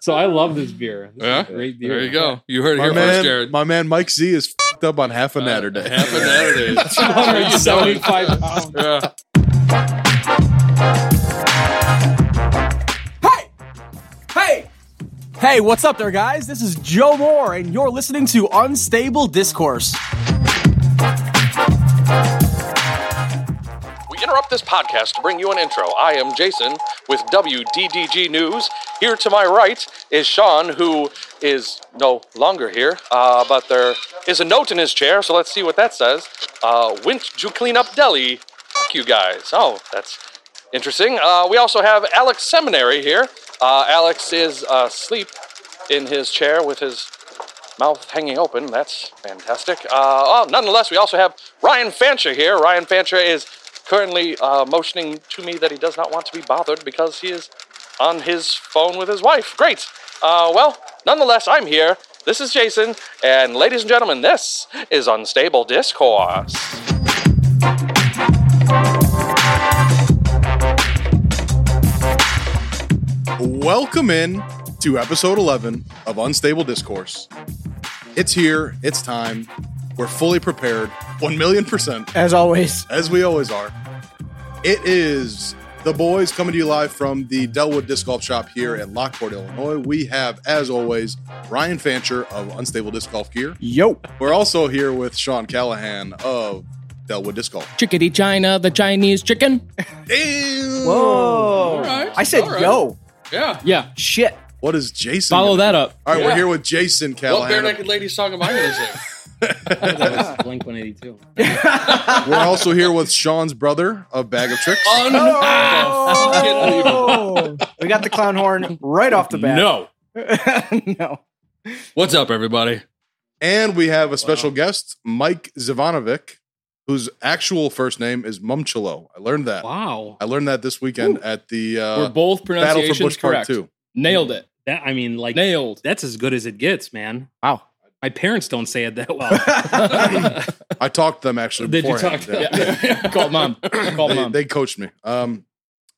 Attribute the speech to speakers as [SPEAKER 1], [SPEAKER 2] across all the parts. [SPEAKER 1] So I love this beer. This is
[SPEAKER 2] Yeah?
[SPEAKER 1] a great beer.
[SPEAKER 2] There you go. You heard it
[SPEAKER 3] My
[SPEAKER 2] here first,
[SPEAKER 3] man,
[SPEAKER 2] Jared. Uh,
[SPEAKER 3] my man Mike Z is fed up on half a natter day.
[SPEAKER 2] Half a Natterday. There you go.
[SPEAKER 1] 175 pounds.
[SPEAKER 2] Yeah.
[SPEAKER 4] Hey! Hey, what's up there, guys? This is Joe Moore, and you're listening to Unstable Discourse.
[SPEAKER 5] We interrupt this podcast to bring you an intro. I am Jason with WDDG News. Here to my right is Sean, who is no longer here, uh, but there is a note in his chair, so let's see what that says. Uh, Went to clean up Delhi. Fuck you guys. Oh, that's interesting. Uh, we also have Alex Seminary here. Uh, Alex is asleep in his chair with his mouth hanging open. That's fantastic. Uh, oh, nonetheless, we also have Ryan Fancher here. Ryan Fancher is currently uh, motioning to me that he does not want to be bothered because he is on his phone with his wife. Great. Uh, well, nonetheless, I'm here. This is Jason, and ladies and gentlemen, this is Unstable Discourse.
[SPEAKER 3] Welcome in to episode 11 of Unstable Discourse. It's here, it's time. We're fully prepared, 1 million percent,
[SPEAKER 4] As always,
[SPEAKER 3] as we always are. It is the boys coming to you live from the Delwood Disc Golf Shop here in Lockport, Illinois. We have, as always, Ryan Fancher of Unstable Disc Golf Gear.
[SPEAKER 4] yo.
[SPEAKER 3] We're also here with Sean Callahan of Delwood Disc Golf.
[SPEAKER 6] Chickadee China, the Chinese chicken.
[SPEAKER 3] Damn!
[SPEAKER 4] Whoa.
[SPEAKER 2] right,
[SPEAKER 4] I said
[SPEAKER 2] all right.
[SPEAKER 4] yo.
[SPEAKER 2] Yeah.
[SPEAKER 6] Yeah.
[SPEAKER 4] Shit.
[SPEAKER 3] What is Jason?
[SPEAKER 6] Follow
[SPEAKER 3] gonna-
[SPEAKER 6] that up.
[SPEAKER 3] All right, we're
[SPEAKER 2] Yeah.
[SPEAKER 3] here with Jason
[SPEAKER 2] What bare
[SPEAKER 3] Callahan.
[SPEAKER 2] naked lady song am I going to sing?
[SPEAKER 1] That was Blink 182.
[SPEAKER 3] We're also here with Sean's brother of Bag of Tricks.
[SPEAKER 2] Unbelievable.
[SPEAKER 4] Oh. we got the clown horn right off the bat.
[SPEAKER 2] No.
[SPEAKER 4] no.
[SPEAKER 2] What's up, everybody?
[SPEAKER 3] And we have a special guest, Mike Zivanovic, whose actual first name is Mumchilo. I learned that.
[SPEAKER 1] Wow.
[SPEAKER 3] I learned that this weekend at the
[SPEAKER 6] We're
[SPEAKER 3] uh,
[SPEAKER 6] both
[SPEAKER 3] Battle for
[SPEAKER 6] pronunciations
[SPEAKER 3] Bush
[SPEAKER 6] correct.
[SPEAKER 3] Part 2.
[SPEAKER 6] Nailed it.
[SPEAKER 1] That I mean, like
[SPEAKER 6] Nailed.
[SPEAKER 1] that's as good as it gets, man.
[SPEAKER 4] Wow.
[SPEAKER 1] My parents don't say it that well.
[SPEAKER 3] I talked to them actually
[SPEAKER 1] Did you
[SPEAKER 3] beforehand.
[SPEAKER 1] talk to
[SPEAKER 3] Yeah.
[SPEAKER 6] Yeah. Call mom. Call
[SPEAKER 3] They,
[SPEAKER 6] mom.
[SPEAKER 3] they coached me. Um,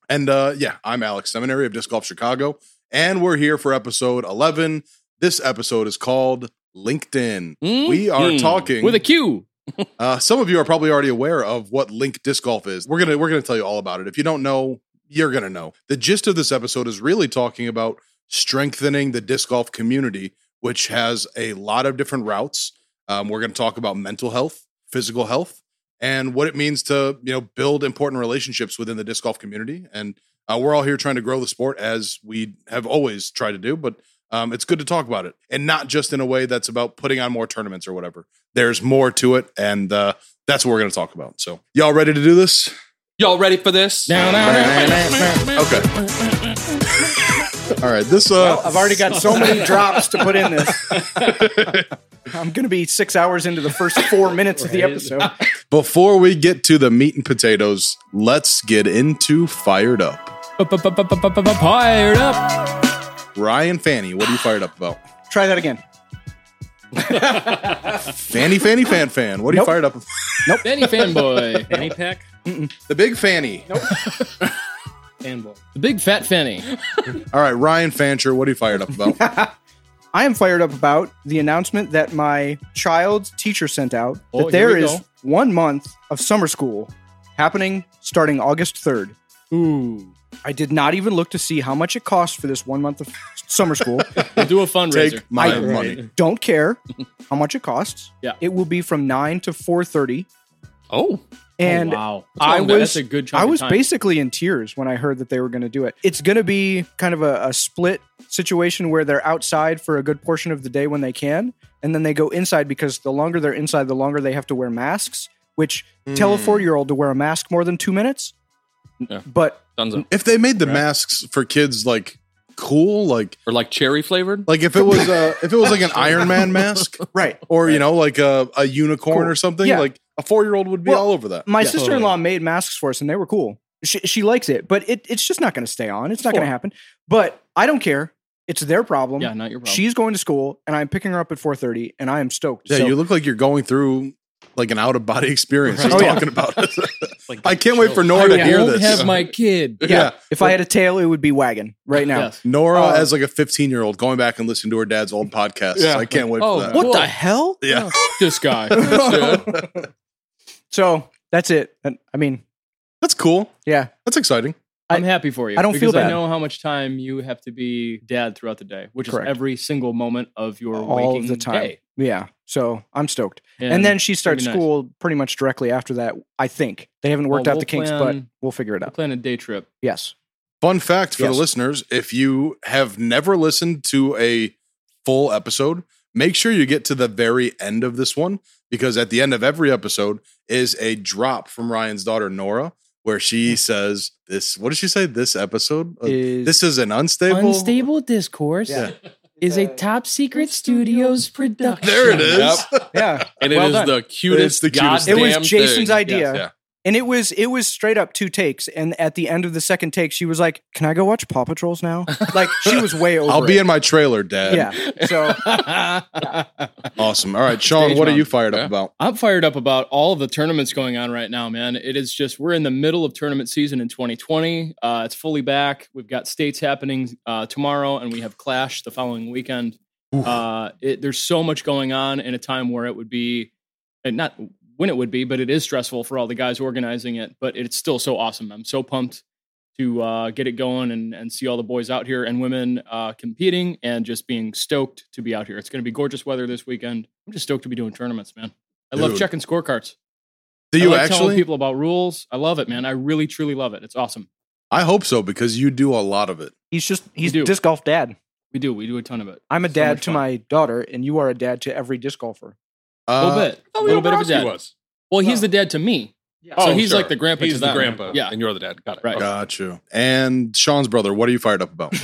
[SPEAKER 3] and uh, yeah, I'm Alex Seminary of Disc Golf Chicago, and we're here for episode 11. This episode is called LinkedIn.
[SPEAKER 6] Mm.
[SPEAKER 3] We are
[SPEAKER 6] Mm.
[SPEAKER 3] talking
[SPEAKER 6] with a Q.
[SPEAKER 3] Uh, some of you are probably already aware of what Link Disc Golf is. We're gonna we're gonna tell you all about it. If you don't know, you're gonna know. The gist of this episode is really talking about strengthening the disc golf community, which has a lot of different routes. Um, we're gonna talk about mental health, physical health, and what it means to you know build important relationships within the disc golf community. And uh, we're all here trying to grow the sport as we have always tried to do, but. Um, it's good to talk about it and not just in a way that's about putting on more tournaments or whatever there's more to it and uh, that's what we're going to talk about so y'all ready to do this
[SPEAKER 2] Y'all ready for this?
[SPEAKER 6] Down, down, down.
[SPEAKER 3] okay all right this uh
[SPEAKER 4] Well, um, I've already got so many drops to put in this. I'm going to be six hours into the first four minutes of the
[SPEAKER 1] Right.
[SPEAKER 4] episode.
[SPEAKER 3] before we get to the meat and potatoes let's get into fired up
[SPEAKER 6] Fired up.
[SPEAKER 3] ryan fanny what are you fired up about
[SPEAKER 4] Try that again.
[SPEAKER 3] fanny fanny fan fan what are
[SPEAKER 4] Nope.
[SPEAKER 3] you fired up about?
[SPEAKER 6] Benny fanboy.
[SPEAKER 1] Fanny pack,
[SPEAKER 3] the big fanny
[SPEAKER 1] fanboy.
[SPEAKER 6] The big fat fanny.
[SPEAKER 3] all right ryan fancher what are you fired up about
[SPEAKER 4] I am fired up about the announcement that my child's teacher sent out
[SPEAKER 6] Oh,
[SPEAKER 4] that
[SPEAKER 6] here
[SPEAKER 4] there
[SPEAKER 6] we
[SPEAKER 4] is
[SPEAKER 6] go.
[SPEAKER 4] one month of summer school happening starting August 3rd.
[SPEAKER 6] Ooh.
[SPEAKER 4] I did not even look to see how much it costs for this one month of summer school.
[SPEAKER 6] We'll do a fundraiser. Oh,
[SPEAKER 3] take my
[SPEAKER 4] I-
[SPEAKER 3] money
[SPEAKER 4] Don't care how much it costs.
[SPEAKER 6] Yeah.
[SPEAKER 4] It will be from 9 to 4:30
[SPEAKER 2] Oh.
[SPEAKER 4] and
[SPEAKER 6] oh, wow. That's
[SPEAKER 4] I
[SPEAKER 6] long-
[SPEAKER 4] was
[SPEAKER 6] that's a good chunk
[SPEAKER 4] I
[SPEAKER 6] of
[SPEAKER 4] was
[SPEAKER 6] time.
[SPEAKER 4] basically in tears when I heard that they were going to do it. It's going to be kind of a, a split situation where they're outside for a good portion of the day when they can, and then they go inside because the longer they're inside, the longer they have to wear masks. Which
[SPEAKER 6] Hmm.
[SPEAKER 4] tell a four year old to wear a mask more than two minutes.
[SPEAKER 2] Yeah.
[SPEAKER 4] But
[SPEAKER 2] Dunzo.
[SPEAKER 3] if they made the masks for kids like cool like
[SPEAKER 2] Or like cherry flavored?
[SPEAKER 3] like if it was uh if it was like an iron man mask
[SPEAKER 4] right,
[SPEAKER 3] or you know like a, a unicorn or something
[SPEAKER 4] Yeah.
[SPEAKER 3] like a four-year-old would be
[SPEAKER 4] Well,
[SPEAKER 3] all over that
[SPEAKER 4] my
[SPEAKER 6] Yeah,
[SPEAKER 4] sister in law made masks for us, and they were cool. She she likes it, but it, it's just not going to stay on. It's not going to
[SPEAKER 6] Sure.
[SPEAKER 4] happen. But I don't care. It's their problem.
[SPEAKER 6] Yeah, not your problem.
[SPEAKER 4] She's going to school, and I'm picking her up at four thirty, and I am stoked.
[SPEAKER 3] yeah
[SPEAKER 4] So-
[SPEAKER 3] you look like you're going through like an out of body experience just
[SPEAKER 4] Oh, yeah.
[SPEAKER 3] talking about it.
[SPEAKER 6] Like,
[SPEAKER 3] I can't wait for Nora
[SPEAKER 2] I
[SPEAKER 3] to hear
[SPEAKER 2] won't
[SPEAKER 3] this.
[SPEAKER 2] have my kid.
[SPEAKER 3] yeah.
[SPEAKER 4] If I had a tail, it would be wagon right now.
[SPEAKER 2] Yes.
[SPEAKER 3] Nora
[SPEAKER 4] Uh,
[SPEAKER 3] as like a 15 year old going back and listening to her dad's old podcast.
[SPEAKER 5] Yeah.
[SPEAKER 3] I can't wait
[SPEAKER 5] Oh,
[SPEAKER 3] for that.
[SPEAKER 5] what the
[SPEAKER 4] hell?
[SPEAKER 3] Yeah.
[SPEAKER 2] This guy.
[SPEAKER 4] So that's it. And, I mean,
[SPEAKER 3] That's cool.
[SPEAKER 4] yeah.
[SPEAKER 3] That's exciting.
[SPEAKER 2] I'm happy for you.
[SPEAKER 4] I don't feel
[SPEAKER 2] because I
[SPEAKER 4] bad.
[SPEAKER 2] know how much time you have to be dad throughout the day, which
[SPEAKER 4] Correct.
[SPEAKER 2] is every single moment of your
[SPEAKER 4] All
[SPEAKER 2] waking
[SPEAKER 4] the time.
[SPEAKER 2] day.
[SPEAKER 4] Yeah. So I'm stoked. And, then she starts
[SPEAKER 2] nice.
[SPEAKER 4] school pretty much directly after that, I think. They haven't worked
[SPEAKER 2] Well,
[SPEAKER 4] out
[SPEAKER 2] we'll
[SPEAKER 4] the kinks, but
[SPEAKER 2] plan-
[SPEAKER 4] we'll figure it
[SPEAKER 2] we'll
[SPEAKER 4] out.
[SPEAKER 2] plan a day trip.
[SPEAKER 4] Yes.
[SPEAKER 3] Fun fact for
[SPEAKER 4] Yes.
[SPEAKER 3] the listeners if you have never listened to a full episode, make sure you get to the very end of this one because at the end of every episode is a drop from Ryan's daughter, Nora, where she says, This, what did she say? This episode? Uh,
[SPEAKER 4] Hmm. Is-
[SPEAKER 3] this is an unstable.
[SPEAKER 7] Discourse
[SPEAKER 4] Yeah.
[SPEAKER 7] is a top secret studios production.
[SPEAKER 3] There it is.
[SPEAKER 4] Yeah.
[SPEAKER 5] And it is
[SPEAKER 4] Well done.
[SPEAKER 5] the cutest.
[SPEAKER 3] the cutest
[SPEAKER 4] it
[SPEAKER 5] goddamn
[SPEAKER 4] was Jason's
[SPEAKER 5] thing.
[SPEAKER 4] idea.
[SPEAKER 5] Yes.
[SPEAKER 4] And it was it was straight up two takes. And at the end of the second take, she was like, Can I go watch Paw Patrols now? Like she was way over.
[SPEAKER 3] I'll be
[SPEAKER 4] it.
[SPEAKER 3] in my trailer, Dad.
[SPEAKER 4] Yeah. So
[SPEAKER 3] Awesome. All right, Sean,
[SPEAKER 2] Stage
[SPEAKER 3] what are
[SPEAKER 2] mom.
[SPEAKER 3] you fired up
[SPEAKER 5] Yeah.
[SPEAKER 3] about?
[SPEAKER 2] I'm fired up about all of the tournaments going on right now, man. It is just we're in the middle of tournament season in 2020. Uh, it's fully back. We've got states happening uh, tomorrow, and we have Clash the following weekend. Uh, it, there's so much going on in a time where it would be, and not when it would be, but it is stressful for all the guys organizing it. But it's still so awesome. I'm so pumped to uh, get it going and, and see all the boys out here and women uh, competing and just being stoked to be out here. It's going to be gorgeous weather this weekend. I'm just stoked to be doing tournaments, man. I love
[SPEAKER 3] Dude.
[SPEAKER 2] checking scorecards.
[SPEAKER 3] Do
[SPEAKER 2] I
[SPEAKER 3] you
[SPEAKER 2] like telling
[SPEAKER 3] actually?
[SPEAKER 2] people about rules? I love it, man. I really, truly love it. It's awesome.
[SPEAKER 3] I hope so because you do a lot of it.
[SPEAKER 4] he's just he's
[SPEAKER 2] do.
[SPEAKER 4] disc golf dad.
[SPEAKER 2] We do. We do a ton of it.
[SPEAKER 4] I'm a
[SPEAKER 2] So
[SPEAKER 4] dad
[SPEAKER 2] much
[SPEAKER 4] to
[SPEAKER 2] fun.
[SPEAKER 4] my daughter, and you are a dad to every disc golfer.
[SPEAKER 2] A little
[SPEAKER 3] Uh,
[SPEAKER 2] bit. A little bit of a dad.
[SPEAKER 5] was. Oh,
[SPEAKER 2] Well, he's the dad to me. So he's like the grandpa
[SPEAKER 5] He's
[SPEAKER 2] to
[SPEAKER 5] the
[SPEAKER 2] them.
[SPEAKER 5] grandpa.
[SPEAKER 2] Yeah.
[SPEAKER 5] And you're the dad. Got it.
[SPEAKER 2] Right.
[SPEAKER 3] Got you. And Sean's brother, what are you fired up about?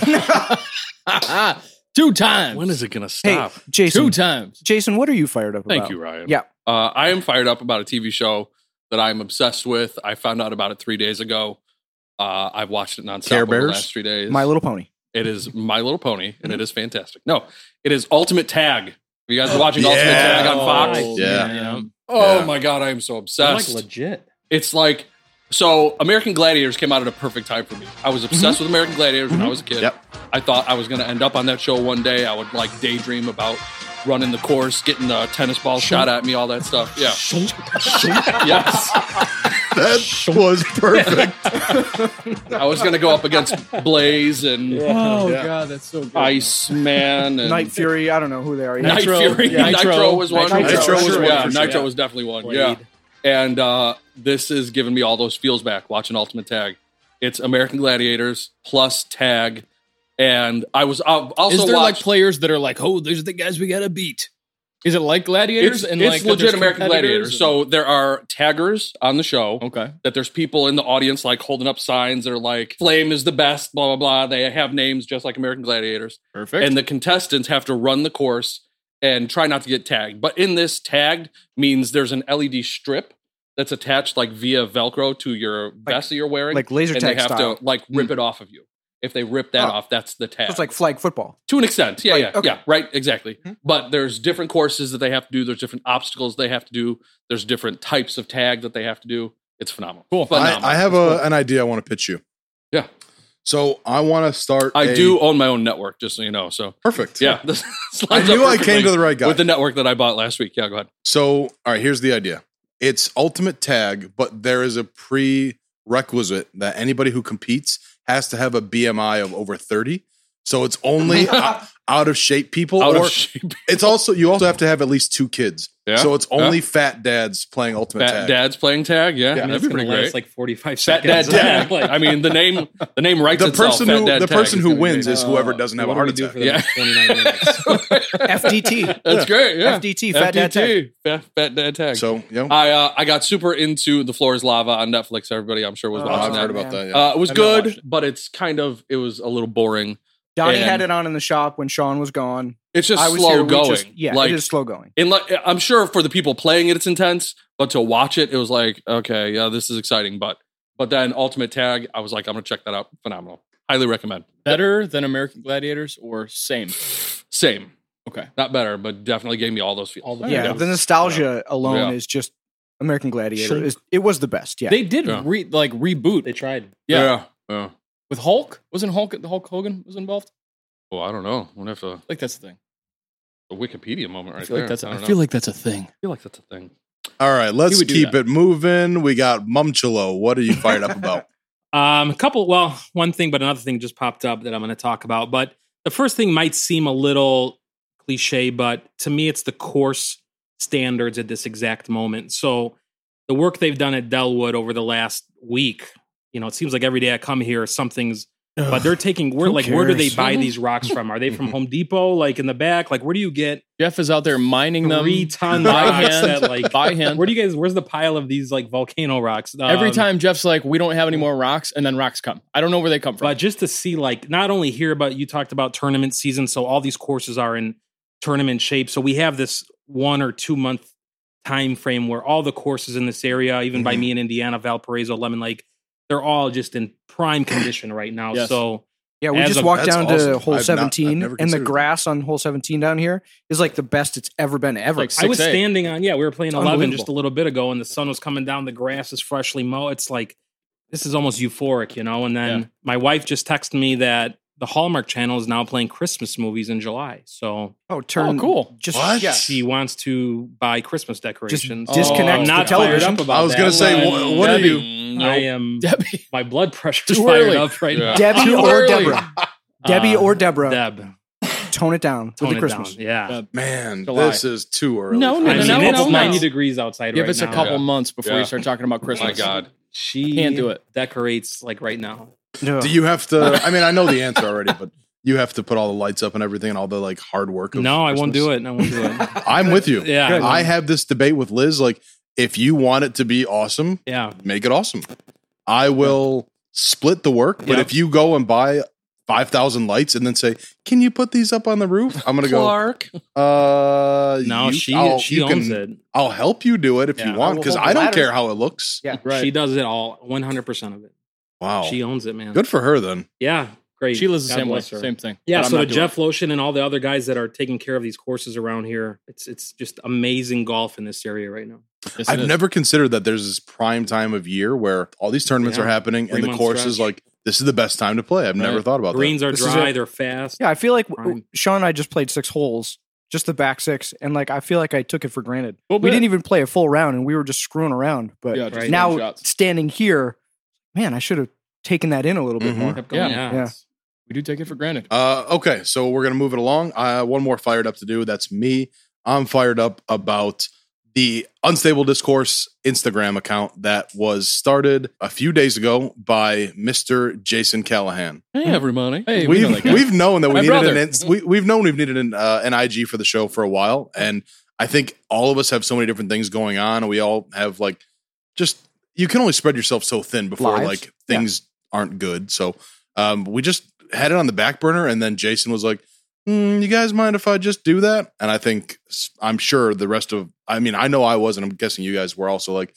[SPEAKER 5] Ah,
[SPEAKER 2] Two times.
[SPEAKER 5] When is it going to
[SPEAKER 4] Hey,
[SPEAKER 5] stop?
[SPEAKER 4] Jason.
[SPEAKER 2] Two times.
[SPEAKER 4] Jason, what are you fired up
[SPEAKER 5] Thank
[SPEAKER 4] about?
[SPEAKER 5] you, Ryan.
[SPEAKER 4] Yeah.
[SPEAKER 5] Uh, I am fired up about a TV show that I'm obsessed with. I found out about it three days ago. Uh, I've watched it nonstop
[SPEAKER 3] Care
[SPEAKER 5] over the
[SPEAKER 3] Bears?
[SPEAKER 5] last three days.
[SPEAKER 4] My Little Pony.
[SPEAKER 5] It is My Little Pony, and it is fantastic. No, it is Ultimate Tag. You guys are watching Ultimate
[SPEAKER 3] Yeah.
[SPEAKER 5] Tag on Fox?
[SPEAKER 6] Oh,
[SPEAKER 3] Yeah.
[SPEAKER 6] man.
[SPEAKER 5] Oh
[SPEAKER 3] Yeah.
[SPEAKER 5] my god, I am so
[SPEAKER 6] I'm like
[SPEAKER 5] obsessed.
[SPEAKER 6] legit.
[SPEAKER 5] it's like so American Gladiators came out at a perfect time for me. I was obsessed with American Gladiators when I was a kid.
[SPEAKER 3] Yep.
[SPEAKER 5] I thought I was going to end up on that show one day. I would like daydream about running the course, getting the tennis ball shot at me, all that stuff. Yeah. yes.
[SPEAKER 3] that was perfect.
[SPEAKER 5] I was going to go up against Blaze and
[SPEAKER 2] Oh, God. That's so good.
[SPEAKER 5] Iceman and
[SPEAKER 4] Night Fury. I don't know who they are.
[SPEAKER 5] Night
[SPEAKER 4] yet.
[SPEAKER 2] Nitro.
[SPEAKER 5] Fury.
[SPEAKER 2] Yeah.
[SPEAKER 5] Nitro.
[SPEAKER 2] Nitro.
[SPEAKER 5] was one.
[SPEAKER 4] Nitro. Nitro
[SPEAKER 5] was
[SPEAKER 4] was
[SPEAKER 5] yeah,
[SPEAKER 4] one for
[SPEAKER 5] Nitro
[SPEAKER 6] sure.
[SPEAKER 5] was definitely one.
[SPEAKER 6] Blade.
[SPEAKER 5] Yeah. And uh, this is giving me all those feels back watching Ultimate Tag. It's American Gladiators plus Tag, and I was I've also
[SPEAKER 2] is there like
[SPEAKER 5] watched.
[SPEAKER 2] players that are like, oh, these are the guys we got to beat? Is it like gladiators?
[SPEAKER 5] it's
[SPEAKER 2] and
[SPEAKER 5] it's
[SPEAKER 2] like that
[SPEAKER 5] legit
[SPEAKER 2] there's
[SPEAKER 5] American
[SPEAKER 2] competitors
[SPEAKER 5] Gladiators.
[SPEAKER 2] and-
[SPEAKER 5] So there are taggers on the show.
[SPEAKER 2] okay.
[SPEAKER 5] That there's people in the audience like holding up signs that are like "Flame is the best," blah blah blah. They have names just like American Gladiators.
[SPEAKER 2] Perfect.
[SPEAKER 5] And the contestants have to run the course and try not to get tagged. But in this, tagged means there's an LED strip that's attached like via Velcro to your vest that you're wearing.
[SPEAKER 4] Like laser
[SPEAKER 5] and
[SPEAKER 4] tag
[SPEAKER 5] they have
[SPEAKER 4] style.
[SPEAKER 5] to like rip
[SPEAKER 2] Hmm.
[SPEAKER 5] it off of you. If they rip that
[SPEAKER 4] Oh.
[SPEAKER 5] off, that's the tag.
[SPEAKER 4] It's like flag football.
[SPEAKER 5] to an extent. Yeah,
[SPEAKER 4] Right,
[SPEAKER 5] yeah,
[SPEAKER 4] okay.
[SPEAKER 5] yeah. Right, exactly. But there's different courses that they have to do. There's different obstacles they have to do. There's different types of tag that they have to do. It's phenomenal.
[SPEAKER 2] Cool.
[SPEAKER 5] Phenomenal.
[SPEAKER 3] I, I have a, an idea I want to pitch you.
[SPEAKER 5] Yeah.
[SPEAKER 3] So I want to start.
[SPEAKER 5] I
[SPEAKER 3] a-
[SPEAKER 5] do own my own network, just so you know. So
[SPEAKER 3] Perfect.
[SPEAKER 5] yeah, this
[SPEAKER 3] I
[SPEAKER 5] lines up
[SPEAKER 3] knew I came to
[SPEAKER 5] perfectly
[SPEAKER 3] the right guy.
[SPEAKER 5] with the network that I bought last week. Yeah, go ahead.
[SPEAKER 3] so, all right, here's the idea it's ultimate tag, but there is a prerequisite that anybody who competes has to have a BMI of over 30. So it's only o- out of shape people,
[SPEAKER 5] Out
[SPEAKER 3] or
[SPEAKER 5] of shape.
[SPEAKER 3] it's also you also have to have at least two kids.
[SPEAKER 5] Yeah.
[SPEAKER 3] So it's only fat dads playing ultimate
[SPEAKER 5] Fat
[SPEAKER 3] tag.
[SPEAKER 5] Dad's playing tag. Yeah,
[SPEAKER 6] I mean,
[SPEAKER 5] that'd
[SPEAKER 6] it's
[SPEAKER 5] be
[SPEAKER 6] gonna
[SPEAKER 5] pretty
[SPEAKER 6] last
[SPEAKER 5] great.
[SPEAKER 6] like 45
[SPEAKER 5] Fat Dad
[SPEAKER 6] seconds.
[SPEAKER 5] Tag.
[SPEAKER 6] Like,
[SPEAKER 5] I mean, the name the name writes
[SPEAKER 3] The
[SPEAKER 5] itself.
[SPEAKER 3] person
[SPEAKER 5] Fat
[SPEAKER 3] who
[SPEAKER 5] Dad
[SPEAKER 3] the
[SPEAKER 5] Tag
[SPEAKER 3] person
[SPEAKER 5] is
[SPEAKER 3] who
[SPEAKER 5] gonna be
[SPEAKER 3] wins
[SPEAKER 5] great.
[SPEAKER 3] is whoever
[SPEAKER 2] uh,
[SPEAKER 3] doesn't have a
[SPEAKER 6] what
[SPEAKER 3] heart
[SPEAKER 6] do we do
[SPEAKER 3] attack.
[SPEAKER 6] for the next 29 minutes?
[SPEAKER 4] FDT.
[SPEAKER 5] That's great. Yeah.
[SPEAKER 4] FDT. Fat Dad Tag.
[SPEAKER 5] FDT, Fat, fat Dad Tag.
[SPEAKER 3] So yeah,
[SPEAKER 5] I uh, I got super into the floor is lava on Netflix. Everybody, I'm sure was
[SPEAKER 4] Oh,
[SPEAKER 5] watching
[SPEAKER 3] I've
[SPEAKER 5] that.
[SPEAKER 3] heard
[SPEAKER 4] man.
[SPEAKER 3] about that. Yeah.
[SPEAKER 5] Uh, it was
[SPEAKER 2] I've not
[SPEAKER 5] good,
[SPEAKER 2] watched it.
[SPEAKER 5] but it's kind of it was a little boring.
[SPEAKER 4] Donnie
[SPEAKER 5] And-
[SPEAKER 4] had it on in the shop when Sean was gone.
[SPEAKER 5] It's just
[SPEAKER 4] I was
[SPEAKER 5] slow
[SPEAKER 4] here. we
[SPEAKER 5] going.
[SPEAKER 4] just- yeah,
[SPEAKER 5] like
[SPEAKER 4] it is slow going.
[SPEAKER 5] and like, I'm sure for the people playing it, it's intense, but to watch it, it was like, okay, yeah, this is exciting. But but then Ultimate Tag, I was like, I'm gonna check that out. Phenomenal. Highly recommend.
[SPEAKER 2] Better than American Gladiators or same?
[SPEAKER 5] Same.
[SPEAKER 2] Okay.
[SPEAKER 5] Not better, but definitely gave me all those feelings.
[SPEAKER 6] All the
[SPEAKER 4] yeah,
[SPEAKER 6] yeah.
[SPEAKER 4] the nostalgia alone
[SPEAKER 5] Yeah.
[SPEAKER 4] is just American Gladiator.
[SPEAKER 6] Sure.
[SPEAKER 4] Is, it was the best. Yeah,
[SPEAKER 2] They did
[SPEAKER 5] Yeah.
[SPEAKER 2] re, like reboot
[SPEAKER 6] They tried.
[SPEAKER 2] Yeah.
[SPEAKER 5] yeah. yeah.
[SPEAKER 2] with Hulk. Wasn't Hulk the Hulk Hogan was involved?
[SPEAKER 5] Well, I don't know. We'll have to
[SPEAKER 2] I think that's the thing.
[SPEAKER 5] a Wikipedia moment right
[SPEAKER 2] I feel
[SPEAKER 5] there.
[SPEAKER 2] like that's a,
[SPEAKER 5] I
[SPEAKER 2] I,
[SPEAKER 5] don't know.
[SPEAKER 2] feel like that's a thing.
[SPEAKER 5] I feel like that's a thing.
[SPEAKER 3] All right, let's
[SPEAKER 2] would do
[SPEAKER 3] keep
[SPEAKER 2] that.
[SPEAKER 3] it moving. We got Mumchilo. What are you fired up about?
[SPEAKER 6] Um, a couple, well, one thing, but another thing just popped up that I'm going to talk about. But the first thing might seem a little cliche, but to me, it's the course standards at this exact moment. So the work they've done at Delwood over the last week, you know, it seems like every day I come here, something's, but they're taking, where,
[SPEAKER 4] Who
[SPEAKER 6] like, where do they
[SPEAKER 4] cares?
[SPEAKER 6] buy these rocks from? Are they from Home Depot, like in the back? Like, where do you get
[SPEAKER 2] Jeff is out there mining them
[SPEAKER 6] three ton
[SPEAKER 2] by
[SPEAKER 6] rocks
[SPEAKER 2] hand.
[SPEAKER 6] that, like,
[SPEAKER 2] by hand.
[SPEAKER 6] where do you guys, where's the pile of these, like, volcano rocks?
[SPEAKER 2] Every
[SPEAKER 6] Um,
[SPEAKER 2] time Jeff's like, we don't have any more rocks, and then rocks come. I don't know where they come from.
[SPEAKER 6] But just to see, like, not only here, but you talked about tournament season. So all these courses are in tournament shape. So we have this one or two month time frame where all the courses in this area, even by
[SPEAKER 2] Mm-hmm.
[SPEAKER 3] Mhm.
[SPEAKER 6] me in Indiana, Valparaiso, Lemon Lake, they're all just in prime condition right now.
[SPEAKER 2] Yes.
[SPEAKER 6] So
[SPEAKER 4] yeah. We
[SPEAKER 6] As
[SPEAKER 4] just
[SPEAKER 6] of-
[SPEAKER 4] walked
[SPEAKER 3] that's
[SPEAKER 4] down to
[SPEAKER 3] awesome.
[SPEAKER 4] hole
[SPEAKER 3] I've not- I've
[SPEAKER 4] seventeen,
[SPEAKER 3] never
[SPEAKER 4] and the
[SPEAKER 3] considered that.
[SPEAKER 4] grass on hole seventeen down here is like the best it's ever been ever.
[SPEAKER 2] Like
[SPEAKER 6] I was
[SPEAKER 2] 6A.
[SPEAKER 6] standing on, yeah, we were playing
[SPEAKER 4] It's
[SPEAKER 6] 11
[SPEAKER 4] unbelievable.
[SPEAKER 6] just a little bit ago and the sun was coming down. The grass is freshly mowed. It's like, this is almost euphoric, you know? And then
[SPEAKER 2] Yeah.
[SPEAKER 6] my wife just texted me that the Hallmark channel is now playing Christmas movies in July. So
[SPEAKER 4] oh, turn
[SPEAKER 2] oh, cool.
[SPEAKER 4] Just
[SPEAKER 3] What?
[SPEAKER 4] yeah.
[SPEAKER 6] she wants to buy Christmas decorations.
[SPEAKER 4] disconnect
[SPEAKER 6] I'm
[SPEAKER 4] the
[SPEAKER 6] not fired
[SPEAKER 4] television.
[SPEAKER 6] up about
[SPEAKER 3] I was
[SPEAKER 6] that.
[SPEAKER 3] gonna say,
[SPEAKER 6] I'm-
[SPEAKER 3] wha- what are
[SPEAKER 6] Debbie,
[SPEAKER 3] you?
[SPEAKER 6] I
[SPEAKER 5] Mm, no.
[SPEAKER 6] am.
[SPEAKER 2] Debbie.
[SPEAKER 6] My blood pressure is
[SPEAKER 2] Too
[SPEAKER 6] fired
[SPEAKER 2] early.
[SPEAKER 6] up right
[SPEAKER 5] Yeah.
[SPEAKER 6] now.
[SPEAKER 4] Debbie
[SPEAKER 2] Too
[SPEAKER 4] or
[SPEAKER 2] early.
[SPEAKER 4] Deborah. Debbie
[SPEAKER 6] Uh,
[SPEAKER 4] or Deborah.
[SPEAKER 6] Deb,
[SPEAKER 4] Tone it down with
[SPEAKER 6] tone
[SPEAKER 4] the
[SPEAKER 6] it
[SPEAKER 4] Christmas.
[SPEAKER 6] down. Yeah,
[SPEAKER 2] Deb.
[SPEAKER 3] Man,
[SPEAKER 2] July.
[SPEAKER 3] this is too early.
[SPEAKER 2] No,
[SPEAKER 6] I
[SPEAKER 2] no,
[SPEAKER 6] mean,
[SPEAKER 2] no,
[SPEAKER 6] it's
[SPEAKER 2] no.
[SPEAKER 6] 90 degrees outside
[SPEAKER 2] Give
[SPEAKER 6] right
[SPEAKER 2] us a
[SPEAKER 6] now.
[SPEAKER 2] couple
[SPEAKER 5] Yeah.
[SPEAKER 2] months before
[SPEAKER 5] Yeah. Oh
[SPEAKER 2] you start talking about Christmas.
[SPEAKER 5] My God.
[SPEAKER 6] She
[SPEAKER 2] Can't do it.
[SPEAKER 6] Decorates like right now.
[SPEAKER 4] No.
[SPEAKER 3] Do you have to? I mean, I know the answer already, but you have to put all the lights up and everything and all the like hard work. Of
[SPEAKER 6] No, I won't do
[SPEAKER 3] Christmas.
[SPEAKER 6] it. I won't do it.
[SPEAKER 3] I'm with you.
[SPEAKER 6] Yeah,
[SPEAKER 3] I have this debate with Liz. Like, if you want it to be awesome,
[SPEAKER 6] yeah.
[SPEAKER 3] make it awesome. I will split the work, but
[SPEAKER 6] Yeah.
[SPEAKER 3] if you go and buy five thousand lights and then say, "Can you put these up on the roof?" I'm gonna go.
[SPEAKER 5] Clark.
[SPEAKER 3] Uh,
[SPEAKER 6] No,
[SPEAKER 3] you-
[SPEAKER 6] she
[SPEAKER 3] I'll-
[SPEAKER 6] she
[SPEAKER 3] you
[SPEAKER 6] owns
[SPEAKER 3] can-
[SPEAKER 6] it.
[SPEAKER 3] I'll help you do it if
[SPEAKER 6] Yeah.
[SPEAKER 3] you
[SPEAKER 6] I
[SPEAKER 3] want
[SPEAKER 4] will
[SPEAKER 3] because
[SPEAKER 4] hold
[SPEAKER 3] I
[SPEAKER 4] the
[SPEAKER 3] don't
[SPEAKER 4] ladder.
[SPEAKER 3] care how it looks.
[SPEAKER 4] Yeah.
[SPEAKER 2] Right.
[SPEAKER 6] She does it all. 100 percent of it.
[SPEAKER 3] Wow,
[SPEAKER 6] She owns it, man.
[SPEAKER 3] Oh. good for her then.
[SPEAKER 6] Yeah, great.
[SPEAKER 2] She lives the
[SPEAKER 6] God
[SPEAKER 2] same way.
[SPEAKER 6] bless her.
[SPEAKER 2] Same thing.
[SPEAKER 6] Yeah,
[SPEAKER 2] But I'm
[SPEAKER 6] so to
[SPEAKER 2] not doing
[SPEAKER 6] Jeff Lotion and all the other guys that are taking care of these courses around here, it's it's just amazing golf in this area right now.
[SPEAKER 2] it. Yes, it
[SPEAKER 3] I've
[SPEAKER 2] is.
[SPEAKER 3] never considered that there's this prime time of year where all these tournaments
[SPEAKER 6] Yeah.
[SPEAKER 3] are happening and the
[SPEAKER 6] Three-month
[SPEAKER 3] course is
[SPEAKER 6] stretch.
[SPEAKER 3] like this is the best time to play. I've never
[SPEAKER 2] Right.
[SPEAKER 3] thought about
[SPEAKER 6] Greens are
[SPEAKER 4] This is
[SPEAKER 6] dry,
[SPEAKER 4] it.
[SPEAKER 6] they're fast.
[SPEAKER 4] Yeah, I feel like w-
[SPEAKER 6] Prime.
[SPEAKER 4] Sean and I just played six holes, just the back six, and like I feel like I took it for granted.
[SPEAKER 2] Little
[SPEAKER 4] We
[SPEAKER 2] bit.
[SPEAKER 4] didn't even play a full round, and we were just screwing around. But
[SPEAKER 2] Yeah, just
[SPEAKER 6] Right.
[SPEAKER 4] now
[SPEAKER 2] long shots.
[SPEAKER 4] standing here, man, I should have taken that in a little bit
[SPEAKER 3] Mhm.
[SPEAKER 4] more.
[SPEAKER 6] Kept going,
[SPEAKER 2] Yeah.
[SPEAKER 6] yeah.
[SPEAKER 4] Yeah.
[SPEAKER 6] It's-
[SPEAKER 2] we do take it for granted.
[SPEAKER 3] that. Uh, okay, so we're gonna move it along. Uh, one more fired up to do. That's me. I'm fired up about the unstable discourse Instagram account that was started a few days ago by Mr. Jason Callahan.
[SPEAKER 5] Hey, everybody.
[SPEAKER 2] Hey, we
[SPEAKER 3] we've
[SPEAKER 2] know that guy.
[SPEAKER 3] we've known that we
[SPEAKER 5] My
[SPEAKER 3] needed
[SPEAKER 5] brother.
[SPEAKER 3] an ins- we, we've known we've needed an uh, an IG for the show for a while, and I think all of us have so many different things going on, and we all have like just you can only spread yourself so thin before
[SPEAKER 4] Lives.
[SPEAKER 3] like things aren't good. So um, we just had it on the back burner, and then Jason was like, "Hmm, "You guys mind if I just do that?" And I think s- I'm sure the rest of I mean I know I was, and I'm guessing you guys were also like,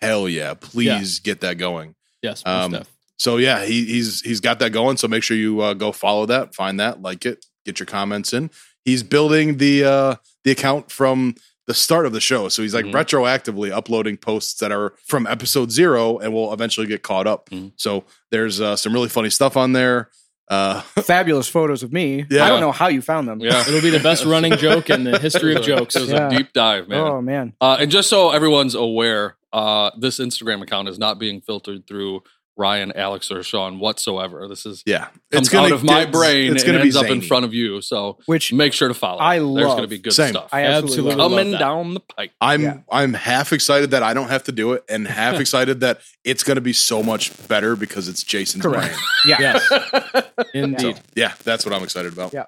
[SPEAKER 3] "Hell yeah, please get that going."
[SPEAKER 2] Yes,
[SPEAKER 3] Um,
[SPEAKER 2] most def.
[SPEAKER 3] So yeah, he, he's he's got that going. So make sure you uh, go follow that, find that, like it, get your comments in. He's building the uh, the account from the start of the show, so he's like
[SPEAKER 5] Mhm.
[SPEAKER 3] retroactively uploading posts that are from episode zero, and will eventually get caught up.
[SPEAKER 5] Mhm.
[SPEAKER 3] So there's uh, some really funny stuff on there. Uh,
[SPEAKER 4] Fabulous photos of me.
[SPEAKER 3] Yeah.
[SPEAKER 4] I don't know how you found them.
[SPEAKER 5] Yeah.
[SPEAKER 2] It'll be the best running joke in the history of jokes.
[SPEAKER 5] It was
[SPEAKER 4] Yeah.
[SPEAKER 5] a deep dive, man.
[SPEAKER 4] Oh man,
[SPEAKER 5] Uh, and just so everyone's aware, uh, this Instagram account is not being filtered through Ryan, Alex, or Sean whatsoever. This is
[SPEAKER 3] yeah,
[SPEAKER 5] comes
[SPEAKER 3] gonna
[SPEAKER 5] out of my
[SPEAKER 3] get-
[SPEAKER 5] brain
[SPEAKER 3] It's
[SPEAKER 5] and
[SPEAKER 3] going to be
[SPEAKER 5] ends up in
[SPEAKER 3] zany.
[SPEAKER 5] front of you. So
[SPEAKER 4] which
[SPEAKER 5] make sure to follow.
[SPEAKER 4] I
[SPEAKER 5] There's
[SPEAKER 4] love.
[SPEAKER 5] going to be good
[SPEAKER 3] Same.
[SPEAKER 5] stuff
[SPEAKER 4] I
[SPEAKER 2] Absolutely.
[SPEAKER 4] absolutely, love.
[SPEAKER 2] love
[SPEAKER 5] coming
[SPEAKER 2] that.
[SPEAKER 5] down the pike.
[SPEAKER 3] I'm
[SPEAKER 4] Yeah.
[SPEAKER 3] I'm half excited that I don't have to do it, and half excited that it's going to be so much better because it's Jason's
[SPEAKER 4] Correct.
[SPEAKER 3] brain.
[SPEAKER 4] Yeah.
[SPEAKER 2] Yes, indeed.
[SPEAKER 3] Yeah, that's what I'm excited about.
[SPEAKER 4] Yeah.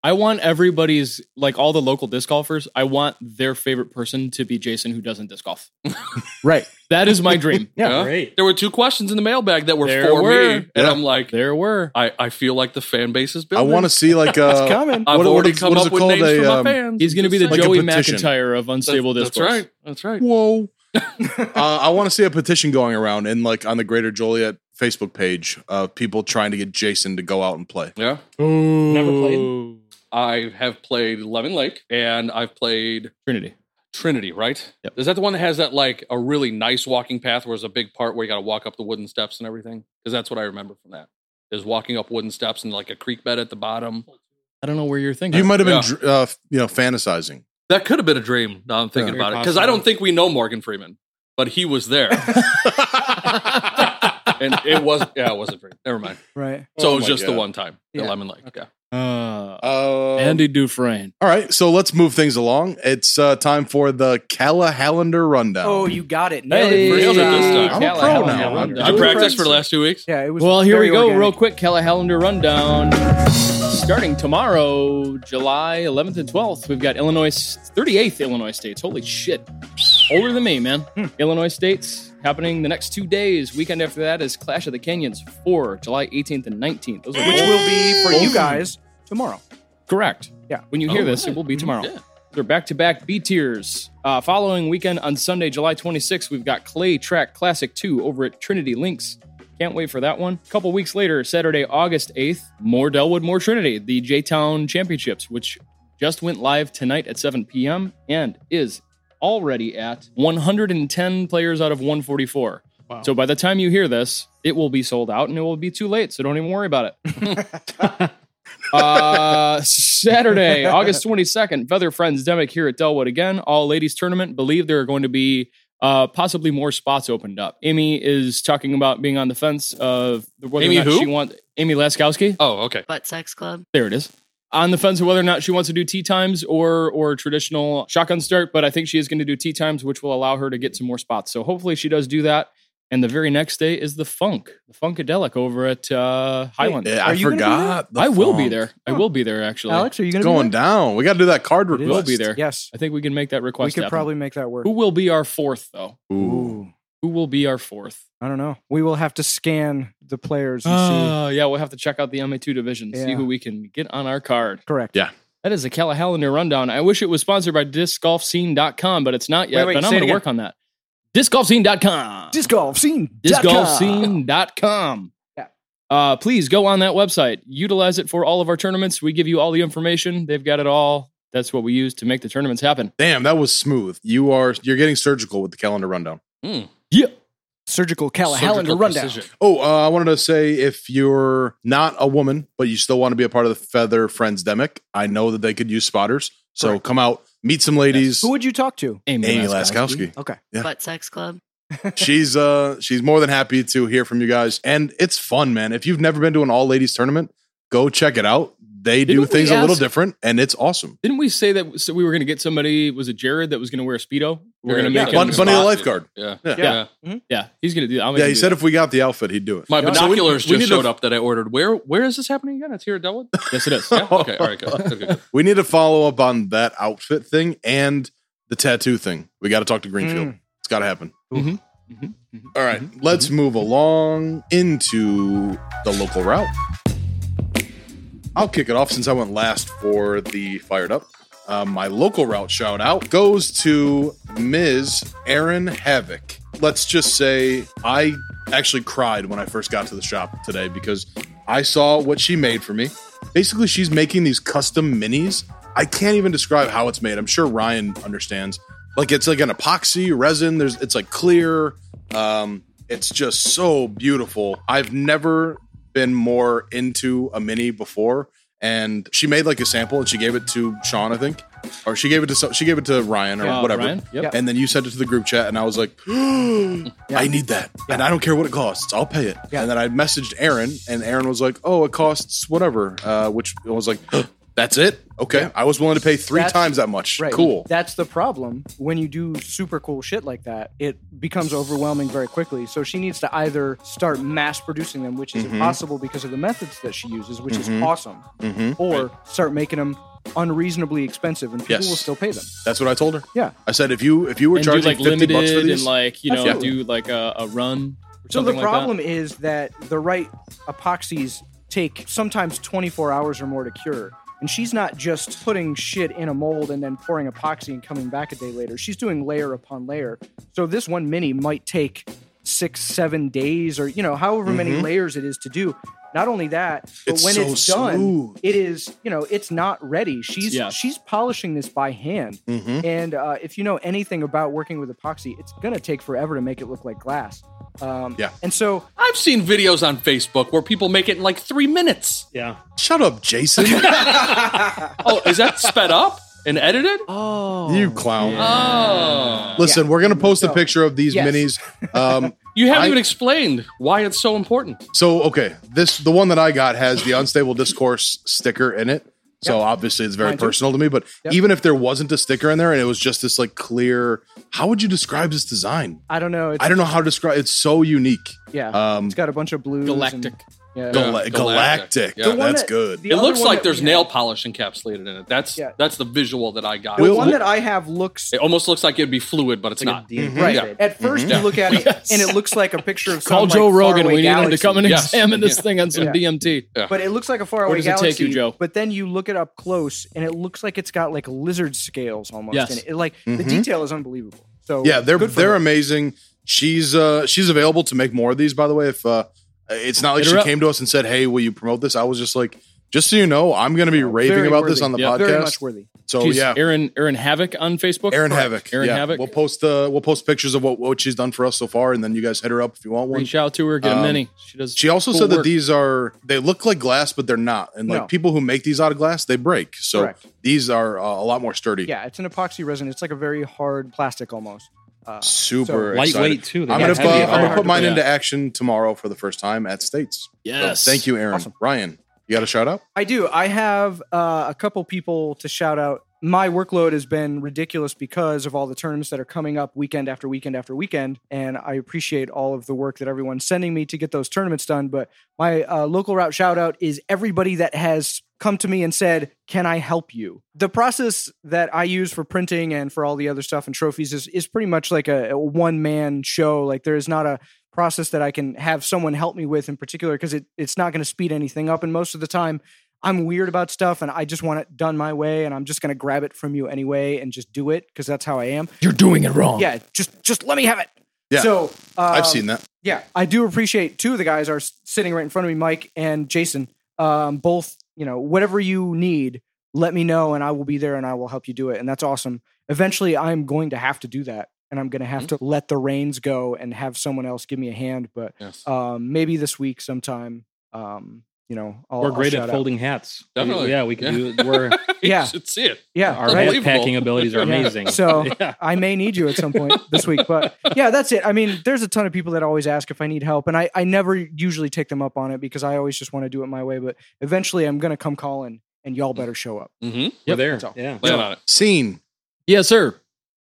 [SPEAKER 2] I want everybody's like all the local disc golfers. I want their favorite person to be Jason, who doesn't disc golf.
[SPEAKER 4] right.
[SPEAKER 2] That is my dream.
[SPEAKER 4] Yeah.
[SPEAKER 6] Great.
[SPEAKER 5] There were two questions in the mailbag that were
[SPEAKER 2] There
[SPEAKER 5] for
[SPEAKER 2] were.
[SPEAKER 5] me, and
[SPEAKER 3] Yeah.
[SPEAKER 5] I'm like,
[SPEAKER 2] There were.
[SPEAKER 5] I, I feel like the fan base is
[SPEAKER 3] I
[SPEAKER 5] building.
[SPEAKER 3] want to see like
[SPEAKER 4] It's
[SPEAKER 3] uh,
[SPEAKER 4] coming.
[SPEAKER 3] What-
[SPEAKER 5] I've
[SPEAKER 3] what
[SPEAKER 5] already
[SPEAKER 3] is-
[SPEAKER 5] come
[SPEAKER 3] what is it
[SPEAKER 5] up with
[SPEAKER 3] called?
[SPEAKER 5] names
[SPEAKER 3] A,
[SPEAKER 5] for my
[SPEAKER 3] um,
[SPEAKER 5] fans.
[SPEAKER 2] He's going to be the
[SPEAKER 3] Like a
[SPEAKER 2] Joey
[SPEAKER 3] petition.
[SPEAKER 2] McIntyre of unstable
[SPEAKER 5] That's,
[SPEAKER 2] disc.
[SPEAKER 5] that's right. That's right.
[SPEAKER 3] Whoa. uh, I want to see a petition going around and like on the Greater Joliet Facebook page of people trying to get Jason to go out and play.
[SPEAKER 5] Yeah.
[SPEAKER 6] Never played.
[SPEAKER 5] I have played Lemon Lake and I've played
[SPEAKER 2] Trinity.
[SPEAKER 5] Trinity, right?
[SPEAKER 2] Yep.
[SPEAKER 5] Is that the one that has that like a really nice walking path where there's a big part where you got to walk up the wooden steps and everything? Because that's what I remember from that is walking up wooden steps and like a creek bed at the bottom.
[SPEAKER 2] I don't know where you're thinking.
[SPEAKER 3] You might have been,
[SPEAKER 5] Yeah.
[SPEAKER 3] dr- uh, f- you know, fantasizing.
[SPEAKER 5] That could have been a dream now I'm thinking
[SPEAKER 6] Yeah.
[SPEAKER 5] about it. Because I don't think we know Morgan Freeman, but he was there. and it was, yeah, it was a dream. Never mind.
[SPEAKER 4] Right.
[SPEAKER 5] So
[SPEAKER 3] Oh
[SPEAKER 5] it was
[SPEAKER 3] my
[SPEAKER 5] just the
[SPEAKER 3] God.
[SPEAKER 5] one time, the
[SPEAKER 4] Yeah.
[SPEAKER 5] Lemon Lake. Yeah.
[SPEAKER 2] Uh,
[SPEAKER 3] Uh,
[SPEAKER 2] Andy Dufresne.
[SPEAKER 3] all right, so let's move things along. It's uh, time for the Callahallander rundown.
[SPEAKER 4] Oh, you got it. Nailed it first
[SPEAKER 5] Nailed it
[SPEAKER 4] time.
[SPEAKER 5] this
[SPEAKER 3] I'm
[SPEAKER 5] time.
[SPEAKER 3] a pro now. I'm
[SPEAKER 5] Did you
[SPEAKER 3] doing
[SPEAKER 5] practice
[SPEAKER 3] friends.
[SPEAKER 5] for the last two weeks?
[SPEAKER 4] Yeah, it was.
[SPEAKER 2] Well, here
[SPEAKER 4] very
[SPEAKER 2] we go,
[SPEAKER 4] organic.
[SPEAKER 2] real quick. Callahallander rundown. Starting tomorrow, July 11th and 12th, we've got Illinois 38th Illinois states. Holy shit, older than me, man.
[SPEAKER 4] Hmm.
[SPEAKER 2] Illinois states happening the next two days. Weekend after that is Clash of the Canyons 4, July 18th and 19th. Those are
[SPEAKER 4] Which
[SPEAKER 2] both-
[SPEAKER 4] will be for you guys tomorrow.
[SPEAKER 2] correct.
[SPEAKER 4] Yeah.
[SPEAKER 2] When you hear
[SPEAKER 5] Oh,
[SPEAKER 2] this,
[SPEAKER 5] right.
[SPEAKER 2] it will be tomorrow.
[SPEAKER 5] Yeah.
[SPEAKER 2] They're back to back B tiers. Uh, following weekend on Sunday, July 26th, we've got Clay Track Classic 2 over at Trinity Links. Can't wait for that one. A couple weeks later, Saturday, August 8th, more Delwood, more Trinity, the J Town Championships, which just went live tonight at 7 p.m. and is already at 110 players out of 144.
[SPEAKER 6] Wow.
[SPEAKER 2] So by the time you hear this, it will be sold out and it will be too late. So don't even worry about it. Uh, Saturday, August 22nd, Feather Friends Demic here at Delwood again. All ladies tournament. Believe there are going to be uh, possibly more spots opened up. Amy is talking about being on the fence of whether
[SPEAKER 5] Amy
[SPEAKER 2] or not
[SPEAKER 5] who?
[SPEAKER 2] she wants Amy Laskowski.
[SPEAKER 5] Oh, okay.
[SPEAKER 8] Butt Sex Club.
[SPEAKER 2] There it is. On the fence of whether or not she wants to do tea times or or traditional shotgun start, but I think she is going to do tea times, which will allow her to get some more spots. So hopefully she does do that. And the very next day is the funk, the funkadelic over at uh, Highland.
[SPEAKER 3] Yeah, I
[SPEAKER 4] Are you gonna be
[SPEAKER 3] forgot. the
[SPEAKER 2] I will be
[SPEAKER 3] funk.
[SPEAKER 2] there. I will be there actually.
[SPEAKER 4] Alex, are you
[SPEAKER 3] It's
[SPEAKER 4] gonna
[SPEAKER 3] going
[SPEAKER 4] be there?
[SPEAKER 3] down. We got to do that card
[SPEAKER 4] It
[SPEAKER 3] request.
[SPEAKER 4] is.
[SPEAKER 2] We'll be there.
[SPEAKER 4] Yes,
[SPEAKER 2] I think we can make that request.
[SPEAKER 4] we could
[SPEAKER 2] happen.
[SPEAKER 4] probably make that work.
[SPEAKER 2] Who will be our fourth though?
[SPEAKER 3] Ooh.
[SPEAKER 2] Who will be our fourth?
[SPEAKER 4] I don't know. We will have to scan the players and see.
[SPEAKER 2] Uh, yeah, we'll have to check out the MA2 division, see
[SPEAKER 4] Yeah.
[SPEAKER 2] who we can get on our card.
[SPEAKER 4] Correct.
[SPEAKER 3] Yeah.
[SPEAKER 2] That is a Callahallander rundown. I wish it was sponsored by discgolfscene.com, but it's not yet.
[SPEAKER 4] Wait, wait,
[SPEAKER 2] but I'm
[SPEAKER 4] say
[SPEAKER 2] going
[SPEAKER 4] it
[SPEAKER 2] to
[SPEAKER 4] again.
[SPEAKER 2] work on that. Discgolfscene.com.
[SPEAKER 4] Disc golf scene.
[SPEAKER 2] discgolfscene.com.
[SPEAKER 4] Yeah.
[SPEAKER 2] Uh, please go on that website. Utilize it for all of our tournaments. We give you all the information. They've got it all. That's what we use to make the tournaments happen.
[SPEAKER 3] Damn, that was smooth. You are you're getting surgical with the calendar rundown.
[SPEAKER 4] Surgical Callahander
[SPEAKER 5] Surgical
[SPEAKER 4] rundown.
[SPEAKER 5] precision.
[SPEAKER 3] Oh, uh, I wanted to say if you're not a woman but you still want to be a part of the Feather Friends Demic, I know that they could use spotters. So
[SPEAKER 4] Correct.
[SPEAKER 3] come out, meet some ladies.
[SPEAKER 4] Who would you talk to?
[SPEAKER 2] Amy,
[SPEAKER 3] Amy
[SPEAKER 2] Laskowski.
[SPEAKER 3] Laskowski.
[SPEAKER 4] Okay.
[SPEAKER 3] Yeah.
[SPEAKER 8] Butt Sex Club.
[SPEAKER 3] she's uh she's more than happy to hear from you guys, and it's fun, man. If you've never been to an all ladies tournament, go check it out. They do
[SPEAKER 2] Didn't we
[SPEAKER 3] things a little
[SPEAKER 2] ask-
[SPEAKER 3] different, and it's awesome.
[SPEAKER 2] Didn't we say that so we were going to get somebody? Was it Jared that was going to wear a speedo? We are going to
[SPEAKER 5] Yeah.
[SPEAKER 2] make
[SPEAKER 3] Bun-
[SPEAKER 2] him.
[SPEAKER 5] Bunny
[SPEAKER 3] Bunny the
[SPEAKER 5] Spot.
[SPEAKER 3] lifeguard.
[SPEAKER 5] Yeah.
[SPEAKER 3] Yeah.
[SPEAKER 5] yeah.
[SPEAKER 2] Yeah, he's going to do. that. I'm gonna
[SPEAKER 3] Yeah, he
[SPEAKER 2] do
[SPEAKER 3] said
[SPEAKER 2] that.
[SPEAKER 3] if we got the outfit, he'd do it.
[SPEAKER 5] My
[SPEAKER 4] Yeah.
[SPEAKER 5] binoculars
[SPEAKER 3] So we- we
[SPEAKER 5] just
[SPEAKER 3] need to-
[SPEAKER 5] showed up that I ordered. Where where is this happening again? It's here at Delwood?
[SPEAKER 2] Yes, it is.
[SPEAKER 5] Yeah. Okay. All right. Good. Good, good, good.
[SPEAKER 3] We need to follow up on that outfit thing and the tattoo thing. We got to talk to Greenfield. It's got to happen.
[SPEAKER 2] Mhm. Mhm. Mhm.
[SPEAKER 3] All right, let's move along into the local route. I'll kick it off since I went last for the fired up. Uh, my local route shout out goes to Ms. Erin Havoc. Let's just say I actually cried when I first got to the shop today because I saw what she made for me. Basically, she's making these custom minis. I can't even describe how it's made. I'm sure Ryan understands. Like it's like an epoxy resin. There's it's like clear. Um, it's just so beautiful. I've never been more into a mini before and she made like a sample and she gave it to Sean I think or she gave it to some- she gave it to Ryan or
[SPEAKER 2] Uh,
[SPEAKER 3] whatever
[SPEAKER 2] Ryan? Yep.
[SPEAKER 3] and then you sent it to the group chat and I was like I need that and I don't care what it costs I'll pay it
[SPEAKER 4] Yeah.
[SPEAKER 3] and then I messaged Aaron and Aaron was like oh it costs whatever uh, which I was like that's it okay I was willing to pay three
[SPEAKER 4] That's-
[SPEAKER 3] times that much
[SPEAKER 4] Right.
[SPEAKER 3] cool
[SPEAKER 4] That's the problem. When you do super cool shit like that, it becomes overwhelming very quickly. So she needs to either start mass producing them, which is
[SPEAKER 3] Mhm.
[SPEAKER 4] impossible because of the methods that she uses, which
[SPEAKER 3] Mhm.
[SPEAKER 4] is awesome,
[SPEAKER 3] hmm
[SPEAKER 4] or start making them unreasonably expensive and people
[SPEAKER 3] Yes.
[SPEAKER 4] will still pay them.
[SPEAKER 3] that's what I told her
[SPEAKER 4] Yeah.
[SPEAKER 3] I said if you if you were
[SPEAKER 2] and do
[SPEAKER 3] charging
[SPEAKER 2] like
[SPEAKER 3] 50
[SPEAKER 2] limited
[SPEAKER 3] bucks for these
[SPEAKER 2] and like you know
[SPEAKER 4] Absolutely.
[SPEAKER 2] do like a, a run. Or
[SPEAKER 4] So the
[SPEAKER 2] something like
[SPEAKER 4] problem is that the right epoxies take sometimes 24 hours or more to cure. And she's not just putting shit in a mold and then pouring epoxy and coming back a day later. She's doing layer upon layer. So this one mini might take six, seven days or, you know, however many
[SPEAKER 2] Mm-hmm.
[SPEAKER 3] Mhm.
[SPEAKER 4] layers it is to do. Not only that, but
[SPEAKER 3] It's
[SPEAKER 4] when
[SPEAKER 3] so
[SPEAKER 4] it's done,
[SPEAKER 3] smooth.
[SPEAKER 4] it is you know it's not ready. She's
[SPEAKER 2] Yeah.
[SPEAKER 4] she's polishing this by hand,
[SPEAKER 3] Mm-hmm.
[SPEAKER 4] and uh, if you know anything about working with epoxy, it's gonna take forever to make it look like glass. Um,
[SPEAKER 3] Yeah.
[SPEAKER 4] and so
[SPEAKER 5] I've seen videos on Facebook where people make it in like three minutes.
[SPEAKER 6] Yeah.
[SPEAKER 3] Shut up, Jason.
[SPEAKER 5] Oh, is that sped up and edited?
[SPEAKER 4] oh,
[SPEAKER 3] you clown.
[SPEAKER 5] Oh.
[SPEAKER 3] Listen, we're gonna post a
[SPEAKER 4] So-
[SPEAKER 3] picture of these
[SPEAKER 4] Yes.
[SPEAKER 3] minis. Um,
[SPEAKER 5] You haven't
[SPEAKER 3] I-
[SPEAKER 5] even explained why it's so important.
[SPEAKER 3] so okay, this the one that I got has the unstable discourse sticker in it. So obviously it's very
[SPEAKER 4] Mine too.
[SPEAKER 3] personal to me. But
[SPEAKER 4] Yep.
[SPEAKER 3] even if there wasn't a sticker in there and it was just this like clear, how would you describe this design?
[SPEAKER 4] I don't know. It's,
[SPEAKER 3] I don't know how to describe. It's so unique.
[SPEAKER 4] Yeah,
[SPEAKER 3] Um,
[SPEAKER 4] it's got a bunch of blues. and-
[SPEAKER 2] Galactic.
[SPEAKER 4] yeah.
[SPEAKER 3] Gal-
[SPEAKER 5] Yeah,
[SPEAKER 3] galactic.
[SPEAKER 5] galactic. Yeah. The
[SPEAKER 3] Yeah,
[SPEAKER 4] one
[SPEAKER 3] that's
[SPEAKER 4] that-
[SPEAKER 3] good.
[SPEAKER 4] the
[SPEAKER 5] It
[SPEAKER 4] other
[SPEAKER 5] looks
[SPEAKER 4] one
[SPEAKER 5] like
[SPEAKER 4] that we
[SPEAKER 5] there's
[SPEAKER 4] had-
[SPEAKER 5] nail polish encapsulated in it. That's
[SPEAKER 4] Yeah.
[SPEAKER 5] that's the visual that I got.
[SPEAKER 4] The
[SPEAKER 3] Will-
[SPEAKER 4] one that I have looks
[SPEAKER 5] it almost looks like it'd be fluid, but it's
[SPEAKER 6] Like a
[SPEAKER 5] not.
[SPEAKER 6] DNA
[SPEAKER 4] Mm-hmm. right.
[SPEAKER 6] shape.
[SPEAKER 4] At 1st
[SPEAKER 3] Yeah.
[SPEAKER 4] you look at it,
[SPEAKER 2] Yes.
[SPEAKER 4] and it looks like a picture of
[SPEAKER 2] Call
[SPEAKER 4] some,
[SPEAKER 2] Joe
[SPEAKER 4] like,
[SPEAKER 2] Rogan.
[SPEAKER 4] faraway
[SPEAKER 2] We need him to
[SPEAKER 4] galaxy.
[SPEAKER 2] come and
[SPEAKER 5] Yes.
[SPEAKER 2] examine this
[SPEAKER 5] Yeah.
[SPEAKER 2] thing on some
[SPEAKER 4] Yeah.
[SPEAKER 2] DMT.
[SPEAKER 4] But it looks like a faraway
[SPEAKER 2] Where does it
[SPEAKER 4] galaxy.
[SPEAKER 2] take you, Joe?
[SPEAKER 4] But then you look it up close, and it looks like it's got like lizard scales almost.
[SPEAKER 2] Yes.
[SPEAKER 4] in it. It, like the
[SPEAKER 3] Mhm.
[SPEAKER 4] detail is unbelievable. So
[SPEAKER 3] yeah they're
[SPEAKER 4] good for
[SPEAKER 3] they're
[SPEAKER 4] her.
[SPEAKER 3] amazing she's uh she's available to make more of these by the way if uh it's not like
[SPEAKER 2] Hit
[SPEAKER 3] she
[SPEAKER 2] her up.
[SPEAKER 3] came to us and said hey will you promote this i was just like just so you know i'm gonna be raving
[SPEAKER 4] very
[SPEAKER 3] about this
[SPEAKER 4] worthy.
[SPEAKER 3] on the
[SPEAKER 2] Yeah.
[SPEAKER 4] very much
[SPEAKER 3] podcast
[SPEAKER 4] worthy.
[SPEAKER 3] so
[SPEAKER 2] She's
[SPEAKER 3] Oh, yeah
[SPEAKER 2] Aaron Aaron Havoc on Facebook.
[SPEAKER 3] Aaron
[SPEAKER 2] Correct.
[SPEAKER 3] Havoc.
[SPEAKER 2] Aaron
[SPEAKER 3] yeah.
[SPEAKER 2] Havoc.
[SPEAKER 3] We'll post uh we'll post pictures of what, what she's done for us so far, and then you guys hit her up if you want one.
[SPEAKER 2] Reach out to her. Get
[SPEAKER 3] Um,
[SPEAKER 2] a mini. She does.
[SPEAKER 3] She also
[SPEAKER 2] cool
[SPEAKER 3] said that
[SPEAKER 2] work.
[SPEAKER 3] these are they look like glass, but they're not. And like
[SPEAKER 4] No.
[SPEAKER 3] people who make these out of glass, they break. So
[SPEAKER 4] Correct.
[SPEAKER 3] these are uh, a lot more sturdy.
[SPEAKER 4] Yeah, it's an epoxy resin. It's like a very hard plastic almost. Uh,
[SPEAKER 3] Super
[SPEAKER 6] Lightweight,
[SPEAKER 3] excited.
[SPEAKER 6] too. They
[SPEAKER 3] I'm
[SPEAKER 6] got
[SPEAKER 3] gonna,
[SPEAKER 6] heavy and
[SPEAKER 3] uh, I'm
[SPEAKER 6] hard.
[SPEAKER 3] gonna put mine
[SPEAKER 2] Yeah.
[SPEAKER 3] into action tomorrow for the first time at States. So,
[SPEAKER 2] Yes.
[SPEAKER 3] thank you, Aaron. Ryan, you got a shout out?
[SPEAKER 4] I do. I have uh, a couple people to shout out. My workload has been ridiculous because of all the tournaments that are coming up weekend after weekend after weekend. And I appreciate all of the work that everyone's sending me to get those tournaments done. But my uh, local route shout out is everybody that has come to me and said, Can I help you? The process that I use for printing and for all the other stuff and trophies is, is pretty much like a, a one man show. Like, there is not a process that I can have someone help me with in particular because it, it's not going to speed anything up. And most of the time, I'm weird about stuff and I just want it done my way and I'm just going to grab it from you anyway and just do it because that's how I am.
[SPEAKER 2] You're doing it wrong.
[SPEAKER 4] Yeah, just just let me have it.
[SPEAKER 3] Yeah.
[SPEAKER 4] So um,
[SPEAKER 3] I've seen that.
[SPEAKER 4] Yeah, I do appreciate two of the guys are s- sitting right in front of me, Mike and Jason. Um, both, you know, whatever you need, let me know and I will be there and I will help you do it. And that's awesome. Eventually, I'm going to have to do that and I'm going to have
[SPEAKER 3] Hmm?
[SPEAKER 4] to let the reins go and have someone else give me a hand. But
[SPEAKER 5] Yes.
[SPEAKER 4] um, maybe this week sometime, um, you know, I'll,
[SPEAKER 6] We're
[SPEAKER 4] I'll
[SPEAKER 6] great
[SPEAKER 4] shout
[SPEAKER 6] at
[SPEAKER 4] out.
[SPEAKER 6] folding hats.
[SPEAKER 5] Definitely.
[SPEAKER 6] Yeah, we can
[SPEAKER 5] Yeah.
[SPEAKER 6] do We're,
[SPEAKER 4] Yeah.
[SPEAKER 5] you should see it.
[SPEAKER 4] Yeah,
[SPEAKER 6] our
[SPEAKER 4] right.
[SPEAKER 6] hat packing abilities are
[SPEAKER 4] Yeah.
[SPEAKER 6] amazing.
[SPEAKER 4] So-
[SPEAKER 6] yeah.
[SPEAKER 4] I may need you at some point this week. But yeah, that's it. I mean, there's a ton of people that always ask if I need help, and I, I never usually take them up on it because I always just want to do it my way. But eventually, I'm going to come calling, and y'all better show up.
[SPEAKER 5] Mm-hmm.
[SPEAKER 6] we're there.
[SPEAKER 4] that's all.
[SPEAKER 6] Yeah.
[SPEAKER 5] Plan on it.
[SPEAKER 3] Scene.
[SPEAKER 2] Yes, sir.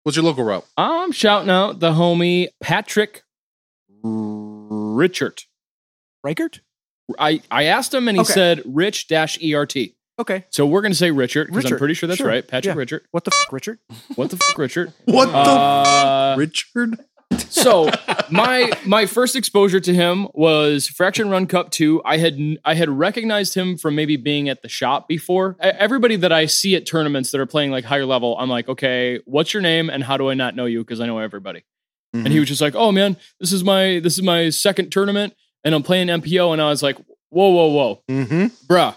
[SPEAKER 3] What's your local route?
[SPEAKER 2] I'm shouting out the homie Patrick Richard.
[SPEAKER 4] Reichert?
[SPEAKER 2] I, I asked him and he
[SPEAKER 4] Okay.
[SPEAKER 2] said Rich dash ERT.
[SPEAKER 4] Okay.
[SPEAKER 2] So we're going to say Richard because I'm
[SPEAKER 4] Richard,
[SPEAKER 2] pretty sure that's
[SPEAKER 4] sure.
[SPEAKER 2] right. Patrick
[SPEAKER 4] Yeah.
[SPEAKER 2] Richard.
[SPEAKER 4] What the f, Richard?
[SPEAKER 2] What the fuck, Richard?
[SPEAKER 3] What
[SPEAKER 2] Uh,
[SPEAKER 3] Richard?
[SPEAKER 2] so my my first exposure to him was Fraction Run Cup 2. I had I had recognized him from maybe being at the shop before. E- Everybody that I see at tournaments that are playing like higher level, I'm like, "Okay, what's your name and how do I not know you because I know everybody."
[SPEAKER 3] Mm-hmm.
[SPEAKER 2] And he was just like, "Oh man, this is my this is my second tournament and I'm playing MPO." And I was like, "Whoa, whoa, whoa.
[SPEAKER 3] Mm-hmm.
[SPEAKER 2] Bruh,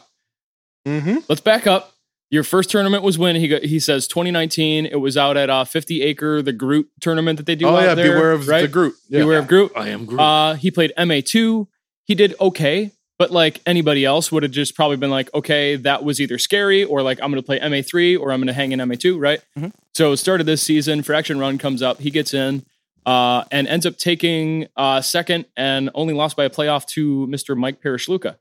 [SPEAKER 3] Mm-hmm.
[SPEAKER 2] let's back up. Your first tournament was when he got, he says 2019. It was out at uh, 50 Acre, the Groot tournament that they do.
[SPEAKER 3] Oh
[SPEAKER 2] out
[SPEAKER 3] yeah,
[SPEAKER 2] there,
[SPEAKER 3] beware of
[SPEAKER 2] right?
[SPEAKER 3] the Groot. Yeah.
[SPEAKER 2] Beware of Groot.
[SPEAKER 5] I am Groot.
[SPEAKER 2] Uh, he played MA2. He did okay, but like anybody else would have just probably been like, okay, that was either scary or like I'm going to play MA3 or I'm going to hang in MA2, right?
[SPEAKER 4] Mhm.
[SPEAKER 2] So start of this season, Fraction Run comes up. He gets in uh, and ends up taking uh, second and only lost by a playoff to Mr. Mike Parashluka,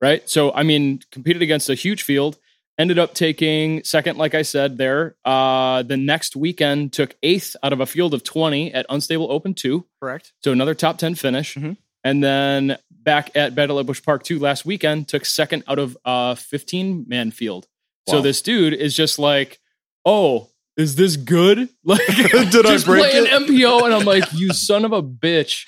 [SPEAKER 2] right? So I mean, competed against a huge field. Ended up taking second, like I said there. Uh, the next weekend, took eighth out of a field of 20 at Unstable Open 2.
[SPEAKER 4] Correct.
[SPEAKER 2] So another top 10 finish.
[SPEAKER 3] Mm-hmm.
[SPEAKER 4] Mhm.
[SPEAKER 2] And then back at Battle at Bush Park 2 last weekend, took second out of uh 15 man field. So
[SPEAKER 3] Wow.
[SPEAKER 2] this dude is just like, oh, is this good? Like,
[SPEAKER 3] Did I
[SPEAKER 2] just
[SPEAKER 3] break
[SPEAKER 2] playing
[SPEAKER 3] it?
[SPEAKER 2] MPO, and I'm like, you son of a bitch.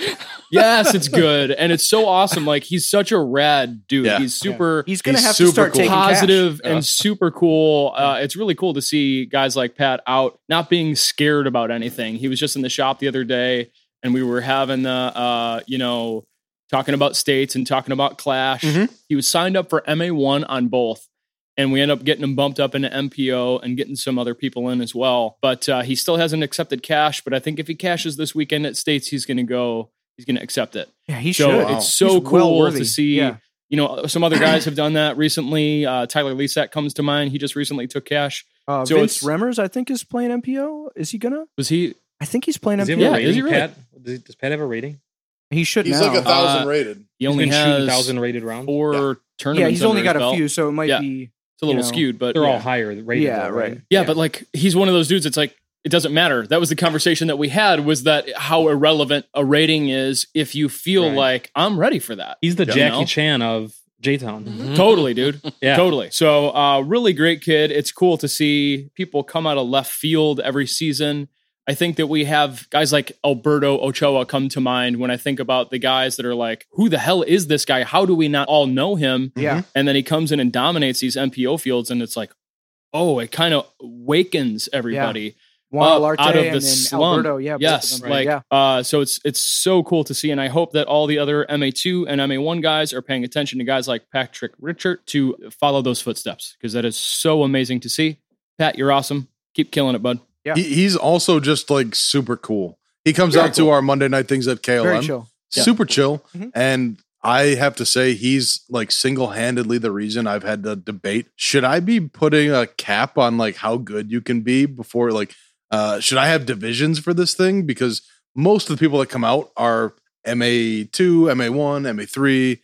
[SPEAKER 2] Yes, it's good, and it's so awesome. Like, he's such a rad dude.
[SPEAKER 3] Yeah.
[SPEAKER 2] He's super
[SPEAKER 4] He's going to
[SPEAKER 3] He's
[SPEAKER 4] have to
[SPEAKER 3] super
[SPEAKER 4] start
[SPEAKER 3] cool.
[SPEAKER 4] taking cash.
[SPEAKER 2] positive
[SPEAKER 5] Yeah.
[SPEAKER 2] and super cool. Uh, it's really cool to see guys like Pat out not being scared about anything. He was just in the shop the other day, and we were having the uh, you know talking about states and talking about Clash.
[SPEAKER 3] Mhm.
[SPEAKER 2] He was signed up for MA1 on both. And we end up getting him bumped up into MPO and getting some other people in as well. But uh, he still hasn't accepted cash. But I think if he cashes this weekend at States, he's going to go, he's going to accept it.
[SPEAKER 4] Yeah, he
[SPEAKER 2] so
[SPEAKER 4] should.
[SPEAKER 2] it's so
[SPEAKER 4] He's
[SPEAKER 2] cool
[SPEAKER 4] well worthy.
[SPEAKER 2] to see.
[SPEAKER 4] Yeah.
[SPEAKER 2] You know, some other guys have done that recently. Uh, Tyler Lisek comes to mind. He just recently took cash.
[SPEAKER 4] Uh,
[SPEAKER 2] So it's-
[SPEAKER 4] Vince Remmers, I think, is playing MPO. Is he gonna?
[SPEAKER 2] Was he?
[SPEAKER 4] I think he's playing
[SPEAKER 6] Does he
[SPEAKER 4] MPO.
[SPEAKER 6] have a
[SPEAKER 2] Yeah,
[SPEAKER 4] Yeah,
[SPEAKER 6] rating,
[SPEAKER 2] is he really?
[SPEAKER 6] Pat? Does, does Pat have a rating?
[SPEAKER 4] he should
[SPEAKER 3] He's
[SPEAKER 4] now.
[SPEAKER 3] like a thousand
[SPEAKER 2] Uh,
[SPEAKER 3] rated.
[SPEAKER 2] He
[SPEAKER 6] He's
[SPEAKER 2] only
[SPEAKER 6] been shooting
[SPEAKER 2] has
[SPEAKER 6] thousand rated rounds.
[SPEAKER 2] four tournaments.
[SPEAKER 4] yeah, he's
[SPEAKER 2] under
[SPEAKER 4] only
[SPEAKER 2] his
[SPEAKER 4] got a
[SPEAKER 2] belt.
[SPEAKER 4] few, so it might
[SPEAKER 2] Yeah.
[SPEAKER 4] be.
[SPEAKER 2] It's a little
[SPEAKER 4] you know.
[SPEAKER 2] skewed, but
[SPEAKER 6] They're
[SPEAKER 2] yeah.
[SPEAKER 6] all higher rated.
[SPEAKER 4] Yeah,
[SPEAKER 6] though,
[SPEAKER 4] right.
[SPEAKER 2] Yeah,
[SPEAKER 4] Yeah.
[SPEAKER 2] but like he's one of those dudes. It's like it doesn't matter. That was the conversation that we had. Was that how irrelevant a rating is if you feel
[SPEAKER 6] Right.
[SPEAKER 2] like I'm ready for that?
[SPEAKER 6] He's the
[SPEAKER 2] You
[SPEAKER 6] Jackie
[SPEAKER 2] know?
[SPEAKER 6] Chan of J Town.
[SPEAKER 4] Mm-hmm.
[SPEAKER 5] Hmm?
[SPEAKER 2] Totally, dude.
[SPEAKER 6] Yeah.
[SPEAKER 2] Totally. So, uh, really great kid. It's cool to see people come out of left field every season. I think that we have guys like Alberto Ochoa come to mind when I think about the guys that are like, who the hell is this guy? How do we not all know him?
[SPEAKER 4] Yeah.
[SPEAKER 2] And then he comes in and dominates these MPO fields, and it's like, oh, it kind of wakens everybody
[SPEAKER 4] Juan
[SPEAKER 2] up
[SPEAKER 4] Olarte
[SPEAKER 2] out of the
[SPEAKER 4] and then
[SPEAKER 2] slump.
[SPEAKER 4] Alberto. Yeah, both of
[SPEAKER 2] yes,
[SPEAKER 4] them.
[SPEAKER 2] like
[SPEAKER 4] yeah.
[SPEAKER 2] uh, so it's it's so cool to see, and I hope that all the other MA two and MA one guys are paying attention to guys like Patrick Richard to follow those footsteps because that is so amazing to see. Pat, you're awesome. Keep killing it, bud.
[SPEAKER 4] Yeah.
[SPEAKER 3] He, he's also just like super cool. He comes
[SPEAKER 5] Very
[SPEAKER 3] out to our Monday night things at KLM.
[SPEAKER 4] very chill.
[SPEAKER 2] Yeah.
[SPEAKER 3] Super chill.
[SPEAKER 4] Mhm.
[SPEAKER 3] And I have to say, he's like single handedly the reason I've had the debate. Should I be putting a cap on like how good you can be before like, uh, should I have divisions for this thing? Because most of the people that come out are MA2, MA1, MA3,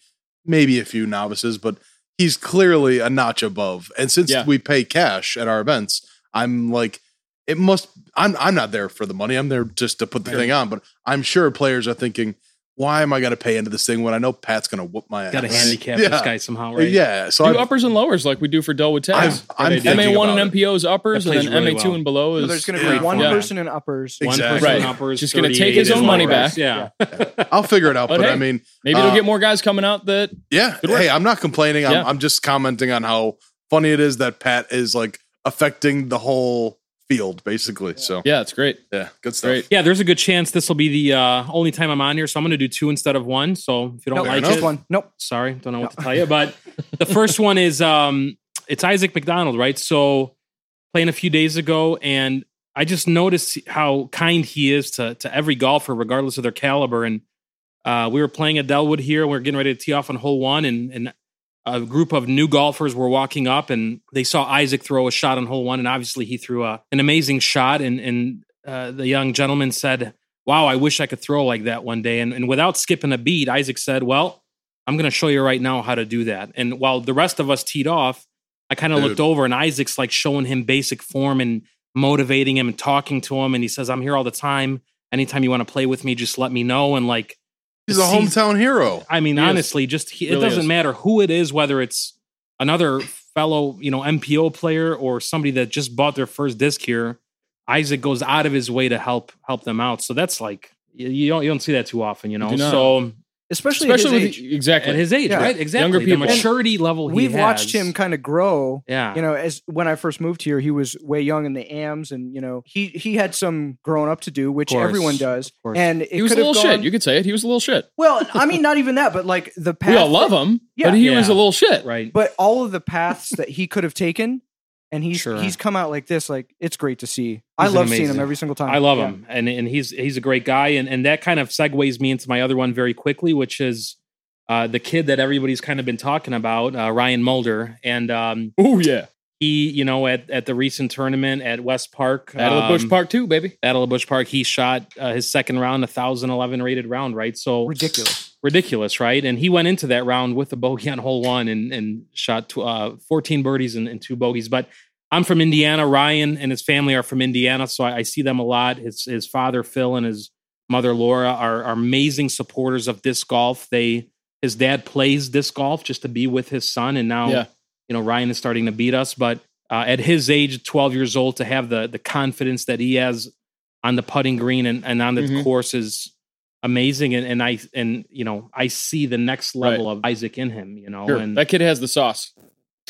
[SPEAKER 3] maybe a few novices, but he's clearly a notch above. And since
[SPEAKER 2] Yeah.
[SPEAKER 3] we pay cash at our events, I'm like, it must. I'm I'm not there for the money. I'm there just to put the thing on. But I'm sure players are thinking, why am I going to pay into this thing when I know Pat's going to whoop my ass?
[SPEAKER 6] Got to handicap
[SPEAKER 3] yeah.
[SPEAKER 6] this guy somehow, right?
[SPEAKER 3] Yeah. So
[SPEAKER 2] Do
[SPEAKER 3] I've-
[SPEAKER 2] uppers and lowers like we do for Delwood
[SPEAKER 3] I've-
[SPEAKER 2] Taz.
[SPEAKER 3] I'm
[SPEAKER 2] MA
[SPEAKER 3] thinking
[SPEAKER 2] one
[SPEAKER 3] about
[SPEAKER 2] and MPO's uppers,
[SPEAKER 6] That
[SPEAKER 2] and
[SPEAKER 6] plays
[SPEAKER 2] then
[SPEAKER 6] really
[SPEAKER 2] MA two
[SPEAKER 6] well.
[SPEAKER 2] and below
[SPEAKER 4] So
[SPEAKER 2] is
[SPEAKER 4] there's going to be
[SPEAKER 3] Yeah.
[SPEAKER 4] one
[SPEAKER 2] Yeah.
[SPEAKER 4] person in uppers.
[SPEAKER 6] One
[SPEAKER 3] Exactly.
[SPEAKER 6] person
[SPEAKER 2] Right.
[SPEAKER 6] uppers.
[SPEAKER 2] Just gonna
[SPEAKER 6] 38
[SPEAKER 2] take his
[SPEAKER 6] is
[SPEAKER 2] own
[SPEAKER 6] low
[SPEAKER 2] money
[SPEAKER 6] res.
[SPEAKER 2] back.
[SPEAKER 6] Yeah.
[SPEAKER 3] I'll figure it out.
[SPEAKER 2] But
[SPEAKER 3] But,
[SPEAKER 2] hey.
[SPEAKER 3] I mean,
[SPEAKER 2] maybe they'll
[SPEAKER 3] Uh,
[SPEAKER 2] get more guys coming out that
[SPEAKER 3] yeah.
[SPEAKER 2] Good work.
[SPEAKER 3] Hey, I'm not complaining. I'm
[SPEAKER 2] Yeah.
[SPEAKER 3] I'm just commenting on how funny it is that Pat is like affecting the whole field basically. So
[SPEAKER 2] yeah, it's great.
[SPEAKER 3] yeah, good stuff.
[SPEAKER 2] Great.
[SPEAKER 6] Yeah, there's a good chance this will be the uh, only time I'm on here, so I'm going to do two instead of one. So if you don't
[SPEAKER 4] Nope,
[SPEAKER 3] Fair
[SPEAKER 6] like
[SPEAKER 3] enough.
[SPEAKER 4] just
[SPEAKER 6] it,
[SPEAKER 4] one. Nope.
[SPEAKER 6] sorry, don't know what to tell you. But the first one is um, it's Isaac McDonald, right? So playing a few days ago, and I just noticed how kind he is to to every golfer, regardless of their caliber. And uh, we were playing at Delwood here, we are getting ready to tee off on hole one, and and a group of new golfers were walking up, and they saw Isaac throw a shot on hole one, and obviously he threw a, an amazing shot, and and uh, the young gentleman said. Wow, I wish I could throw like that one day. And, and without skipping a beat, Isaac said, Well, I'm going to show you right now how to do that. And while the rest of us teed off, I kind of
[SPEAKER 3] Dude.
[SPEAKER 6] looked over and Isaac's like showing him basic form and motivating him and talking to him. And he says, I'm here all the time. Anytime you want to play with me, just let me know. And like,
[SPEAKER 3] He's a hometown hero.
[SPEAKER 6] I mean,
[SPEAKER 2] He is.
[SPEAKER 6] honestly, just he,
[SPEAKER 2] Really
[SPEAKER 6] it doesn't
[SPEAKER 2] is.
[SPEAKER 6] matter who it is, whether it's another fellow, you know, MPO player or somebody that just bought their first disc here. Isaac goes out of his way to help help them out. So that's like you- you don't you don't see that too often, you know.
[SPEAKER 2] do not.
[SPEAKER 6] So
[SPEAKER 4] Especially, at
[SPEAKER 2] Especially
[SPEAKER 4] his
[SPEAKER 2] with
[SPEAKER 4] age.
[SPEAKER 2] the, exactly
[SPEAKER 6] at his age,
[SPEAKER 4] Yeah.
[SPEAKER 6] right? Exactly.
[SPEAKER 2] Younger
[SPEAKER 6] the
[SPEAKER 2] people.
[SPEAKER 6] maturity level. he
[SPEAKER 4] We've watched
[SPEAKER 6] has.
[SPEAKER 4] him kind of grow.
[SPEAKER 6] Yeah.
[SPEAKER 4] You know, as when I first moved here, he was way young in the AMs, and you know, he he had some growing up to do, which
[SPEAKER 6] course,
[SPEAKER 4] everyone does.
[SPEAKER 6] course.
[SPEAKER 4] And it
[SPEAKER 2] he was a
[SPEAKER 4] could have
[SPEAKER 2] little
[SPEAKER 4] gone-
[SPEAKER 2] shit. You could say it. He was a little shit.
[SPEAKER 4] well, I mean, not even that, but like the path.
[SPEAKER 2] We all love him,
[SPEAKER 4] Yeah.
[SPEAKER 2] but he was
[SPEAKER 6] Yeah.
[SPEAKER 2] a little shit.
[SPEAKER 6] right.
[SPEAKER 4] But all of the paths that he could have taken, and he's
[SPEAKER 6] Sure.
[SPEAKER 4] he's come out like this. Like it's great to see. I
[SPEAKER 6] He's an
[SPEAKER 4] love seeing him
[SPEAKER 6] amazing-
[SPEAKER 4] every single time.
[SPEAKER 6] I love
[SPEAKER 4] um, Yeah.
[SPEAKER 6] him, and and he's he's a great guy, and and that kind of segues me into my other one very quickly, which is uh, the kid that everybody's kind of been talking about, uh, Ryan Mulder, and um,
[SPEAKER 2] Oh yeah,
[SPEAKER 6] he, you know, at at the recent tournament at West Park,
[SPEAKER 2] Battle of Bush
[SPEAKER 6] um,
[SPEAKER 2] Park too, baby.
[SPEAKER 6] Battle of Bush Park, he shot uh, his second round, a thousand eleven rated round, right? So
[SPEAKER 4] Ridiculous.
[SPEAKER 6] ridiculous, right? And he went into that round with a bogey on hole one and and shot tw- uh, 14 birdies and, and two bogeys. But I'm from Indiana. Ryan and his family are from Indiana, so I, I see them a lot. His his father Phil and his mother Laura are, are amazing supporters of disc golf. They his dad plays disc golf just to be with his son, and now
[SPEAKER 2] Yeah.
[SPEAKER 6] you know Ryan is starting to beat us. But uh, at his age, 12 years old, to have the the confidence that he has on the putting green and, and on the
[SPEAKER 2] Mhm.
[SPEAKER 6] course is amazing and, and i and you know i see the next level of isaac in him you know
[SPEAKER 2] Sure.
[SPEAKER 6] and
[SPEAKER 2] that kid has the sauce.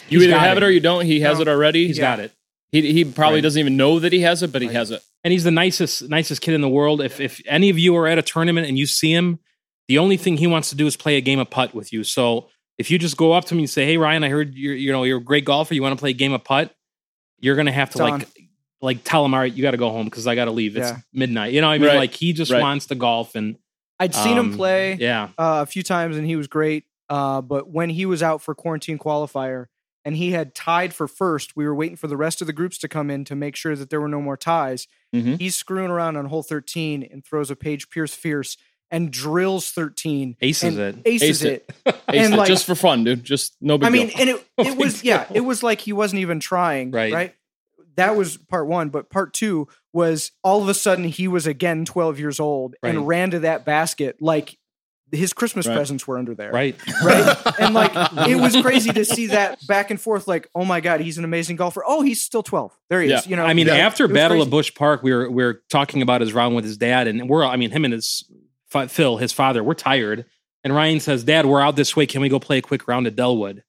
[SPEAKER 2] You
[SPEAKER 6] He's
[SPEAKER 2] either
[SPEAKER 6] got
[SPEAKER 2] have it.
[SPEAKER 6] it.
[SPEAKER 2] or you don't. He has
[SPEAKER 4] No.
[SPEAKER 2] it already.
[SPEAKER 6] he's
[SPEAKER 2] He's
[SPEAKER 6] got it
[SPEAKER 2] He, he probably
[SPEAKER 6] Right.
[SPEAKER 2] doesn't even know that he has it, but he
[SPEAKER 6] Right.
[SPEAKER 2] has it.
[SPEAKER 6] and he's the nicest nicest kid in the world if if any of you are at a tournament and you see him The only thing he wants to do is play a game of putt with you. So if you just go up to him and say, "Hey Ryan, I heard you're you know you're a great golfer. You want to play a game of putt?" You're gonna have to
[SPEAKER 4] It's
[SPEAKER 6] like
[SPEAKER 4] on.
[SPEAKER 6] like tell him, "All right, you got to go home because I got to leave. It's
[SPEAKER 4] Yeah.
[SPEAKER 6] midnight." You know, what I mean,
[SPEAKER 2] Right.
[SPEAKER 6] like he just
[SPEAKER 2] Right.
[SPEAKER 6] wants to golf and
[SPEAKER 4] I'd seen
[SPEAKER 6] um,
[SPEAKER 4] him play
[SPEAKER 6] Yeah,
[SPEAKER 4] uh, a few times and he was great. Uh, but when he was out for quarantine qualifier and he had tied for first, we were waiting for the rest of the groups to come in to make sure that there were no more ties.
[SPEAKER 2] Mhm.
[SPEAKER 4] He's screwing around on hole 13 and throws a page Pierce Fierce and drills 13.
[SPEAKER 6] aces
[SPEAKER 4] and
[SPEAKER 6] it.
[SPEAKER 4] Aces
[SPEAKER 2] Aced it.
[SPEAKER 4] it. And,
[SPEAKER 2] Ace it
[SPEAKER 4] like-
[SPEAKER 2] just for fun, dude. Just no big
[SPEAKER 4] I mean,
[SPEAKER 2] deal.
[SPEAKER 4] and it,
[SPEAKER 2] No
[SPEAKER 4] it
[SPEAKER 2] big
[SPEAKER 4] was, yeah,
[SPEAKER 2] deal.
[SPEAKER 4] it was like he wasn't even trying.
[SPEAKER 6] Right.
[SPEAKER 4] Right. That was part one. But part two was all of a sudden he was again 12 years old
[SPEAKER 6] Right.
[SPEAKER 4] and ran to that basket like his Christmas
[SPEAKER 2] Right.
[SPEAKER 4] presents were under there.
[SPEAKER 6] Right.
[SPEAKER 4] right? And like it was crazy to see that back and forth. Like, oh my god, he's an amazing golfer. Oh, he's still twelve. There he is. You know,
[SPEAKER 6] I mean,
[SPEAKER 3] Yeah.
[SPEAKER 6] after
[SPEAKER 4] It was
[SPEAKER 6] Battle of
[SPEAKER 4] crazy.
[SPEAKER 6] Bush Park, we were we were talking about his round with his dad, and we're I mean, him and his fa- Phil, his father, we're tired. And Ryan says, "Dad, we're out this way. Can we go play a quick round at Delwood?"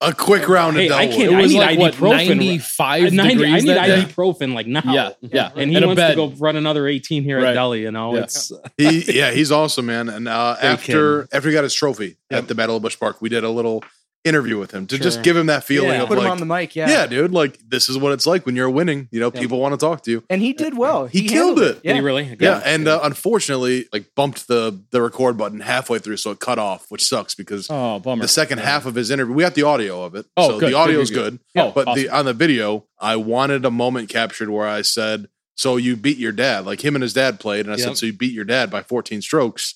[SPEAKER 3] A quick round
[SPEAKER 6] Hey,
[SPEAKER 3] of
[SPEAKER 6] I
[SPEAKER 3] Delwood.
[SPEAKER 6] can't-
[SPEAKER 2] it was
[SPEAKER 6] need
[SPEAKER 2] like what
[SPEAKER 6] ibuprofen.
[SPEAKER 2] ninety five
[SPEAKER 6] I need, I
[SPEAKER 2] degrees
[SPEAKER 6] need
[SPEAKER 2] that day.
[SPEAKER 6] ibuprofen like now.
[SPEAKER 2] Yeah, yeah.
[SPEAKER 6] And he
[SPEAKER 2] And a
[SPEAKER 6] wants to
[SPEAKER 2] bed.
[SPEAKER 6] go run another 18 here
[SPEAKER 2] Right.
[SPEAKER 6] at Delhi. You know,
[SPEAKER 2] Yeah.
[SPEAKER 6] it's uh,
[SPEAKER 3] he yeah he's awesome man and uh,
[SPEAKER 6] Great
[SPEAKER 3] after after he got his trophy at the battle of bush park we did a little interview with him to just
[SPEAKER 6] Sure.
[SPEAKER 3] give him that feeling
[SPEAKER 6] Yeah.
[SPEAKER 3] of
[SPEAKER 4] put him
[SPEAKER 3] like
[SPEAKER 4] on the mic. Yeah,
[SPEAKER 3] yeah. dude like this is what it's like when you're winning you know people want to talk to you
[SPEAKER 4] and he did well.
[SPEAKER 3] He killed
[SPEAKER 4] handled
[SPEAKER 3] it.
[SPEAKER 6] Did he
[SPEAKER 4] Yeah.
[SPEAKER 6] really
[SPEAKER 3] yeah, and uh, unfortunately like bumped the the record button halfway through so it cut off which sucks because
[SPEAKER 2] Oh bummer.
[SPEAKER 3] the second half of his interview we got the audio of it
[SPEAKER 2] Oh,
[SPEAKER 3] so
[SPEAKER 2] good,
[SPEAKER 3] the audio
[SPEAKER 2] good,
[SPEAKER 3] is
[SPEAKER 2] good,
[SPEAKER 3] good,
[SPEAKER 2] oh,
[SPEAKER 3] but
[SPEAKER 2] awesome.
[SPEAKER 3] the on the video i wanted a moment captured where i said so you beat your dad like him and his dad played and i
[SPEAKER 6] Yep.
[SPEAKER 3] said so you beat your dad by 14 strokes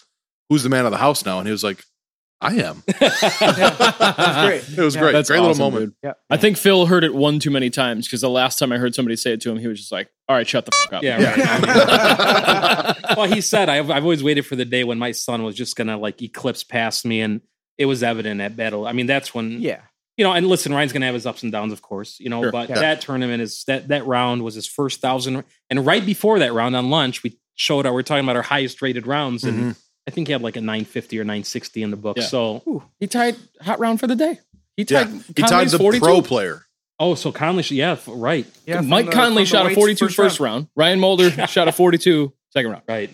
[SPEAKER 3] who's the man of the house now and he was like i am
[SPEAKER 4] That's great.
[SPEAKER 3] it was
[SPEAKER 4] Yeah.
[SPEAKER 3] great
[SPEAKER 2] That's
[SPEAKER 3] great
[SPEAKER 2] awesome,
[SPEAKER 3] little moment
[SPEAKER 4] Yeah.
[SPEAKER 2] I think Phil heard it one too many times because the last time I heard somebody say it to him, he was just like, "All right, shut the fuck up."
[SPEAKER 6] Yeah, right. well, he said, I've, I've always waited for the day when my son was just going to like eclipse past me. And it was evident at battle. I mean, that's when,
[SPEAKER 4] Yeah,
[SPEAKER 6] you know, and listen, Ryan's going to have his ups and downs, of course, you know,
[SPEAKER 2] Sure.
[SPEAKER 6] but
[SPEAKER 4] Yeah.
[SPEAKER 6] that tournament is that, that round was his first thousand. And right before that round on lunch, we showed our, we're talking about our highest rated rounds. And I think he had like a 950 or 960 in the book.
[SPEAKER 2] Mm-hmm. Yeah.
[SPEAKER 6] So,
[SPEAKER 2] He tied hot round for the day. He
[SPEAKER 3] yeah
[SPEAKER 2] tied.
[SPEAKER 3] he tied
[SPEAKER 2] Conley's
[SPEAKER 3] the
[SPEAKER 2] 42.
[SPEAKER 3] pro player
[SPEAKER 6] oh, so Conley, yeah, f- right,
[SPEAKER 4] yeah. from
[SPEAKER 2] Mike
[SPEAKER 4] the- from
[SPEAKER 2] Conley
[SPEAKER 4] the
[SPEAKER 2] shot a
[SPEAKER 4] weights
[SPEAKER 2] 42 first, round. Ryan Mulder shot a 42 second round.
[SPEAKER 6] right.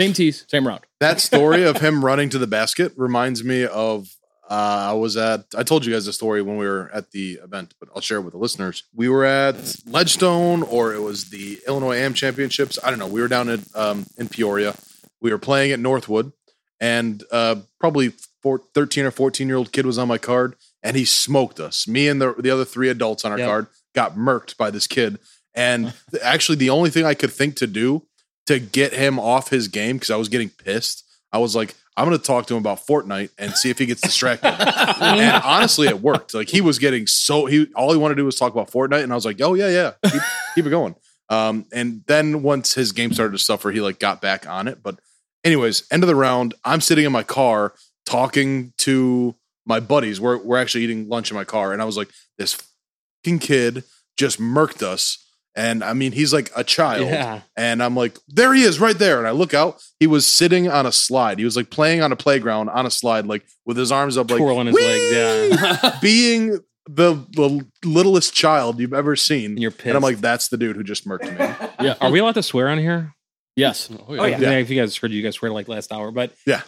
[SPEAKER 2] Same tees, same round.
[SPEAKER 3] that story of him running to the basket reminds me of uh, I was at I told you guys the story when we were at the event, but I'll share it with the listeners. We were at Ledgestone or it was the Illinois AM Championships. I don't know. We were down in um, in Peoria. We were playing at Northwood and uh, probably four, 13 or 14 year old kid was on my card and he smoked us. Me and the, the other three adults on our
[SPEAKER 6] Yep.
[SPEAKER 3] card got murked by this kid. And th- actually, the only thing I could think to do to get him off his game because I was getting pissed. I was like, I'm going to talk to him about Fortnite and see if he gets distracted. and honestly, it worked. Like he was getting so he all he wanted to do was talk about Fortnite, and I was like, oh yeah, yeah, keep, keep it going. Um, and then once his game started to suffer, he like got back on it. But anyways, end of the round, I'm sitting in my car talking to my buddies. We're we're actually eating lunch in my car, and I was like, this fucking kid just murked us. And I mean, he's like a child.
[SPEAKER 6] Yeah.
[SPEAKER 3] And I'm like, there he is right there. And I look out, he was sitting on a slide. He was like playing on a playground on a slide, like with his arms up, like
[SPEAKER 6] Twirling his legs.
[SPEAKER 3] "Whee!"
[SPEAKER 6] Yeah.
[SPEAKER 3] Being the, the littlest child you've ever seen.
[SPEAKER 6] And you're
[SPEAKER 3] And
[SPEAKER 6] pissed.
[SPEAKER 3] I'm like, that's the dude who just murked me.
[SPEAKER 2] Yeah.
[SPEAKER 6] Are we allowed to swear on here?
[SPEAKER 2] Yes.
[SPEAKER 4] Oh yeah.
[SPEAKER 6] I think if you guys heard, you guys heard like last hour, but
[SPEAKER 3] Yeah.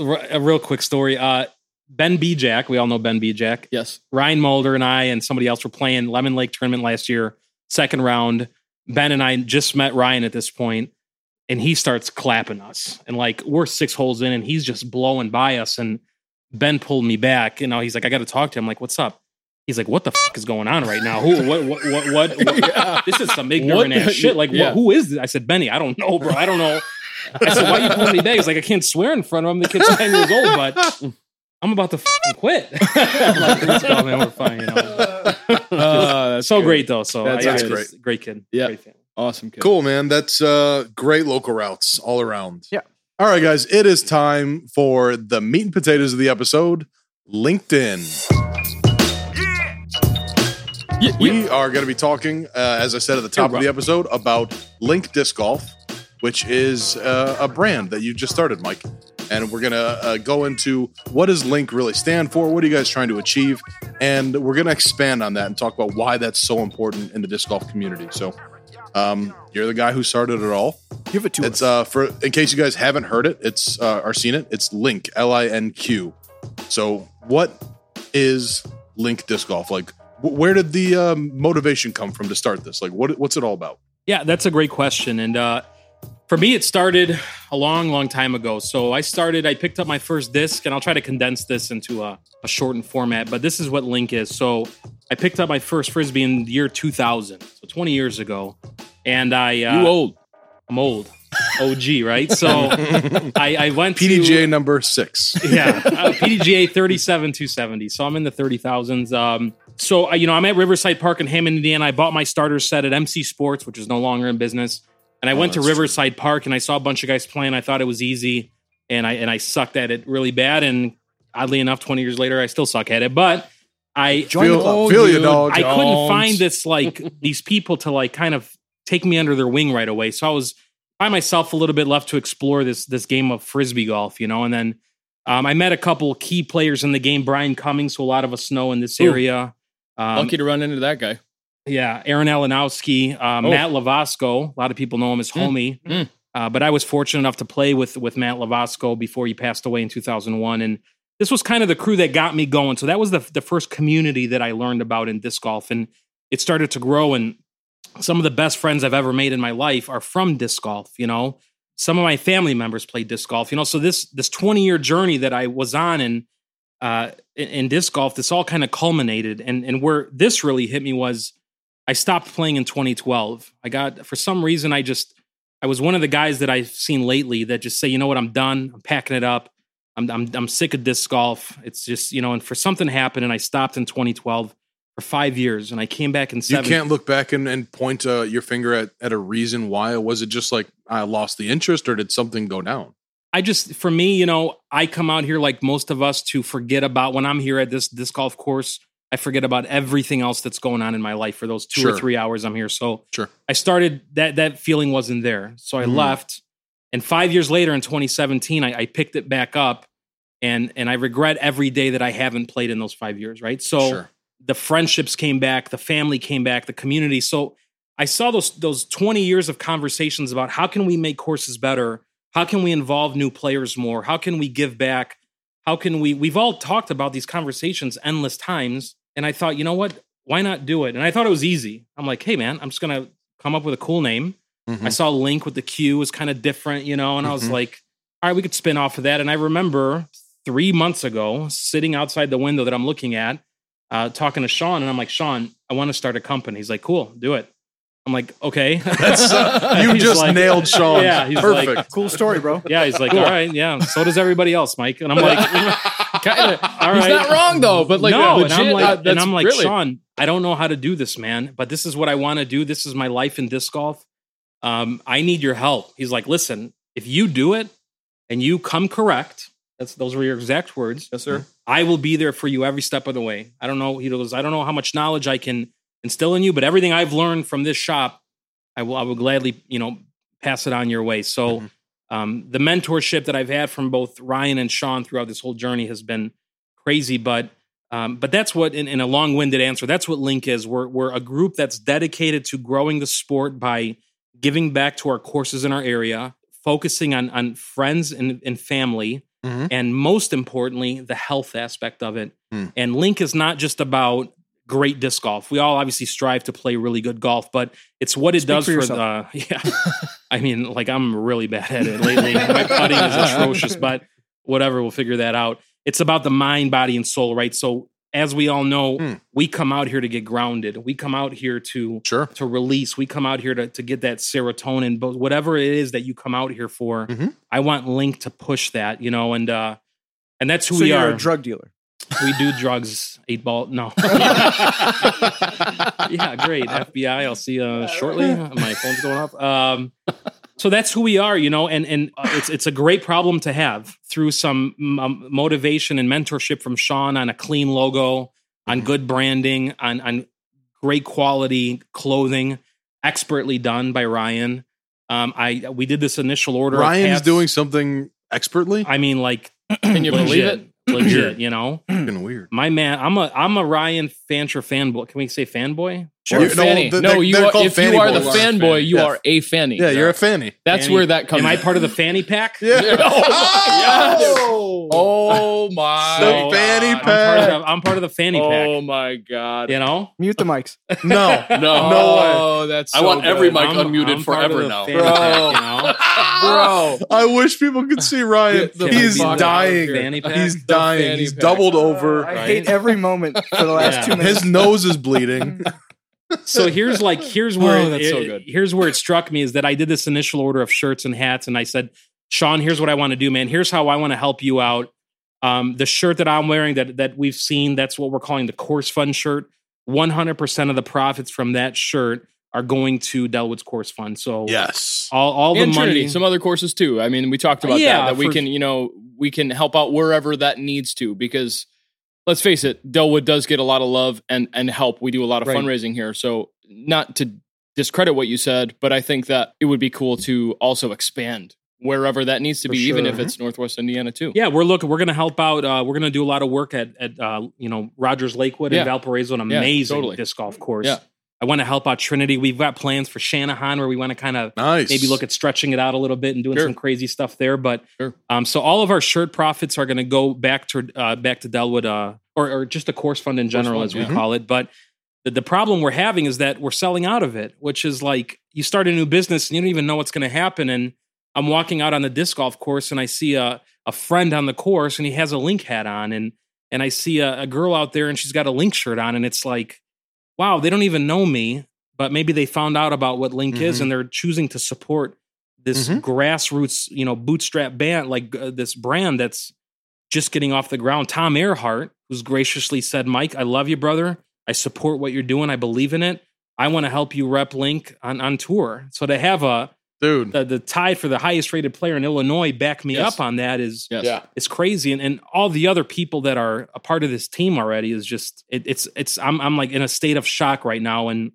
[SPEAKER 6] r- a real quick story. Uh, ben B. Jack, we all know Ben B. Jack.
[SPEAKER 2] Yes.
[SPEAKER 6] Ryan Mulder and I and somebody else were playing Lemon Lake tournament last year, second round. Ben and I just met Ryan at this point, and he starts clapping us, and like we're six holes in, and he's just blowing by us. And Ben pulled me back, and now he's like, "I got to talk to him." I'm like, "What's up?" He's like, "What the fuck is going on right now? Who? What? What? What? what, what- This is some ignorant
[SPEAKER 2] What the-
[SPEAKER 6] ass shit. Like, wh-
[SPEAKER 2] yeah.
[SPEAKER 6] who is this?" I said, "Benny, I don't know, bro. I don't know." I said, "Why you pulling me back?" He's like, "I can't swear in front of him. The kid's ten years old, but." I'm about to f- quit. I'm like, "Let's go, man. We're fine. You know?
[SPEAKER 2] Uh, that's
[SPEAKER 6] So
[SPEAKER 2] good.
[SPEAKER 6] great though. So
[SPEAKER 2] That's
[SPEAKER 6] yeah,
[SPEAKER 3] good.
[SPEAKER 6] just Great kid.
[SPEAKER 2] Yeah.
[SPEAKER 6] Great family.
[SPEAKER 2] Awesome kid.
[SPEAKER 3] cool, man. That's uh, great local routes all around.
[SPEAKER 4] Yeah.
[SPEAKER 3] All right, guys, it is time for the meat and potatoes of the episode LinkedIn.
[SPEAKER 2] Yeah, yeah.
[SPEAKER 3] We are going to be talking, uh, as I said at the top of the episode, about Link Disc Golf, which is uh, a brand that you just started, Mike. And we're going to uh, go into what does Link really stand for? What are you guys trying to achieve? And we're going to expand on that and talk about why that's so important in the disc golf community. So Um, you're the guy who started it all.
[SPEAKER 4] Give it to
[SPEAKER 3] It's
[SPEAKER 4] us.
[SPEAKER 3] uh for in case you guys haven't heard it, it's uh, or seen it. It's Link L I N Q. So what is Link disc golf like? wh- Where did the um, motivation come from to start this? Like, what what's it all about?
[SPEAKER 6] Yeah, that's a great question. And uh, for me, it started a long, long time ago. So I started, I picked up my first disc, and I'll try to condense this into a, a shortened format, but this is what Link is. So I picked up my first Frisbee in the year 2000, so 20 years ago. And I, uh,
[SPEAKER 2] you old.
[SPEAKER 6] I'm old, OG, right? So I, I went to.
[SPEAKER 3] PDGA number six.
[SPEAKER 6] yeah, uh, PDGA 37270. So I'm in the 30,000s. Um, so, uh, you know, I'm at Riverside Park in Hammond, Indiana. I bought my starter set at MC Sports, which is no longer in business. And I went to
[SPEAKER 3] Oh, that's true.
[SPEAKER 6] Riverside Park and I saw a bunch of guys playing. I thought it was easy and I and I sucked at it really bad. And oddly enough, 20 years later, I still suck at it. But I
[SPEAKER 4] Join the
[SPEAKER 3] Feel-
[SPEAKER 4] club.
[SPEAKER 3] feel you,
[SPEAKER 2] dude.
[SPEAKER 3] dog.
[SPEAKER 6] I couldn't
[SPEAKER 2] Don't.
[SPEAKER 6] find this like these people to like kind of take me under their wing right away. So I was by myself a little bit left to explore this this game of frisbee golf, you know. And then um, I met a couple key players in the game, Brian Cummings, who a lot of us know in this
[SPEAKER 2] Ooh.
[SPEAKER 6] area. Um,
[SPEAKER 2] Lucky to run into that guy.
[SPEAKER 6] yeah, Aaron Alanowski, uh,
[SPEAKER 2] Oh.
[SPEAKER 6] Matt Lavasco. A lot of people know him as Homie,
[SPEAKER 2] mm.
[SPEAKER 6] Uh, but I was fortunate enough to play with with Matt Lavasco before he passed away in 2001, and this was kind of the crew that got me going. So that was the the first community that I learned about in disc golf, and it started to grow. And some of the best friends I've ever made in my life are from disc golf. You know, some of my family members played disc golf. You know, so this this 20 year journey that I was on, and uh, in, in disc golf, this all kind of culminated. And and where this really hit me was I stopped playing in 2012. I got for some reason I just I was one of the guys that I've seen lately that just say, you know what, I'm done. I'm packing it up. I'm I'm I'm sick of disc golf. It's just you know, and for something happened, and I stopped in 2012 for five years, and I came back in
[SPEAKER 3] You
[SPEAKER 6] seven.
[SPEAKER 3] can't look back and, and point uh, your finger at, at a reason why. Was it just like I lost the interest, or did something go down?
[SPEAKER 6] I just, for me, you know, I come out here like most of us to forget about when I'm here at this this golf course. I forget about everything else that's going on in my life for those two or
[SPEAKER 3] Sure.
[SPEAKER 6] three hours I'm here. So
[SPEAKER 3] Sure.
[SPEAKER 6] I started that that feeling wasn't there, so I
[SPEAKER 3] Mhm.
[SPEAKER 6] left. And five years later, in 2017, I, I picked it back up, and and I regret every day that I haven't played in those five years. Right, so
[SPEAKER 3] sure.
[SPEAKER 6] the friendships came back, the family came back, the community. So I saw those those 20 years of conversations about how can we make courses better? How can we involve new players more? How can we give back? How can we we've all talked about these conversations endless times and I thought, you know what? Why not do it? And I thought it was easy. I'm like, "Hey man, I'm just going to come up with a cool name." I saw Link with the Q was kind of different, you know, and I was
[SPEAKER 3] Mhm.
[SPEAKER 6] like, all right, we could spin off of that. And I remember three months ago sitting outside the window that I'm looking at, uh, talking to Sean, and I'm like, Sean, I want to start a company. He's like, cool, do it. I'm like, okay.
[SPEAKER 3] That's, uh, you
[SPEAKER 6] He's
[SPEAKER 3] just
[SPEAKER 6] like-
[SPEAKER 3] nailed Sean.
[SPEAKER 6] Yeah, he's like-
[SPEAKER 3] perfect.
[SPEAKER 4] cool story, bro.
[SPEAKER 6] yeah, he's like, all right, yeah. So does everybody else, Mike. And I'm like,
[SPEAKER 2] Kinda.
[SPEAKER 6] all
[SPEAKER 2] He's
[SPEAKER 6] right.
[SPEAKER 2] not wrong though, but like
[SPEAKER 6] no,
[SPEAKER 2] legit,
[SPEAKER 6] and I'm like,
[SPEAKER 2] uh,
[SPEAKER 6] and
[SPEAKER 2] that's
[SPEAKER 6] I'm like,
[SPEAKER 2] really,
[SPEAKER 6] Sean, I don't know how to do this, man. But this is what I want to do. This is my life in disc golf. Um, I need your help. He's like, listen, if you do it and you come correct, that's those were your exact words. Yes, sir. I will be there for you every step of the way. I don't know, he goes, I don't know how much knowledge I can instill in you, but everything I've learned from this shop, I will, I will gladly, you know, pass it on your way. So. Um, the mentorship that I've had from both Ryan and Sean throughout this whole journey has been crazy, but um, but that's what, in, in a long winded answer, that's what Link is. We're, we're a group that's dedicated to growing the sport by giving back to our courses in our area, focusing on, on friends and, and family,
[SPEAKER 3] Mhm.
[SPEAKER 6] and most importantly, the health aspect of it.
[SPEAKER 3] Hmm.
[SPEAKER 6] And Link is not just about great disc golf. We all obviously strive to play really good golf, but it's what it
[SPEAKER 4] Speak
[SPEAKER 6] does
[SPEAKER 4] for
[SPEAKER 6] for, the.
[SPEAKER 4] yourself.
[SPEAKER 6] Yeah. I mean, like, I'm really bad at it lately. My putting is atrocious, but whatever, we'll figure that out. It's about the mind, body, and soul, right? So, as we all know,
[SPEAKER 3] Hmm.
[SPEAKER 6] we come out here to get grounded. We come out here to
[SPEAKER 3] Sure.
[SPEAKER 6] to release. We come out here to, to get that serotonin, but whatever it is that you come out here for,
[SPEAKER 4] Mm-hmm.
[SPEAKER 3] Mhm.
[SPEAKER 6] I want Link to push that, you know, and uh and that's who
[SPEAKER 4] so
[SPEAKER 6] we
[SPEAKER 4] you're
[SPEAKER 6] are.
[SPEAKER 4] a drug dealer.
[SPEAKER 6] we do drugs, eight ball. No. yeah, great. FBI, I'll see you shortly. My phone's going off. Um so that's who we are, you know, and and uh, it's it's a great problem to have through some um, motivation and mentorship from Sean on a clean logo, on
[SPEAKER 2] Mm-hmm.
[SPEAKER 6] good branding, on on great quality clothing, expertly done by Ryan. Um, I we did this initial order. of
[SPEAKER 3] Ryan's
[SPEAKER 6] hats.
[SPEAKER 3] doing something expertly.
[SPEAKER 6] I mean, like
[SPEAKER 2] can you believe it?
[SPEAKER 6] Legit, you know.
[SPEAKER 3] Fucking weird.
[SPEAKER 6] My man, I'm a I'm a Ryan Fancher fanboy. Can we say fanboy?
[SPEAKER 2] Sure.
[SPEAKER 3] You- no,
[SPEAKER 2] fanny.
[SPEAKER 3] the-
[SPEAKER 2] No,
[SPEAKER 3] they're-
[SPEAKER 2] you
[SPEAKER 3] they're
[SPEAKER 2] are,
[SPEAKER 3] called
[SPEAKER 2] if
[SPEAKER 3] fanny
[SPEAKER 2] you are
[SPEAKER 3] boys.
[SPEAKER 2] the fanboy, you
[SPEAKER 3] Yeah.
[SPEAKER 2] are a fanny.
[SPEAKER 3] Yeah, you're a fanny.
[SPEAKER 2] That's
[SPEAKER 6] Fanny-
[SPEAKER 2] where that comes.
[SPEAKER 6] Am I
[SPEAKER 2] from.
[SPEAKER 6] part of the fanny pack?
[SPEAKER 3] Yeah.
[SPEAKER 2] Oh, Oh my!
[SPEAKER 3] The
[SPEAKER 6] So, uh,
[SPEAKER 3] fanny
[SPEAKER 6] I'm part of
[SPEAKER 3] pack.
[SPEAKER 6] the- I'm part of the fanny
[SPEAKER 2] Oh
[SPEAKER 6] pack.
[SPEAKER 2] my god!
[SPEAKER 6] You know,
[SPEAKER 4] Mute the mics.
[SPEAKER 3] No, no
[SPEAKER 5] No,
[SPEAKER 3] way.
[SPEAKER 2] oh, that's.
[SPEAKER 5] I
[SPEAKER 2] so
[SPEAKER 5] want every
[SPEAKER 2] good.
[SPEAKER 5] mic
[SPEAKER 6] I'm-
[SPEAKER 5] unmuted
[SPEAKER 6] I'm part of
[SPEAKER 5] forever
[SPEAKER 6] the
[SPEAKER 5] now.
[SPEAKER 6] fanny pack,
[SPEAKER 2] bro.
[SPEAKER 3] I wish people could see Ryan.
[SPEAKER 6] you know?
[SPEAKER 2] The
[SPEAKER 3] He's
[SPEAKER 2] fuck out of here.
[SPEAKER 3] dying.
[SPEAKER 6] Fanny pack?
[SPEAKER 3] He's
[SPEAKER 2] The
[SPEAKER 3] dying.
[SPEAKER 2] fanny
[SPEAKER 3] He's
[SPEAKER 2] pack.
[SPEAKER 3] doubled over.
[SPEAKER 4] I
[SPEAKER 6] Uh, Right.
[SPEAKER 4] hate every moment for the last
[SPEAKER 6] Yeah.
[SPEAKER 4] two minutes.
[SPEAKER 3] His nose is bleeding.
[SPEAKER 6] so here's like here's where
[SPEAKER 2] Oh,
[SPEAKER 6] it-
[SPEAKER 2] that's so
[SPEAKER 6] it-
[SPEAKER 2] good.
[SPEAKER 6] here's where it struck me is that I did this initial order of shirts and hats, and I said, Sean, here's what I want to do, man. Here's how I want to help you out. Um, the shirt that I'm wearing that that we've seen, that's what we're calling the Course Fund shirt. 100% of the profits from that shirt are going to Delwood's Course Fund. So
[SPEAKER 3] Yes.
[SPEAKER 6] all all the
[SPEAKER 2] and Trinity,
[SPEAKER 6] money.
[SPEAKER 2] some other courses too. I mean, we talked about
[SPEAKER 6] Yeah,
[SPEAKER 2] that. That we
[SPEAKER 6] for-
[SPEAKER 2] can, you know, we can help out wherever that needs to. Because let's face it, Delwood does get a lot of love and and help. We do a lot of
[SPEAKER 6] Right.
[SPEAKER 2] fundraising here, so not to discredit what you said, but I think that it would be cool to also expand wherever that needs to
[SPEAKER 6] For
[SPEAKER 2] be, even
[SPEAKER 6] sure.
[SPEAKER 2] if it's Northwest Indiana too.
[SPEAKER 6] yeah, we're looking. We're going to help out. Uh, we're going to do a lot of work at at uh, you know Rogers Lakewood
[SPEAKER 2] Yeah.
[SPEAKER 6] and Valparaiso, an
[SPEAKER 2] Yeah,
[SPEAKER 6] amazing
[SPEAKER 2] totally.
[SPEAKER 6] disc golf course.
[SPEAKER 2] Yeah.
[SPEAKER 6] I want to help out Trinity. We've got plans for Shanahan where we want to kind of
[SPEAKER 3] Nice.
[SPEAKER 6] maybe look at stretching it out a little bit and doing
[SPEAKER 2] Sure.
[SPEAKER 6] some crazy stuff there. But
[SPEAKER 2] Sure.
[SPEAKER 6] um, so all of our shirt profits are going to go back to uh, back to Delwood uh, or, or just the course fund in general,
[SPEAKER 2] fund,
[SPEAKER 6] as we
[SPEAKER 2] yeah.
[SPEAKER 6] call it. But the, the problem we're having is that we're selling out of it, which is like you start a new business and you don't even know what's going to happen. And I'm walking out on the disc golf course and I see a a friend on the course and he has a link hat on and and I see a, a girl out there and she's got a link shirt on and it's like, wow, they don't even know me, but maybe they found out about what link is
[SPEAKER 3] Mhm.
[SPEAKER 6] and they're choosing to support this
[SPEAKER 3] Mhm.
[SPEAKER 6] grassroots, you know, bootstrap band like uh, this brand that's just getting off the ground. Tom Earhart, who's graciously said, "Mike, I love you, brother. I support what you're doing. I believe in it. I want to help you rep Link on on tour." So to have a
[SPEAKER 3] dude.
[SPEAKER 6] the, the tie for the highest rated player in Illinois back me
[SPEAKER 2] Yes.
[SPEAKER 6] up on that is
[SPEAKER 2] Yes.
[SPEAKER 5] Yeah.
[SPEAKER 6] it's crazy and, and all the other people that are a part of this team already is just it, it's it's I'm I'm like in a state of shock right now and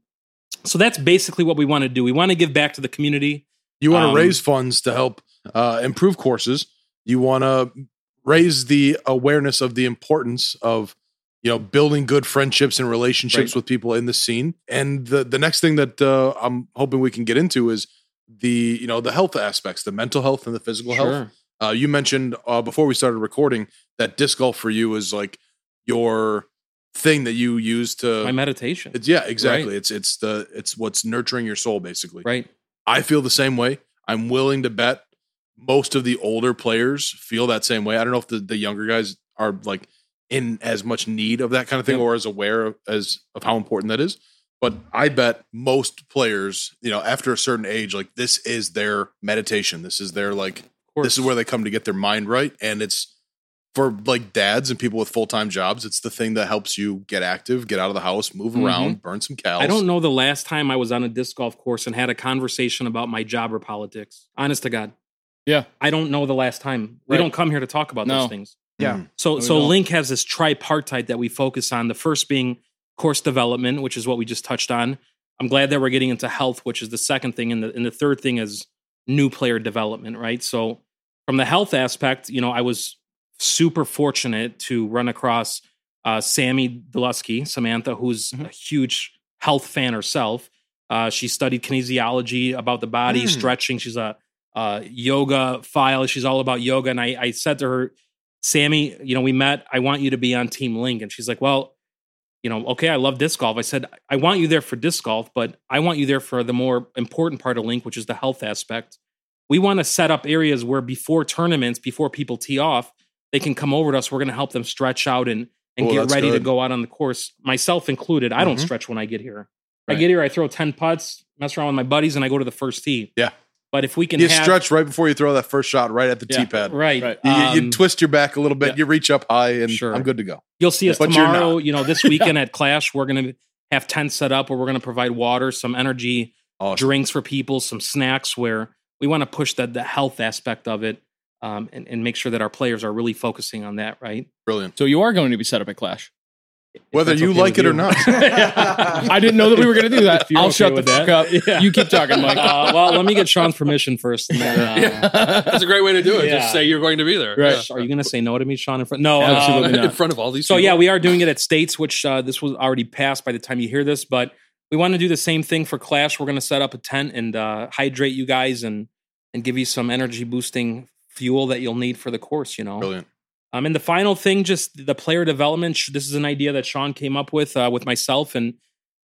[SPEAKER 6] so that's basically what we want to do. We want to give back to the community.
[SPEAKER 3] You want to
[SPEAKER 6] Um,
[SPEAKER 3] raise funds to help uh, improve courses. You want to raise the awareness of the importance of you know building good friendships and relationships
[SPEAKER 6] Right.
[SPEAKER 3] with people in the scene. And the the next thing that uh, I'm hoping we can get into is the you know the health aspects, the mental health and the physical health. Uh, you mentioned uh, before we started recording that disc golf for you is like your thing that you use to.
[SPEAKER 6] My meditation.
[SPEAKER 3] it's, yeah, exactly. It's it's the it's what's nurturing your soul basically.
[SPEAKER 6] right.
[SPEAKER 3] I feel the same way. I'm willing to bet most of the older players feel that same way. I don't know if the, the younger guys are like in as much need of that kind of thing
[SPEAKER 6] Yeah.
[SPEAKER 3] or as aware of, as of how important that is. But I bet most players, you know, after a certain age, like this is their meditation. This is their like
[SPEAKER 6] Of course.
[SPEAKER 3] this is where they come to get their mind right. And it's for like dads and people with full time jobs, it's the thing that helps you get active, get out of the house, move around, burn some calories.
[SPEAKER 6] Mm-hmm. I don't know the last time I was on a disc golf course and had a conversation about my job or politics. Honest to God.
[SPEAKER 2] Yeah.
[SPEAKER 6] I don't know the last time. We
[SPEAKER 2] Right.
[SPEAKER 6] don't come here to talk about
[SPEAKER 2] No.
[SPEAKER 6] those things.
[SPEAKER 4] Yeah.
[SPEAKER 6] So
[SPEAKER 2] we
[SPEAKER 6] so
[SPEAKER 2] don't.
[SPEAKER 6] Link has this tripartite that we focus on. The first being course development, which is what we just touched on. I'm glad that we're getting into health, which is the second thing, and the and the third thing is new player development, right? So from the health aspect, you know, I was super fortunate to run across uh, Sammy Delusky, Samantha, who's a huge health fan herself. Uh, she studied kinesiology about the body,
[SPEAKER 3] Mm.
[SPEAKER 6] stretching. She's a uh, yoga file. She's all about yoga. And I, I said to her, Sammy, you know, we met. I want you to be on Team Link. And she's like, well, you know, okay, I love disc golf. I said, I want you there for disc golf, but I want you there for the more important part of Link, which is the health aspect. We want to set up areas where before tournaments, before people tee off, they can come over to us. We're going to help them stretch out and, and
[SPEAKER 3] Oh,
[SPEAKER 6] get
[SPEAKER 3] that's
[SPEAKER 6] ready to
[SPEAKER 3] good.
[SPEAKER 6] go out on the course, myself included. I don't
[SPEAKER 3] Mhm.
[SPEAKER 6] stretch when I get here.
[SPEAKER 2] Right.
[SPEAKER 6] I get here, I throw 10 putts, mess around with my buddies, and I go to the first tee.
[SPEAKER 3] Yeah.
[SPEAKER 6] But if we can
[SPEAKER 3] You
[SPEAKER 6] have,
[SPEAKER 3] stretch right before you throw that first shot, right at the
[SPEAKER 2] Yeah.
[SPEAKER 3] tee pad.
[SPEAKER 6] right.
[SPEAKER 2] Right.
[SPEAKER 3] You, you-
[SPEAKER 6] um,
[SPEAKER 3] you twist your back a little bit,
[SPEAKER 2] yeah.
[SPEAKER 3] you reach up high, and
[SPEAKER 6] Sure.
[SPEAKER 3] I'm good to go.
[SPEAKER 6] You'll see us
[SPEAKER 3] But you're
[SPEAKER 6] tomorrow. You know, this weekend at Clash, we're going to have tents set up where we're going to provide water, some energy
[SPEAKER 3] Awesome.
[SPEAKER 6] drinks for people, some snacks. Where we want to push the the health aspect of it, um, and and make sure that our players are really focusing on that. Right?
[SPEAKER 3] Brilliant.
[SPEAKER 2] So you are going to be set up at Clash.
[SPEAKER 6] If
[SPEAKER 3] Whether
[SPEAKER 6] that's
[SPEAKER 3] you
[SPEAKER 6] okay
[SPEAKER 3] like
[SPEAKER 6] with
[SPEAKER 3] it or
[SPEAKER 6] you.
[SPEAKER 3] not.
[SPEAKER 2] I didn't know that we were going to do that.
[SPEAKER 6] If you're
[SPEAKER 2] I'll
[SPEAKER 6] okay
[SPEAKER 2] shut the
[SPEAKER 6] with
[SPEAKER 2] fuck
[SPEAKER 6] that.
[SPEAKER 2] up.
[SPEAKER 6] Yeah.
[SPEAKER 2] You keep talking, Mike.
[SPEAKER 6] Uh, well, let me get Sean's permission first. and then, uh,
[SPEAKER 5] That's a great way to do it.
[SPEAKER 6] Yeah.
[SPEAKER 5] Just say you're going to be there.
[SPEAKER 2] Right.
[SPEAKER 6] Are you going to say no to me, Sean? In front? No,
[SPEAKER 5] Um,
[SPEAKER 2] Absolutely
[SPEAKER 6] um,
[SPEAKER 2] not.
[SPEAKER 5] in front of all these
[SPEAKER 6] So
[SPEAKER 5] people.
[SPEAKER 6] yeah, we are doing it at states, which uh, this was already passed by the time you hear this, but we want to do the same thing for Clash. We're going to set up a tent and uh, hydrate you guys and and give you some energy boosting fuel that you'll need for the course. You know.
[SPEAKER 3] Brilliant.
[SPEAKER 6] Um, and the final thing, just the player development. Sh- This is an idea that Sean came up with uh, with myself, and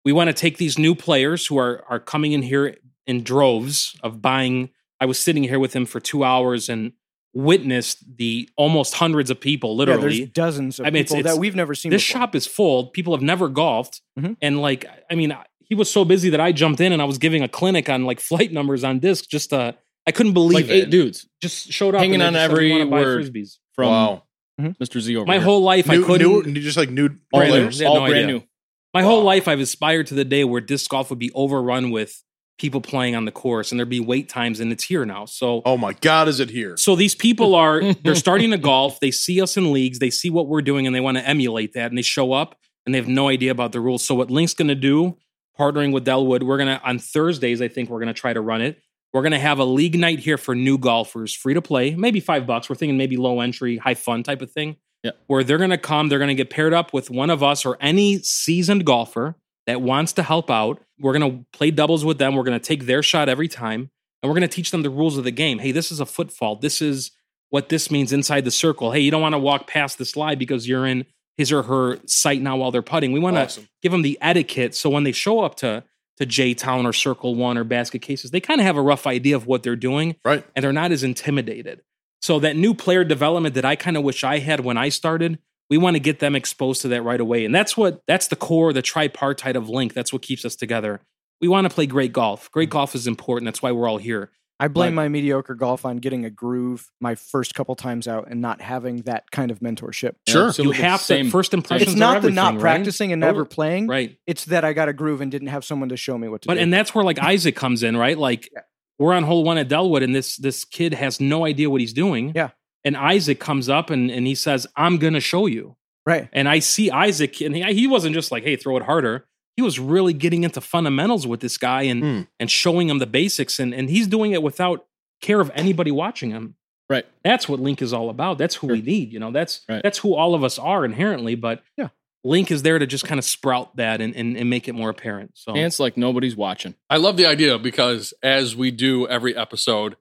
[SPEAKER 6] we want to take these new players who are are coming in here in droves of buying. I was sitting here with him for two hours and witnessed the almost hundreds of people,
[SPEAKER 4] Yeah,
[SPEAKER 6] literally.
[SPEAKER 4] there's dozens of
[SPEAKER 6] I mean, it's-
[SPEAKER 4] people
[SPEAKER 6] it's-
[SPEAKER 4] that we've never seen.
[SPEAKER 6] this
[SPEAKER 4] before.
[SPEAKER 6] shop is full. People have never golfed,
[SPEAKER 2] Mm-hmm.
[SPEAKER 4] Mhm.
[SPEAKER 6] and like, I mean, I- he was so busy that I jumped in and I was giving a clinic on like flight numbers on disc. Just uh, I couldn't believe
[SPEAKER 2] like
[SPEAKER 6] it.
[SPEAKER 2] eight dudes
[SPEAKER 6] Just showed up and
[SPEAKER 2] hanging
[SPEAKER 6] they
[SPEAKER 2] on
[SPEAKER 6] just said, "We
[SPEAKER 2] every
[SPEAKER 6] wanna buy
[SPEAKER 2] word.
[SPEAKER 6] Frisbees."
[SPEAKER 2] from
[SPEAKER 3] wow.
[SPEAKER 2] Mr. Z over
[SPEAKER 6] My
[SPEAKER 2] here.
[SPEAKER 6] whole life, I
[SPEAKER 3] New,
[SPEAKER 6] couldn't.
[SPEAKER 3] new, just like new
[SPEAKER 2] brand
[SPEAKER 6] all
[SPEAKER 2] new,
[SPEAKER 6] players, they had
[SPEAKER 2] all
[SPEAKER 6] no
[SPEAKER 2] brand
[SPEAKER 6] idea.
[SPEAKER 2] new.
[SPEAKER 6] My whole life, I've aspired to the day where disc golf would be overrun with people playing on the course, and there'd be wait times, and it's here now. So,
[SPEAKER 3] Oh my God, is it here?
[SPEAKER 6] so these people are they're starting to golf. They see us in leagues, they see what we're doing, and they want to emulate that. And they show up, and they have no idea about the rules. So, what Link's going to do, partnering with Delwood, we're gonna on Thursdays. I think we're gonna try to run it. We're gonna have a league night here for new golfers, free to play, maybe five bucks. We're thinking maybe low entry, high fun type of thing.
[SPEAKER 2] Yeah.
[SPEAKER 6] Where they're gonna come, they're gonna get paired up with one of us or any seasoned golfer that wants to help out. We're gonna play doubles with them. We're gonna take their shot every time, and we're gonna teach them the rules of the game. Hey, this is a foot fault. This is what this means inside the circle. Hey, you don't want to walk past this lie because you're in his or her sight now while they're putting. We want to
[SPEAKER 3] Awesome.
[SPEAKER 6] give them the etiquette so when they show up to to J Town or Circle One or Basket Cases, they kind of have a rough idea of what they're doing,
[SPEAKER 3] Right.
[SPEAKER 6] and they're not as intimidated. So that new player development that I kind of wish I had when I started, we want to get them exposed to that right away, and that's what that's the core, the tripartite of Link. That's what keeps us together. We want to play great golf. Great golf is important. That's why we're all here.
[SPEAKER 4] I blame
[SPEAKER 6] Like-
[SPEAKER 4] my mediocre golf on getting a groove my first couple times out and not having that kind of mentorship.
[SPEAKER 3] Sure.
[SPEAKER 6] You
[SPEAKER 2] Absolutely.
[SPEAKER 6] have
[SPEAKER 2] Same.
[SPEAKER 6] to first impressions.
[SPEAKER 4] It's
[SPEAKER 6] are
[SPEAKER 4] not the
[SPEAKER 6] everything,
[SPEAKER 4] not
[SPEAKER 6] right?
[SPEAKER 4] practicing and never
[SPEAKER 6] Totally.
[SPEAKER 4] playing.
[SPEAKER 6] right.
[SPEAKER 4] It's that I got a groove and didn't have someone to show me what to
[SPEAKER 6] But
[SPEAKER 4] do.
[SPEAKER 6] and that's where like Isaac comes in, right? Like
[SPEAKER 4] Yeah.
[SPEAKER 6] we're on hole one at Delwood, and this this kid has no idea what he's doing.
[SPEAKER 4] Yeah.
[SPEAKER 6] And Isaac comes up and and he says, "I'm gonna show you."
[SPEAKER 4] right.
[SPEAKER 6] And I see Isaac, and he, he wasn't just like, "Hey, throw it harder." He was really getting into fundamentals with this guy and
[SPEAKER 3] Hmm.
[SPEAKER 6] and showing him the basics, and and he's doing it without care of anybody watching him.
[SPEAKER 2] Right.
[SPEAKER 6] That's what Link is all about. That's who we need. You know, that's
[SPEAKER 2] Right.
[SPEAKER 6] that's who all of us are inherently. But
[SPEAKER 4] Yeah.
[SPEAKER 6] Link is there to just kind of sprout that and, and and make it more apparent. So
[SPEAKER 2] Dance like nobody's watching.
[SPEAKER 5] I love the idea because as we do every episode,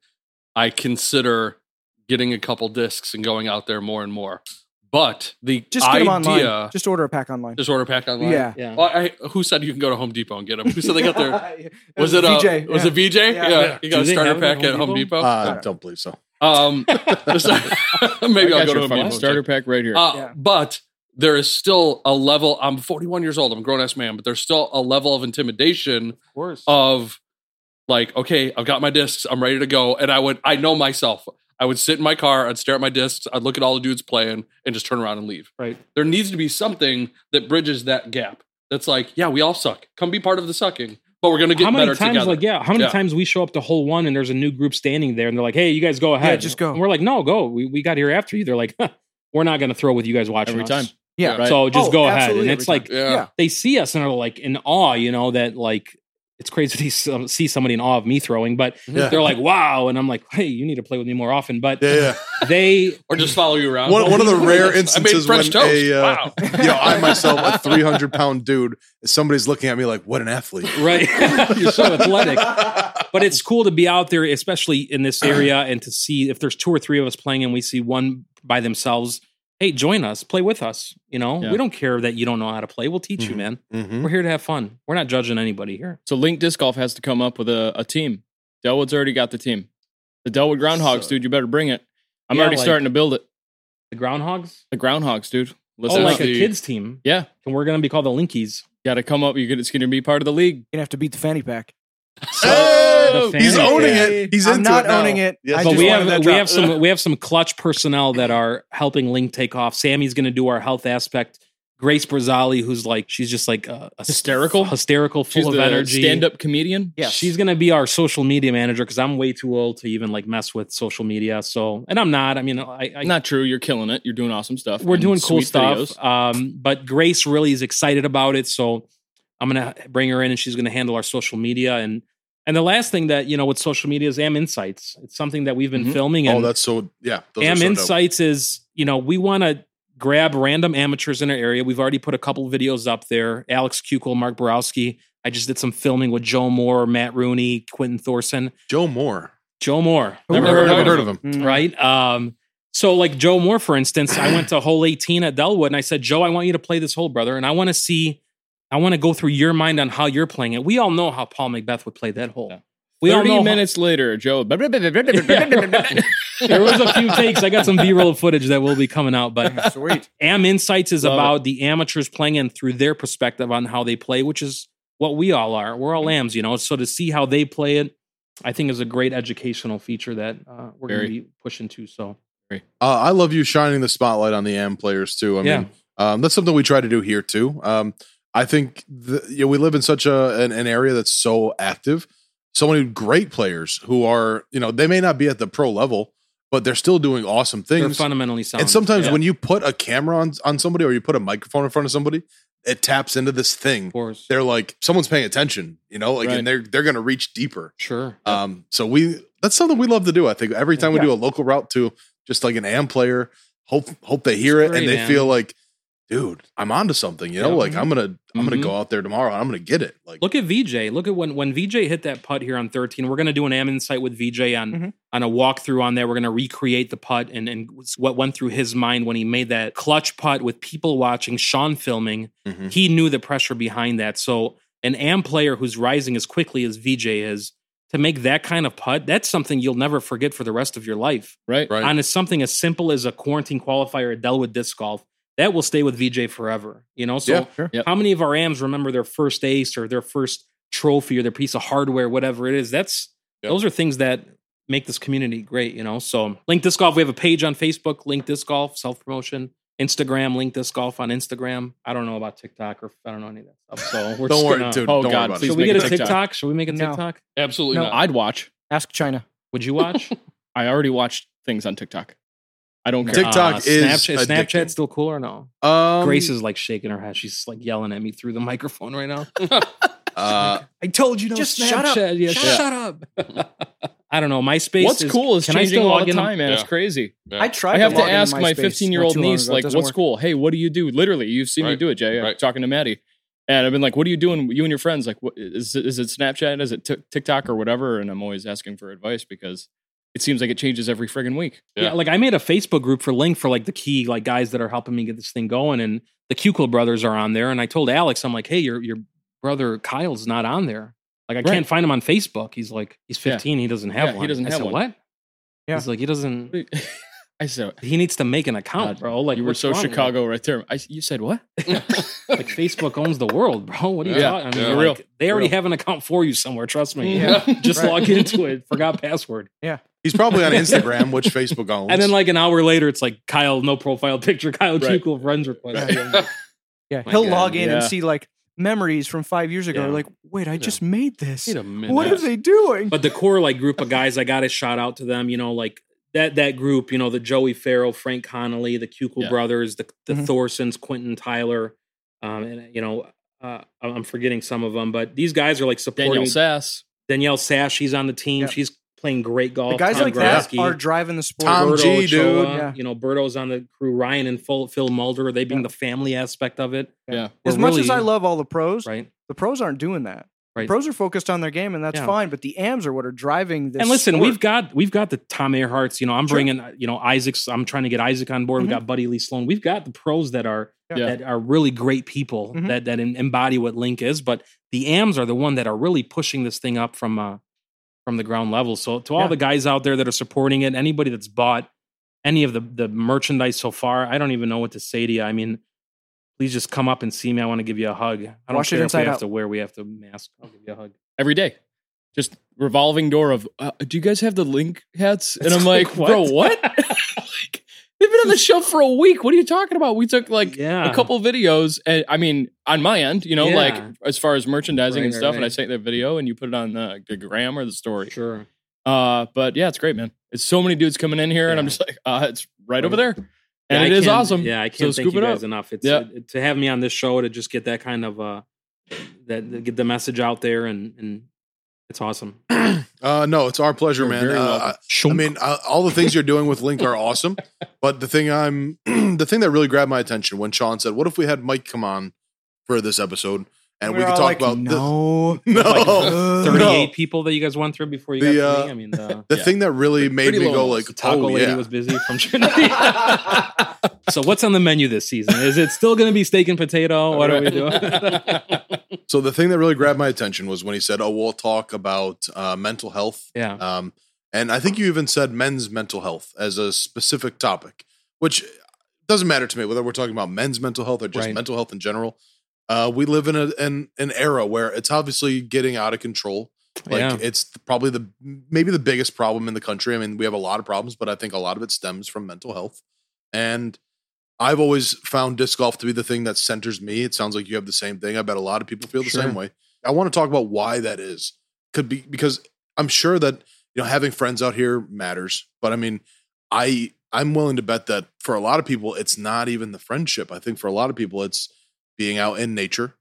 [SPEAKER 5] I consider getting a couple discs and going out there more and more. But the
[SPEAKER 4] Just get
[SPEAKER 5] idea,
[SPEAKER 4] them online. Just order a pack online.
[SPEAKER 5] just order a pack online.
[SPEAKER 4] yeah.
[SPEAKER 6] yeah.
[SPEAKER 5] Well, I, who said you can go to Home Depot and get them? Who said they got their? Was it a?
[SPEAKER 6] uh,
[SPEAKER 4] VJ?
[SPEAKER 5] Was
[SPEAKER 4] yeah.
[SPEAKER 5] it VJ? Yeah,
[SPEAKER 4] Yeah.
[SPEAKER 6] Do
[SPEAKER 5] you got a
[SPEAKER 6] they
[SPEAKER 5] starter
[SPEAKER 6] have it at
[SPEAKER 5] pack at Home
[SPEAKER 6] Home
[SPEAKER 5] Depot.
[SPEAKER 3] Uh, I don't believe so.
[SPEAKER 5] Um, just- maybe
[SPEAKER 2] I
[SPEAKER 5] I'll
[SPEAKER 2] got
[SPEAKER 5] go to
[SPEAKER 2] your
[SPEAKER 5] Home
[SPEAKER 2] fucking
[SPEAKER 5] Depot.
[SPEAKER 2] starter pack right here.
[SPEAKER 5] Uh,
[SPEAKER 4] Yeah.
[SPEAKER 5] But there is still a level. I'm 41 years old. I'm a grown ass man, but there's still a level of intimidation
[SPEAKER 6] of course.
[SPEAKER 5] of like, okay, I've got my discs, I'm ready to go. And I would, I know myself. I would sit in my car, I'd stare at my discs, I'd look at all the dudes playing and just turn around and leave.
[SPEAKER 6] Right.
[SPEAKER 5] There needs to be something that bridges that gap. That's like, yeah, we all suck. Come be part of the sucking, but we're going to get
[SPEAKER 6] how many
[SPEAKER 5] better
[SPEAKER 6] times
[SPEAKER 5] together.
[SPEAKER 6] like yeah how many
[SPEAKER 5] Yeah.
[SPEAKER 6] times we show up to hole one and there's a new group standing there and they're like hey you guys go ahead
[SPEAKER 4] just go.
[SPEAKER 6] and we're like no go we, we got here after you they're like huh, we're not going to throw with you guys watching
[SPEAKER 2] Every
[SPEAKER 6] us."
[SPEAKER 2] time.
[SPEAKER 4] Yeah.
[SPEAKER 2] Right.
[SPEAKER 6] so just
[SPEAKER 4] Oh,
[SPEAKER 6] go ahead
[SPEAKER 4] absolutely
[SPEAKER 6] and
[SPEAKER 4] every
[SPEAKER 6] it's like
[SPEAKER 4] time.
[SPEAKER 5] Yeah.
[SPEAKER 4] Yeah.
[SPEAKER 6] they see us and are like in awe you know that like it's crazy to see- see somebody in awe of me throwing but
[SPEAKER 3] Yeah.
[SPEAKER 6] they're like wow and i'm like hey you need to play with me more often but
[SPEAKER 3] Yeah, yeah.
[SPEAKER 6] they
[SPEAKER 5] or just follow you around.
[SPEAKER 3] One- one of the rare
[SPEAKER 5] I made
[SPEAKER 3] instances
[SPEAKER 5] French
[SPEAKER 3] when
[SPEAKER 5] toast.
[SPEAKER 3] a, uh,
[SPEAKER 5] wow.
[SPEAKER 3] you know, I myself, a 300 pound dude, somebody's looking at me like, what an athlete.
[SPEAKER 6] right you're so athletic but
[SPEAKER 2] Um,
[SPEAKER 6] it's cool to be out there, especially in this area, and to see if there's two or three of us playing and we see one by themselves. Hey, join us, play with us. You know,
[SPEAKER 2] Yeah. Mm-hmm.
[SPEAKER 6] we don't care that you don't know how to play. We'll teach you, man.
[SPEAKER 3] Mhm.
[SPEAKER 6] We're here to have fun. We're not judging anybody here.
[SPEAKER 2] So Link Disc Golf has to come up with a, a team. Delwood's already got the team. The Delwood Groundhogs,
[SPEAKER 3] So-
[SPEAKER 2] dude, you better bring it. I'm
[SPEAKER 6] Yeah,
[SPEAKER 2] already
[SPEAKER 6] like-
[SPEAKER 2] starting to build it.
[SPEAKER 6] The groundhogs.
[SPEAKER 2] The Groundhogs, dude.
[SPEAKER 6] Oh,
[SPEAKER 2] Listen
[SPEAKER 6] like
[SPEAKER 2] up.
[SPEAKER 6] a
[SPEAKER 5] the-
[SPEAKER 6] kids team,
[SPEAKER 2] yeah,
[SPEAKER 6] and we're gonna be called the Linkies.
[SPEAKER 2] got to come up. You could, it's going to be part of the league.
[SPEAKER 4] You're gonna have to beat the fanny pack.
[SPEAKER 3] Oh,
[SPEAKER 6] The
[SPEAKER 3] he's
[SPEAKER 6] fanny
[SPEAKER 3] owning
[SPEAKER 6] pack.
[SPEAKER 3] it. He's
[SPEAKER 4] I'm
[SPEAKER 3] into
[SPEAKER 4] not
[SPEAKER 3] it now.
[SPEAKER 4] owning it.
[SPEAKER 3] Yes,
[SPEAKER 4] I
[SPEAKER 3] he
[SPEAKER 6] But
[SPEAKER 4] just
[SPEAKER 6] we
[SPEAKER 4] wanted
[SPEAKER 6] have
[SPEAKER 4] that
[SPEAKER 6] we
[SPEAKER 4] drop.
[SPEAKER 6] have some we have some clutch personnel that are helping Link take off. Sammy's going to do our health aspect. Grace Brazali, who's like she's just like uh, a, a
[SPEAKER 2] Hysterical?
[SPEAKER 6] hysterical, full
[SPEAKER 2] She's
[SPEAKER 6] of
[SPEAKER 2] the
[SPEAKER 6] energy,
[SPEAKER 2] stand-up comedian.
[SPEAKER 4] Yes.
[SPEAKER 6] She's gonna be our social media manager because I'm way too old to even like mess with social media. So, and I'm not. I mean, I, I
[SPEAKER 2] Not true. You're killing it. You're doing awesome stuff.
[SPEAKER 6] we're
[SPEAKER 2] and
[SPEAKER 6] doing cool
[SPEAKER 2] sweet
[SPEAKER 6] stuff.
[SPEAKER 2] videos.
[SPEAKER 6] Um, but Grace really is excited about it, so I'm gonna bring her in and she's gonna handle our social media and and the last thing that you know with social media is Am Insights. It's something that we've been
[SPEAKER 2] Mhm.
[SPEAKER 6] filming. And
[SPEAKER 3] Oh, that's so, yeah. those are
[SPEAKER 6] Am
[SPEAKER 3] so dope.
[SPEAKER 6] Insights is, you know, we want to grab random amateurs in our area. We've already put a couple videos up there. Alex Kukul, Mark Borowski. I just did some filming with Joe Moore, Matt Rooney, Quentin Thorson.
[SPEAKER 3] Joe Moore.
[SPEAKER 6] Joe Moore,
[SPEAKER 4] Who-
[SPEAKER 3] Never, heard,
[SPEAKER 5] heard
[SPEAKER 3] never
[SPEAKER 5] of
[SPEAKER 3] heard of him.
[SPEAKER 4] Mm.
[SPEAKER 6] right? Um, so like Joe Moore, for instance, I went to Hole 18 at Delwood and I said, Joe, I want you to play this hole, brother, and I want to see, I want to go through your mind on how you're playing it. We all know how Paul Macbeth would play that hole.
[SPEAKER 2] Yeah.
[SPEAKER 6] We all
[SPEAKER 2] Thirty
[SPEAKER 6] know how-
[SPEAKER 2] minutes later, Joe.
[SPEAKER 6] there was a few takes. I got some B-roll footage that will be coming out, but
[SPEAKER 4] Sweet.
[SPEAKER 6] Am Insights is
[SPEAKER 2] Love
[SPEAKER 6] about the amateurs playing and through their perspective on how they play, which is what we all are. We're all lambs, you know. So to see how they play it, I think is a great educational feature that uh, we're going
[SPEAKER 2] Very.
[SPEAKER 6] to be pushing to. So
[SPEAKER 3] Uh, I love you shining the spotlight on the AM players too. I
[SPEAKER 6] Yeah.
[SPEAKER 3] mean, um, that's something we try to do here too. Um, I think the, you know, we live in such a an, an area that's so active. So many great players who are you know they may not be at the pro level, but they're still doing awesome
[SPEAKER 6] they're
[SPEAKER 3] things.
[SPEAKER 6] fundamentally sound.
[SPEAKER 3] And sometimes
[SPEAKER 6] Yeah.
[SPEAKER 3] when you put a camera on on somebody or you put a microphone in front of somebody, it taps into this thing.
[SPEAKER 6] of course,
[SPEAKER 3] They're like someone's paying attention, you know, like
[SPEAKER 2] Right.
[SPEAKER 3] and they're they're going to reach deeper.
[SPEAKER 6] sure.
[SPEAKER 3] Um, so we that's something we love to do. I think every time we do a local route to just like an AM player, hope hope they hear
[SPEAKER 6] It's
[SPEAKER 3] it and
[SPEAKER 6] great,
[SPEAKER 3] they
[SPEAKER 6] man.
[SPEAKER 3] feel like, dude, I'm onto something. You know,
[SPEAKER 6] Yeah.
[SPEAKER 3] like I'm gonna I'm gonna
[SPEAKER 6] Mhm.
[SPEAKER 3] go out there tomorrow. and I'm gonna get it. Like
[SPEAKER 6] Look at VJ. Look at when when VJ hit that putt here on 13. We're going to do an Am Insight with VJ on
[SPEAKER 3] Mm-hmm.
[SPEAKER 4] Mhm.
[SPEAKER 6] on a walkthrough on there. We're going to recreate the putt and and what went through his mind when he made that clutch putt with people watching, Sean filming.
[SPEAKER 3] Mhm.
[SPEAKER 6] He knew the pressure behind that. So an Am player who's rising as quickly as VJ is to make that kind of putt, that's something you'll never forget for the rest of your life.
[SPEAKER 2] Right.
[SPEAKER 3] Right.
[SPEAKER 6] On a, something as simple as a quarantine qualifier at Delwood Disc Golf, that will stay with VJ forever. You know, so
[SPEAKER 3] Yeah.
[SPEAKER 2] Yep.
[SPEAKER 6] how many of our AMs remember their first ace or their first trophy or their piece of hardware, whatever it is? That's
[SPEAKER 3] Yep.
[SPEAKER 6] those are things that make this community great, you know. So Link Disc Golf, we have a page on Facebook, Link Disc Golf, self promotion, Instagram, Link Disc Golf on Instagram. I don't know about TikTok or I don't know any of that stuff. So we're
[SPEAKER 3] don't
[SPEAKER 6] just
[SPEAKER 3] worry,
[SPEAKER 6] gonna-
[SPEAKER 3] dude.
[SPEAKER 2] Oh, God,
[SPEAKER 3] don't worry about
[SPEAKER 2] please
[SPEAKER 6] Should
[SPEAKER 3] it.
[SPEAKER 6] we
[SPEAKER 2] make
[SPEAKER 6] get a
[SPEAKER 2] a
[SPEAKER 6] TikTok?
[SPEAKER 2] TikTok.
[SPEAKER 6] Should we make a
[SPEAKER 4] No.
[SPEAKER 6] TikTok?
[SPEAKER 5] Absolutely not.
[SPEAKER 2] I'd watch.
[SPEAKER 4] Ask China.
[SPEAKER 6] Would you watch? Uh,
[SPEAKER 2] I already watched things on TikTok. I don't care.
[SPEAKER 3] Tik- TikTok is
[SPEAKER 6] Snapchat, is
[SPEAKER 3] addicting.
[SPEAKER 6] Snapchat still cool or no?
[SPEAKER 3] Um,
[SPEAKER 6] Grace is like shaking her head. She's like yelling at me through the microphone right now.
[SPEAKER 3] uh,
[SPEAKER 6] I told you no
[SPEAKER 4] Just shut up.
[SPEAKER 6] Snapchat. Yeah,
[SPEAKER 4] Shut
[SPEAKER 6] up. I don't know. MySpace.
[SPEAKER 2] what's
[SPEAKER 6] is,
[SPEAKER 2] cool is
[SPEAKER 6] can I
[SPEAKER 2] changing
[SPEAKER 6] still
[SPEAKER 2] all
[SPEAKER 6] log
[SPEAKER 2] the
[SPEAKER 6] in on-
[SPEAKER 2] time, man.
[SPEAKER 5] Yeah.
[SPEAKER 2] It's crazy.
[SPEAKER 5] Yeah.
[SPEAKER 4] I tried.
[SPEAKER 2] I have to
[SPEAKER 4] log into
[SPEAKER 2] ask my
[SPEAKER 4] MySpace
[SPEAKER 2] 15 year old
[SPEAKER 4] not too long
[SPEAKER 2] niece,
[SPEAKER 4] ago. It
[SPEAKER 2] like,
[SPEAKER 4] doesn't
[SPEAKER 2] what's
[SPEAKER 4] work.
[SPEAKER 2] cool? Hey, what do you do? Literally, you've seen me
[SPEAKER 5] Right.
[SPEAKER 2] do it, Jay. I'm
[SPEAKER 5] Right.
[SPEAKER 2] talking to Maddie. And I've been like, what are you doing? You and your friends, like, what, is, it- is it Snapchat? Is it Tik TikTok or whatever? And I'm always asking for advice because it seems like it changes every friggin' week.
[SPEAKER 6] Yeah.
[SPEAKER 5] Yeah.
[SPEAKER 6] like I made a Facebook group for Link for like the key like guys that are helping me get this thing going, and the Cukle brothers are on there. And I told Alex, I'm like, hey, your your brother Kyle's not on there. Like I
[SPEAKER 2] Right.
[SPEAKER 6] can't find him on Facebook. He's like, he's 15. He doesn't have
[SPEAKER 2] Yeah, he
[SPEAKER 6] one.
[SPEAKER 2] doesn't
[SPEAKER 6] I
[SPEAKER 2] have
[SPEAKER 6] said,
[SPEAKER 2] one.
[SPEAKER 6] What?
[SPEAKER 4] Yeah.
[SPEAKER 6] He's like, he doesn't.
[SPEAKER 2] I said,
[SPEAKER 6] He needs to make an account,
[SPEAKER 2] God,
[SPEAKER 6] bro. Like
[SPEAKER 2] you were
[SPEAKER 6] what's
[SPEAKER 2] so
[SPEAKER 6] wrong with him?
[SPEAKER 2] Chicago right there. I, you said what?
[SPEAKER 6] Like Facebook owns the world, bro. What are you
[SPEAKER 2] Yeah.
[SPEAKER 6] talking? I mean,
[SPEAKER 5] Yeah.
[SPEAKER 6] like,
[SPEAKER 2] Real.
[SPEAKER 6] they already
[SPEAKER 2] Real.
[SPEAKER 6] have an account for you somewhere. Trust me.
[SPEAKER 4] Yeah.
[SPEAKER 6] Just
[SPEAKER 4] Right.
[SPEAKER 6] log into it. Forgot password.
[SPEAKER 3] he's probably on Instagram, which Facebook owns.
[SPEAKER 6] And then like an hour later, it's like Kyle, no profile picture. Kyle
[SPEAKER 2] Right.
[SPEAKER 6] Chukul friends request.
[SPEAKER 3] Right.
[SPEAKER 6] I'm like,
[SPEAKER 4] Yeah,
[SPEAKER 6] My
[SPEAKER 4] he'll
[SPEAKER 6] God,
[SPEAKER 4] log in and
[SPEAKER 2] yeah.
[SPEAKER 4] see like memories from five years ago.
[SPEAKER 6] Yeah.
[SPEAKER 4] Like, wait, I just made this.
[SPEAKER 6] Wait a minute.
[SPEAKER 4] What are they doing?
[SPEAKER 6] but the core like group of guys, I got to shout out to them. You know, like that that group. You know, the Joey Farrell, Frank Connolly, the Kukul
[SPEAKER 2] Yeah.
[SPEAKER 6] brothers, the the
[SPEAKER 4] Mhm.
[SPEAKER 6] Thorsons, Quentin Tyler, um, and you know, uh, I'm I'm forgetting some of them, but these guys are like supporting
[SPEAKER 2] Daniel
[SPEAKER 6] Danielle,
[SPEAKER 2] Sass.
[SPEAKER 6] Sash. She's on the team.
[SPEAKER 4] Yeah.
[SPEAKER 6] She's playing great golf.
[SPEAKER 4] the guys
[SPEAKER 6] Tom
[SPEAKER 4] like that
[SPEAKER 6] Grabowski,
[SPEAKER 4] are driving the sport.
[SPEAKER 3] Tom
[SPEAKER 6] Berto
[SPEAKER 3] G, dude.
[SPEAKER 6] Ochoa,
[SPEAKER 4] Yeah.
[SPEAKER 6] You know, Berto's on the crew. Ryan and Phil, Phil Mulder. They being the family aspect of it,
[SPEAKER 2] Yeah.
[SPEAKER 4] as
[SPEAKER 6] We're
[SPEAKER 4] much
[SPEAKER 6] really-
[SPEAKER 4] as I love all the pros,
[SPEAKER 6] right?
[SPEAKER 4] the pros aren't doing that. The
[SPEAKER 6] Right.
[SPEAKER 4] pros are focused on their game, and that's
[SPEAKER 6] Yeah.
[SPEAKER 4] fine. But the AMs are what are driving this.
[SPEAKER 6] and listen,
[SPEAKER 4] sport.
[SPEAKER 6] we've got we've got the Tom Earhart's. You know, I'm
[SPEAKER 4] Sure.
[SPEAKER 6] bringing uh, you know Isaac's. I'm trying to get Isaac on board.
[SPEAKER 4] Mhm.
[SPEAKER 6] We've got Buddy Lee Sloan. We've got the pros that are
[SPEAKER 4] Yeah.
[SPEAKER 2] Yeah.
[SPEAKER 6] that are really great people
[SPEAKER 4] Mhm.
[SPEAKER 6] that that em- embody what Link is. But the AMs are the one that are really pushing this thing up from uh from the ground level. So to all
[SPEAKER 4] Yeah.
[SPEAKER 6] the guys out there that are supporting it, anybody that's bought any of the the merchandise so far, I don't even know what to say to you. I mean. Please just come up and see me. I want to give you a hug. I don't
[SPEAKER 4] Wash it
[SPEAKER 6] care if we
[SPEAKER 4] inside
[SPEAKER 6] have
[SPEAKER 4] out.
[SPEAKER 6] to wear, we have to mask. I'll give you a hug.
[SPEAKER 2] every day. Just revolving door of, uh, do you guys have the link hats? And
[SPEAKER 6] It's
[SPEAKER 2] I'm
[SPEAKER 6] like,
[SPEAKER 2] like, bro,
[SPEAKER 6] what?
[SPEAKER 2] what? like, they've been on the show for a week. What are you talking about? We took like
[SPEAKER 6] yeah.
[SPEAKER 2] a couple videos. And, I mean, on my end, you know,
[SPEAKER 6] Yeah.
[SPEAKER 2] like as far as merchandising
[SPEAKER 6] Right,
[SPEAKER 2] and
[SPEAKER 6] right,
[SPEAKER 2] stuff. And I
[SPEAKER 6] right.
[SPEAKER 2] sent that video and you put it on the, the gram or the story.
[SPEAKER 6] Sure.
[SPEAKER 2] Uh, but yeah, it's great, man. It's so many dudes coming in here and I'm
[SPEAKER 6] Yeah.
[SPEAKER 2] just like, uh, it's right
[SPEAKER 6] Right.
[SPEAKER 2] over there. And
[SPEAKER 6] Yeah,
[SPEAKER 2] it
[SPEAKER 6] I
[SPEAKER 2] is
[SPEAKER 6] can't-
[SPEAKER 2] awesome.
[SPEAKER 6] Yeah, I
[SPEAKER 2] So
[SPEAKER 6] can't thank
[SPEAKER 2] scoop
[SPEAKER 6] you
[SPEAKER 2] it
[SPEAKER 6] guys
[SPEAKER 2] up.
[SPEAKER 6] enough. It's
[SPEAKER 2] Yeah.
[SPEAKER 6] it- to have me on this show to just get that kind of uh that, that get the message out there and and it's awesome.
[SPEAKER 3] uh, no, it's our pleasure,
[SPEAKER 2] You're
[SPEAKER 3] man.
[SPEAKER 2] very
[SPEAKER 3] Uh,
[SPEAKER 2] welcome.
[SPEAKER 3] I mean, uh, all the things you're doing with Link are awesome, but the thing I'm, the thing that really grabbed my attention when Sean said, "What if we had Mike come on for this episode?" and
[SPEAKER 4] We're
[SPEAKER 3] we can
[SPEAKER 4] all
[SPEAKER 3] talk
[SPEAKER 4] like,
[SPEAKER 3] about
[SPEAKER 4] no.
[SPEAKER 3] the, no,
[SPEAKER 6] like
[SPEAKER 3] no.
[SPEAKER 6] 38 people that you guys went through before you
[SPEAKER 3] The,
[SPEAKER 6] got to
[SPEAKER 3] uh,
[SPEAKER 6] me. I mean, the,
[SPEAKER 3] The
[SPEAKER 2] Yeah.
[SPEAKER 3] thing that really made
[SPEAKER 5] pretty
[SPEAKER 3] me go
[SPEAKER 5] low.
[SPEAKER 3] like,
[SPEAKER 6] the taco
[SPEAKER 3] oh,
[SPEAKER 6] lady
[SPEAKER 3] yeah.
[SPEAKER 6] was busy from Trinity. so what's on the menu this season? Is it still going to be steak and potato? What are we doing?
[SPEAKER 3] So the thing that really grabbed my attention was when he said, "Oh, we'll talk about uh, mental health."
[SPEAKER 6] yeah.
[SPEAKER 3] Um, and I think you even said men's mental health as a specific topic, which doesn't matter to me whether we're talking about men's mental health or just
[SPEAKER 6] Right.
[SPEAKER 3] mental health in general. Uh, we live in a, an an era where it's obviously getting out of control. Like
[SPEAKER 6] yeah.
[SPEAKER 3] it's probably the maybe the biggest problem in the country. I mean, we have a lot of problems, but I think a lot of it stems from mental health. And I've always found disc golf to be the thing that centers me. It sounds like you have the same thing. I bet a lot of people feel the
[SPEAKER 6] Sure.
[SPEAKER 3] same way. I want to talk about why that is. Could be because I'm sure that you know having friends out here matters, but I mean, I I'm willing to bet that for a lot of people it's not even the friendship. I think for a lot of people it's being out in nature.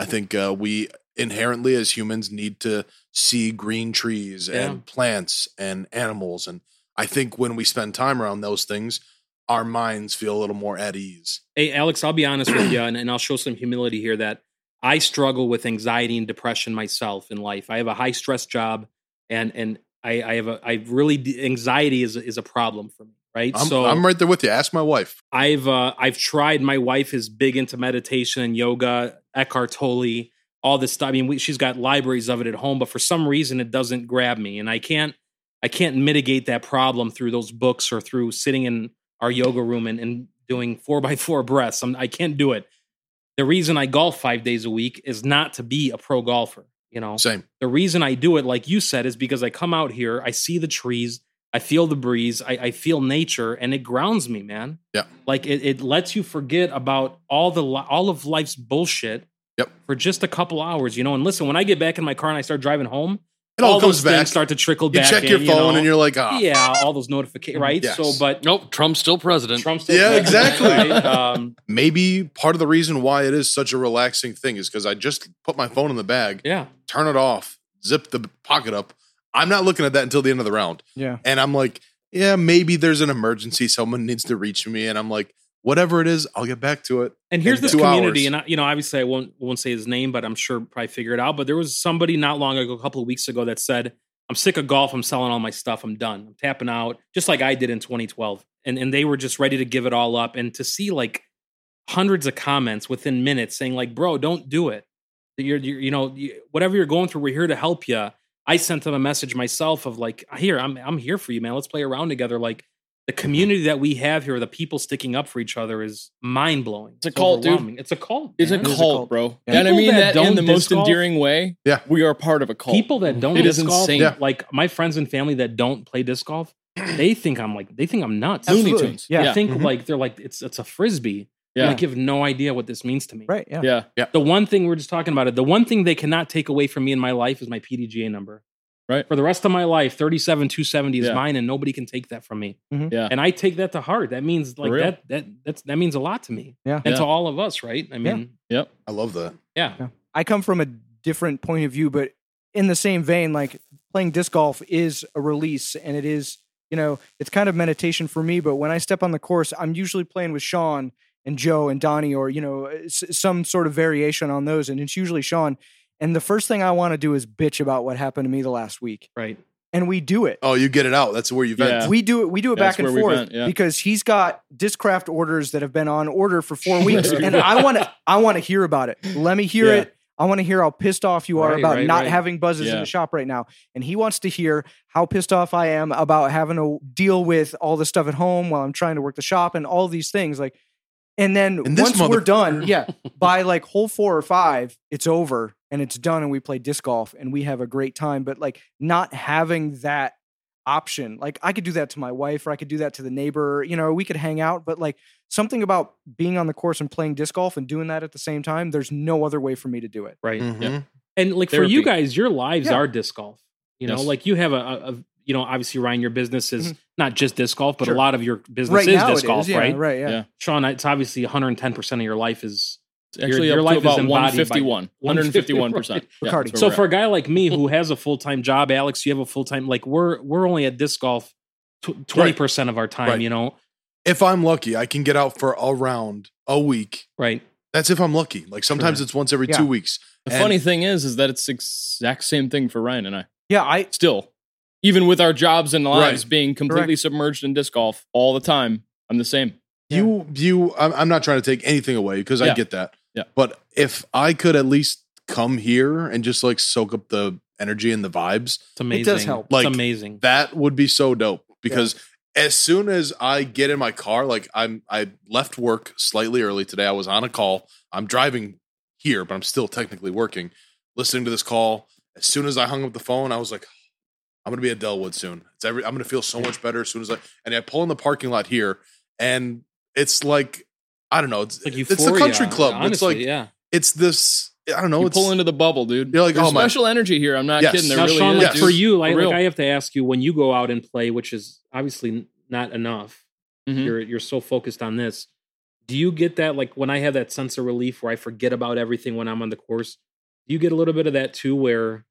[SPEAKER 3] I think uh, we inherently as humans need to see green trees
[SPEAKER 6] Yeah.
[SPEAKER 3] and plants and animals and I think when we spend time around those things, our minds feel a little more at ease.
[SPEAKER 6] Hey, Alex, I'll be honest with you, and, and I'll show some humility here that I struggle with anxiety and depression myself in life. I have a high stress job, and and I, I have a I really d- anxiety is is a problem for me, right?
[SPEAKER 3] I'm, I'm right there with you. Ask my wife.
[SPEAKER 6] I've uh, I've tried. My wife is big into meditation and yoga, Eckhart Tolle, all this stuff. I mean, we, she's got libraries of it at home, but for some reason, it doesn't grab me, and I can't I can't mitigate that problem through those books or through sitting in our yoga room and, and doing four by four breaths. I'm, I can't do it. The reason I golf five days a week is not to be a pro golfer. You know,
[SPEAKER 3] Same.
[SPEAKER 6] the reason I do it, like you said, is because I come out here, I see the trees, I feel the breeze, I, I feel nature, and it grounds me, man.
[SPEAKER 3] Yeah.
[SPEAKER 6] Like it, it lets you forget about all the li- all of life's bullshit.
[SPEAKER 3] Yep.
[SPEAKER 6] For just a couple hours, you know. And listen, when I get back in my car and I start driving home,
[SPEAKER 3] It all,
[SPEAKER 6] those
[SPEAKER 3] comes
[SPEAKER 6] things
[SPEAKER 3] back.
[SPEAKER 6] start to trickle
[SPEAKER 3] you
[SPEAKER 6] back.
[SPEAKER 3] check
[SPEAKER 6] in,
[SPEAKER 3] your phone
[SPEAKER 6] know?
[SPEAKER 3] and you're like, ah,
[SPEAKER 6] yeah, all those notifications, right?
[SPEAKER 3] Yes.
[SPEAKER 6] So, but
[SPEAKER 5] Nope, Trump's still president.
[SPEAKER 6] Trump's
[SPEAKER 3] Yeah, exactly.
[SPEAKER 6] Um,
[SPEAKER 3] maybe part of the reason why it is such a relaxing thing is because I just put my phone in the bag,
[SPEAKER 6] yeah,
[SPEAKER 3] turn it off, zip the pocket up. I'm not looking at that until the end of the round.
[SPEAKER 4] Yeah.
[SPEAKER 3] And I'm like, yeah, maybe there's an emergency. Someone needs to reach me. And I'm like, whatever it is, I'll get back to it.
[SPEAKER 6] And here's
[SPEAKER 3] in
[SPEAKER 6] this
[SPEAKER 3] two
[SPEAKER 6] community,
[SPEAKER 3] hours.
[SPEAKER 6] and I, you know, obviously, I won't won't say his name, but I'm sure probably figure it out. But there was somebody not long ago, a couple of weeks ago, that said, "I'm sick of golf. I'm selling all my stuff. I'm done. I'm tapping out," just like I did in 2012. And and they were just ready to give it all up. And to see like hundreds of comments within minutes saying like, "Bro, don't do it. You're, you're you know, you, whatever you're going through, we're here to help you." I sent them a message myself of like, "Here, I'm I'm here for you, man. Let's play around together." Like. The community that we have here, the people sticking up for each other, is mind blowing.
[SPEAKER 2] It's a cult, dude.
[SPEAKER 6] It's a cult.
[SPEAKER 2] It's a
[SPEAKER 6] man.
[SPEAKER 4] It is a
[SPEAKER 2] cult,
[SPEAKER 4] cult.
[SPEAKER 2] bro.
[SPEAKER 4] Yeah.
[SPEAKER 2] And I
[SPEAKER 6] People
[SPEAKER 2] mean
[SPEAKER 6] that
[SPEAKER 2] that in
[SPEAKER 6] don't
[SPEAKER 2] the most
[SPEAKER 6] disc golf-
[SPEAKER 2] endearing way.
[SPEAKER 3] Yeah.
[SPEAKER 2] We are part of a cult.
[SPEAKER 6] People that don't
[SPEAKER 2] It is
[SPEAKER 6] disc golf,
[SPEAKER 2] insane.
[SPEAKER 3] Yeah.
[SPEAKER 6] like my friends and family that don't play disc golf, they think I'm like they think I'm nuts.
[SPEAKER 2] Looney
[SPEAKER 4] Absolutely.
[SPEAKER 2] Tunes.
[SPEAKER 4] Yeah.
[SPEAKER 6] I think
[SPEAKER 3] Mhm.
[SPEAKER 6] like they're like it's it's a frisbee.
[SPEAKER 2] Mm-hmm. Yeah.
[SPEAKER 6] And I have no idea what this means to me.
[SPEAKER 4] Right. Yeah.
[SPEAKER 2] Yeah.
[SPEAKER 6] The one thing we we're just talking about it. The one thing they cannot take away from me in my life is my PDGA number.
[SPEAKER 2] Right.
[SPEAKER 6] For the rest of my life, 37 270 is
[SPEAKER 2] Yeah.
[SPEAKER 6] mine and nobody can take that from me.
[SPEAKER 4] Mhm.
[SPEAKER 2] Yeah.
[SPEAKER 6] And I take that to heart. That means like
[SPEAKER 2] real.
[SPEAKER 6] that that that's that means a lot to me.
[SPEAKER 4] Yeah.
[SPEAKER 6] And to
[SPEAKER 2] Yeah.
[SPEAKER 6] all of us, right? I
[SPEAKER 4] Yeah.
[SPEAKER 6] mean,
[SPEAKER 3] I love that.
[SPEAKER 6] yeah.
[SPEAKER 4] I come from a different point of view, but in the same vein, like playing disc golf is a release and it is, you know, it's kind of meditation for me. But when I step on the course, I'm usually playing with Sean and Joe and Donnie or, you know, uh, s- some sort of variation on those. And it's usually Sean. And the first thing I want to do is bitch about what happened to me the last week.
[SPEAKER 6] Right.
[SPEAKER 4] And we do it.
[SPEAKER 3] Oh, you get it out. That's where you vent.
[SPEAKER 2] Yeah.
[SPEAKER 4] We do it. We do it
[SPEAKER 2] That's
[SPEAKER 4] back and
[SPEAKER 2] where we
[SPEAKER 4] forth
[SPEAKER 2] went, yeah.
[SPEAKER 4] because he's got discraft orders that have been on order for four weeks, and I want to. I want to hear about it. Let me hear
[SPEAKER 2] Yeah.
[SPEAKER 4] it. I want to hear how pissed off you are
[SPEAKER 6] Right,
[SPEAKER 4] about
[SPEAKER 6] right,
[SPEAKER 4] not
[SPEAKER 6] right.
[SPEAKER 4] having buzzes in
[SPEAKER 2] Yeah.
[SPEAKER 4] the shop right now, and he wants to hear how pissed off I am about having to deal with all the stuff at home while I'm trying to work the shop and all these things. Like, and then
[SPEAKER 3] And this
[SPEAKER 4] once we're
[SPEAKER 3] motherfucker.
[SPEAKER 4] done, yeah, by like hole four or five, it's over and it's done, and we play disc golf and we have a great time. But like not having that option, like I could do that to my wife or I could do that to the neighbor, you know, we could hang out, but like something about being on the course and playing disc golf and doing that at the same time, there's no other way for me to do it.
[SPEAKER 6] Right.
[SPEAKER 3] Mhm.
[SPEAKER 2] Yeah.
[SPEAKER 6] And like for
[SPEAKER 2] Therapy.
[SPEAKER 6] you guys, your lives
[SPEAKER 4] Mm. Yeah.
[SPEAKER 6] are disc golf. You know,
[SPEAKER 2] Yes.
[SPEAKER 6] like you have a, a, a- you know, obviously Ryan, your business is not just disc golf, but
[SPEAKER 4] Mm-hmm. Sure.
[SPEAKER 6] a lot of your business
[SPEAKER 4] right
[SPEAKER 6] is
[SPEAKER 4] now,
[SPEAKER 6] disc
[SPEAKER 4] it
[SPEAKER 6] golf,
[SPEAKER 4] is. Yeah,
[SPEAKER 6] right?
[SPEAKER 4] right. Yeah.
[SPEAKER 2] Yeah.
[SPEAKER 6] Sean, it's obviously 110 percent of your life is.
[SPEAKER 2] It's actually
[SPEAKER 6] your
[SPEAKER 2] up
[SPEAKER 6] life
[SPEAKER 2] to
[SPEAKER 6] is
[SPEAKER 2] about
[SPEAKER 6] embodied by-
[SPEAKER 2] 151. 151
[SPEAKER 6] Right.
[SPEAKER 2] percent.
[SPEAKER 4] Bacardi.
[SPEAKER 6] So for a guy like me who has a full time job, Alex, you have a full time. Like we're we're only at disc golf twenty percent of our time.
[SPEAKER 3] Right.
[SPEAKER 6] You know,
[SPEAKER 3] If I'm lucky, I can get out for a round a week
[SPEAKER 6] right?
[SPEAKER 3] That's if I'm lucky. Like sometimes it's once every
[SPEAKER 4] Yeah.
[SPEAKER 3] two weeks.
[SPEAKER 2] The
[SPEAKER 3] And-
[SPEAKER 2] funny thing is, is that it's the exact same thing for Ryan and I.
[SPEAKER 4] Yeah, I
[SPEAKER 2] Still, even with our jobs and lives
[SPEAKER 3] Right.
[SPEAKER 2] being completely submerged in disc golf all the time, I'm the same.
[SPEAKER 3] You, you, I'm, I'm not trying to take anything away because I
[SPEAKER 2] Yeah.
[SPEAKER 3] get that.
[SPEAKER 2] Yeah.
[SPEAKER 3] But if I could at least come here and just like soak up the energy and the vibes,
[SPEAKER 6] It's amazing.
[SPEAKER 4] help.
[SPEAKER 6] Like,
[SPEAKER 3] Like-
[SPEAKER 6] it's amazing.
[SPEAKER 3] that would be so dope. Because as soon as I get in my car, like I'm, I left work slightly early today. I was on a call. I'm driving here, but I'm still technically working, listening to this call. As soon as I hung up the phone, I was like, I'm gonna be at Delwood soon. It's every I'm gonna feel so much better as soon as I and I pull in the parking lot here, and it's like I don't know, it's,
[SPEAKER 6] It's like
[SPEAKER 3] it's
[SPEAKER 6] euphoria.
[SPEAKER 3] the country club. it's
[SPEAKER 6] honestly,
[SPEAKER 3] like
[SPEAKER 6] yeah.
[SPEAKER 3] it's this I don't know,
[SPEAKER 2] you
[SPEAKER 3] it's
[SPEAKER 2] pull into the bubble, dude.
[SPEAKER 3] You're like,
[SPEAKER 2] There's
[SPEAKER 3] oh my-
[SPEAKER 2] special energy here. I'm not
[SPEAKER 3] Yes.
[SPEAKER 2] kidding. There
[SPEAKER 6] Now,
[SPEAKER 2] really
[SPEAKER 6] Sean,
[SPEAKER 2] is.
[SPEAKER 6] like
[SPEAKER 3] Yes.
[SPEAKER 6] for
[SPEAKER 2] dude.
[SPEAKER 6] you, like,
[SPEAKER 2] For
[SPEAKER 6] like
[SPEAKER 2] real.
[SPEAKER 6] I have to ask you when you go out and play, which is obviously n- not enough.
[SPEAKER 2] Mhm.
[SPEAKER 6] You're you're so focused on this. Do you get that? Like when I have that sense of relief where I forget about everything when I'm on the course. Do you get a little bit of that too, where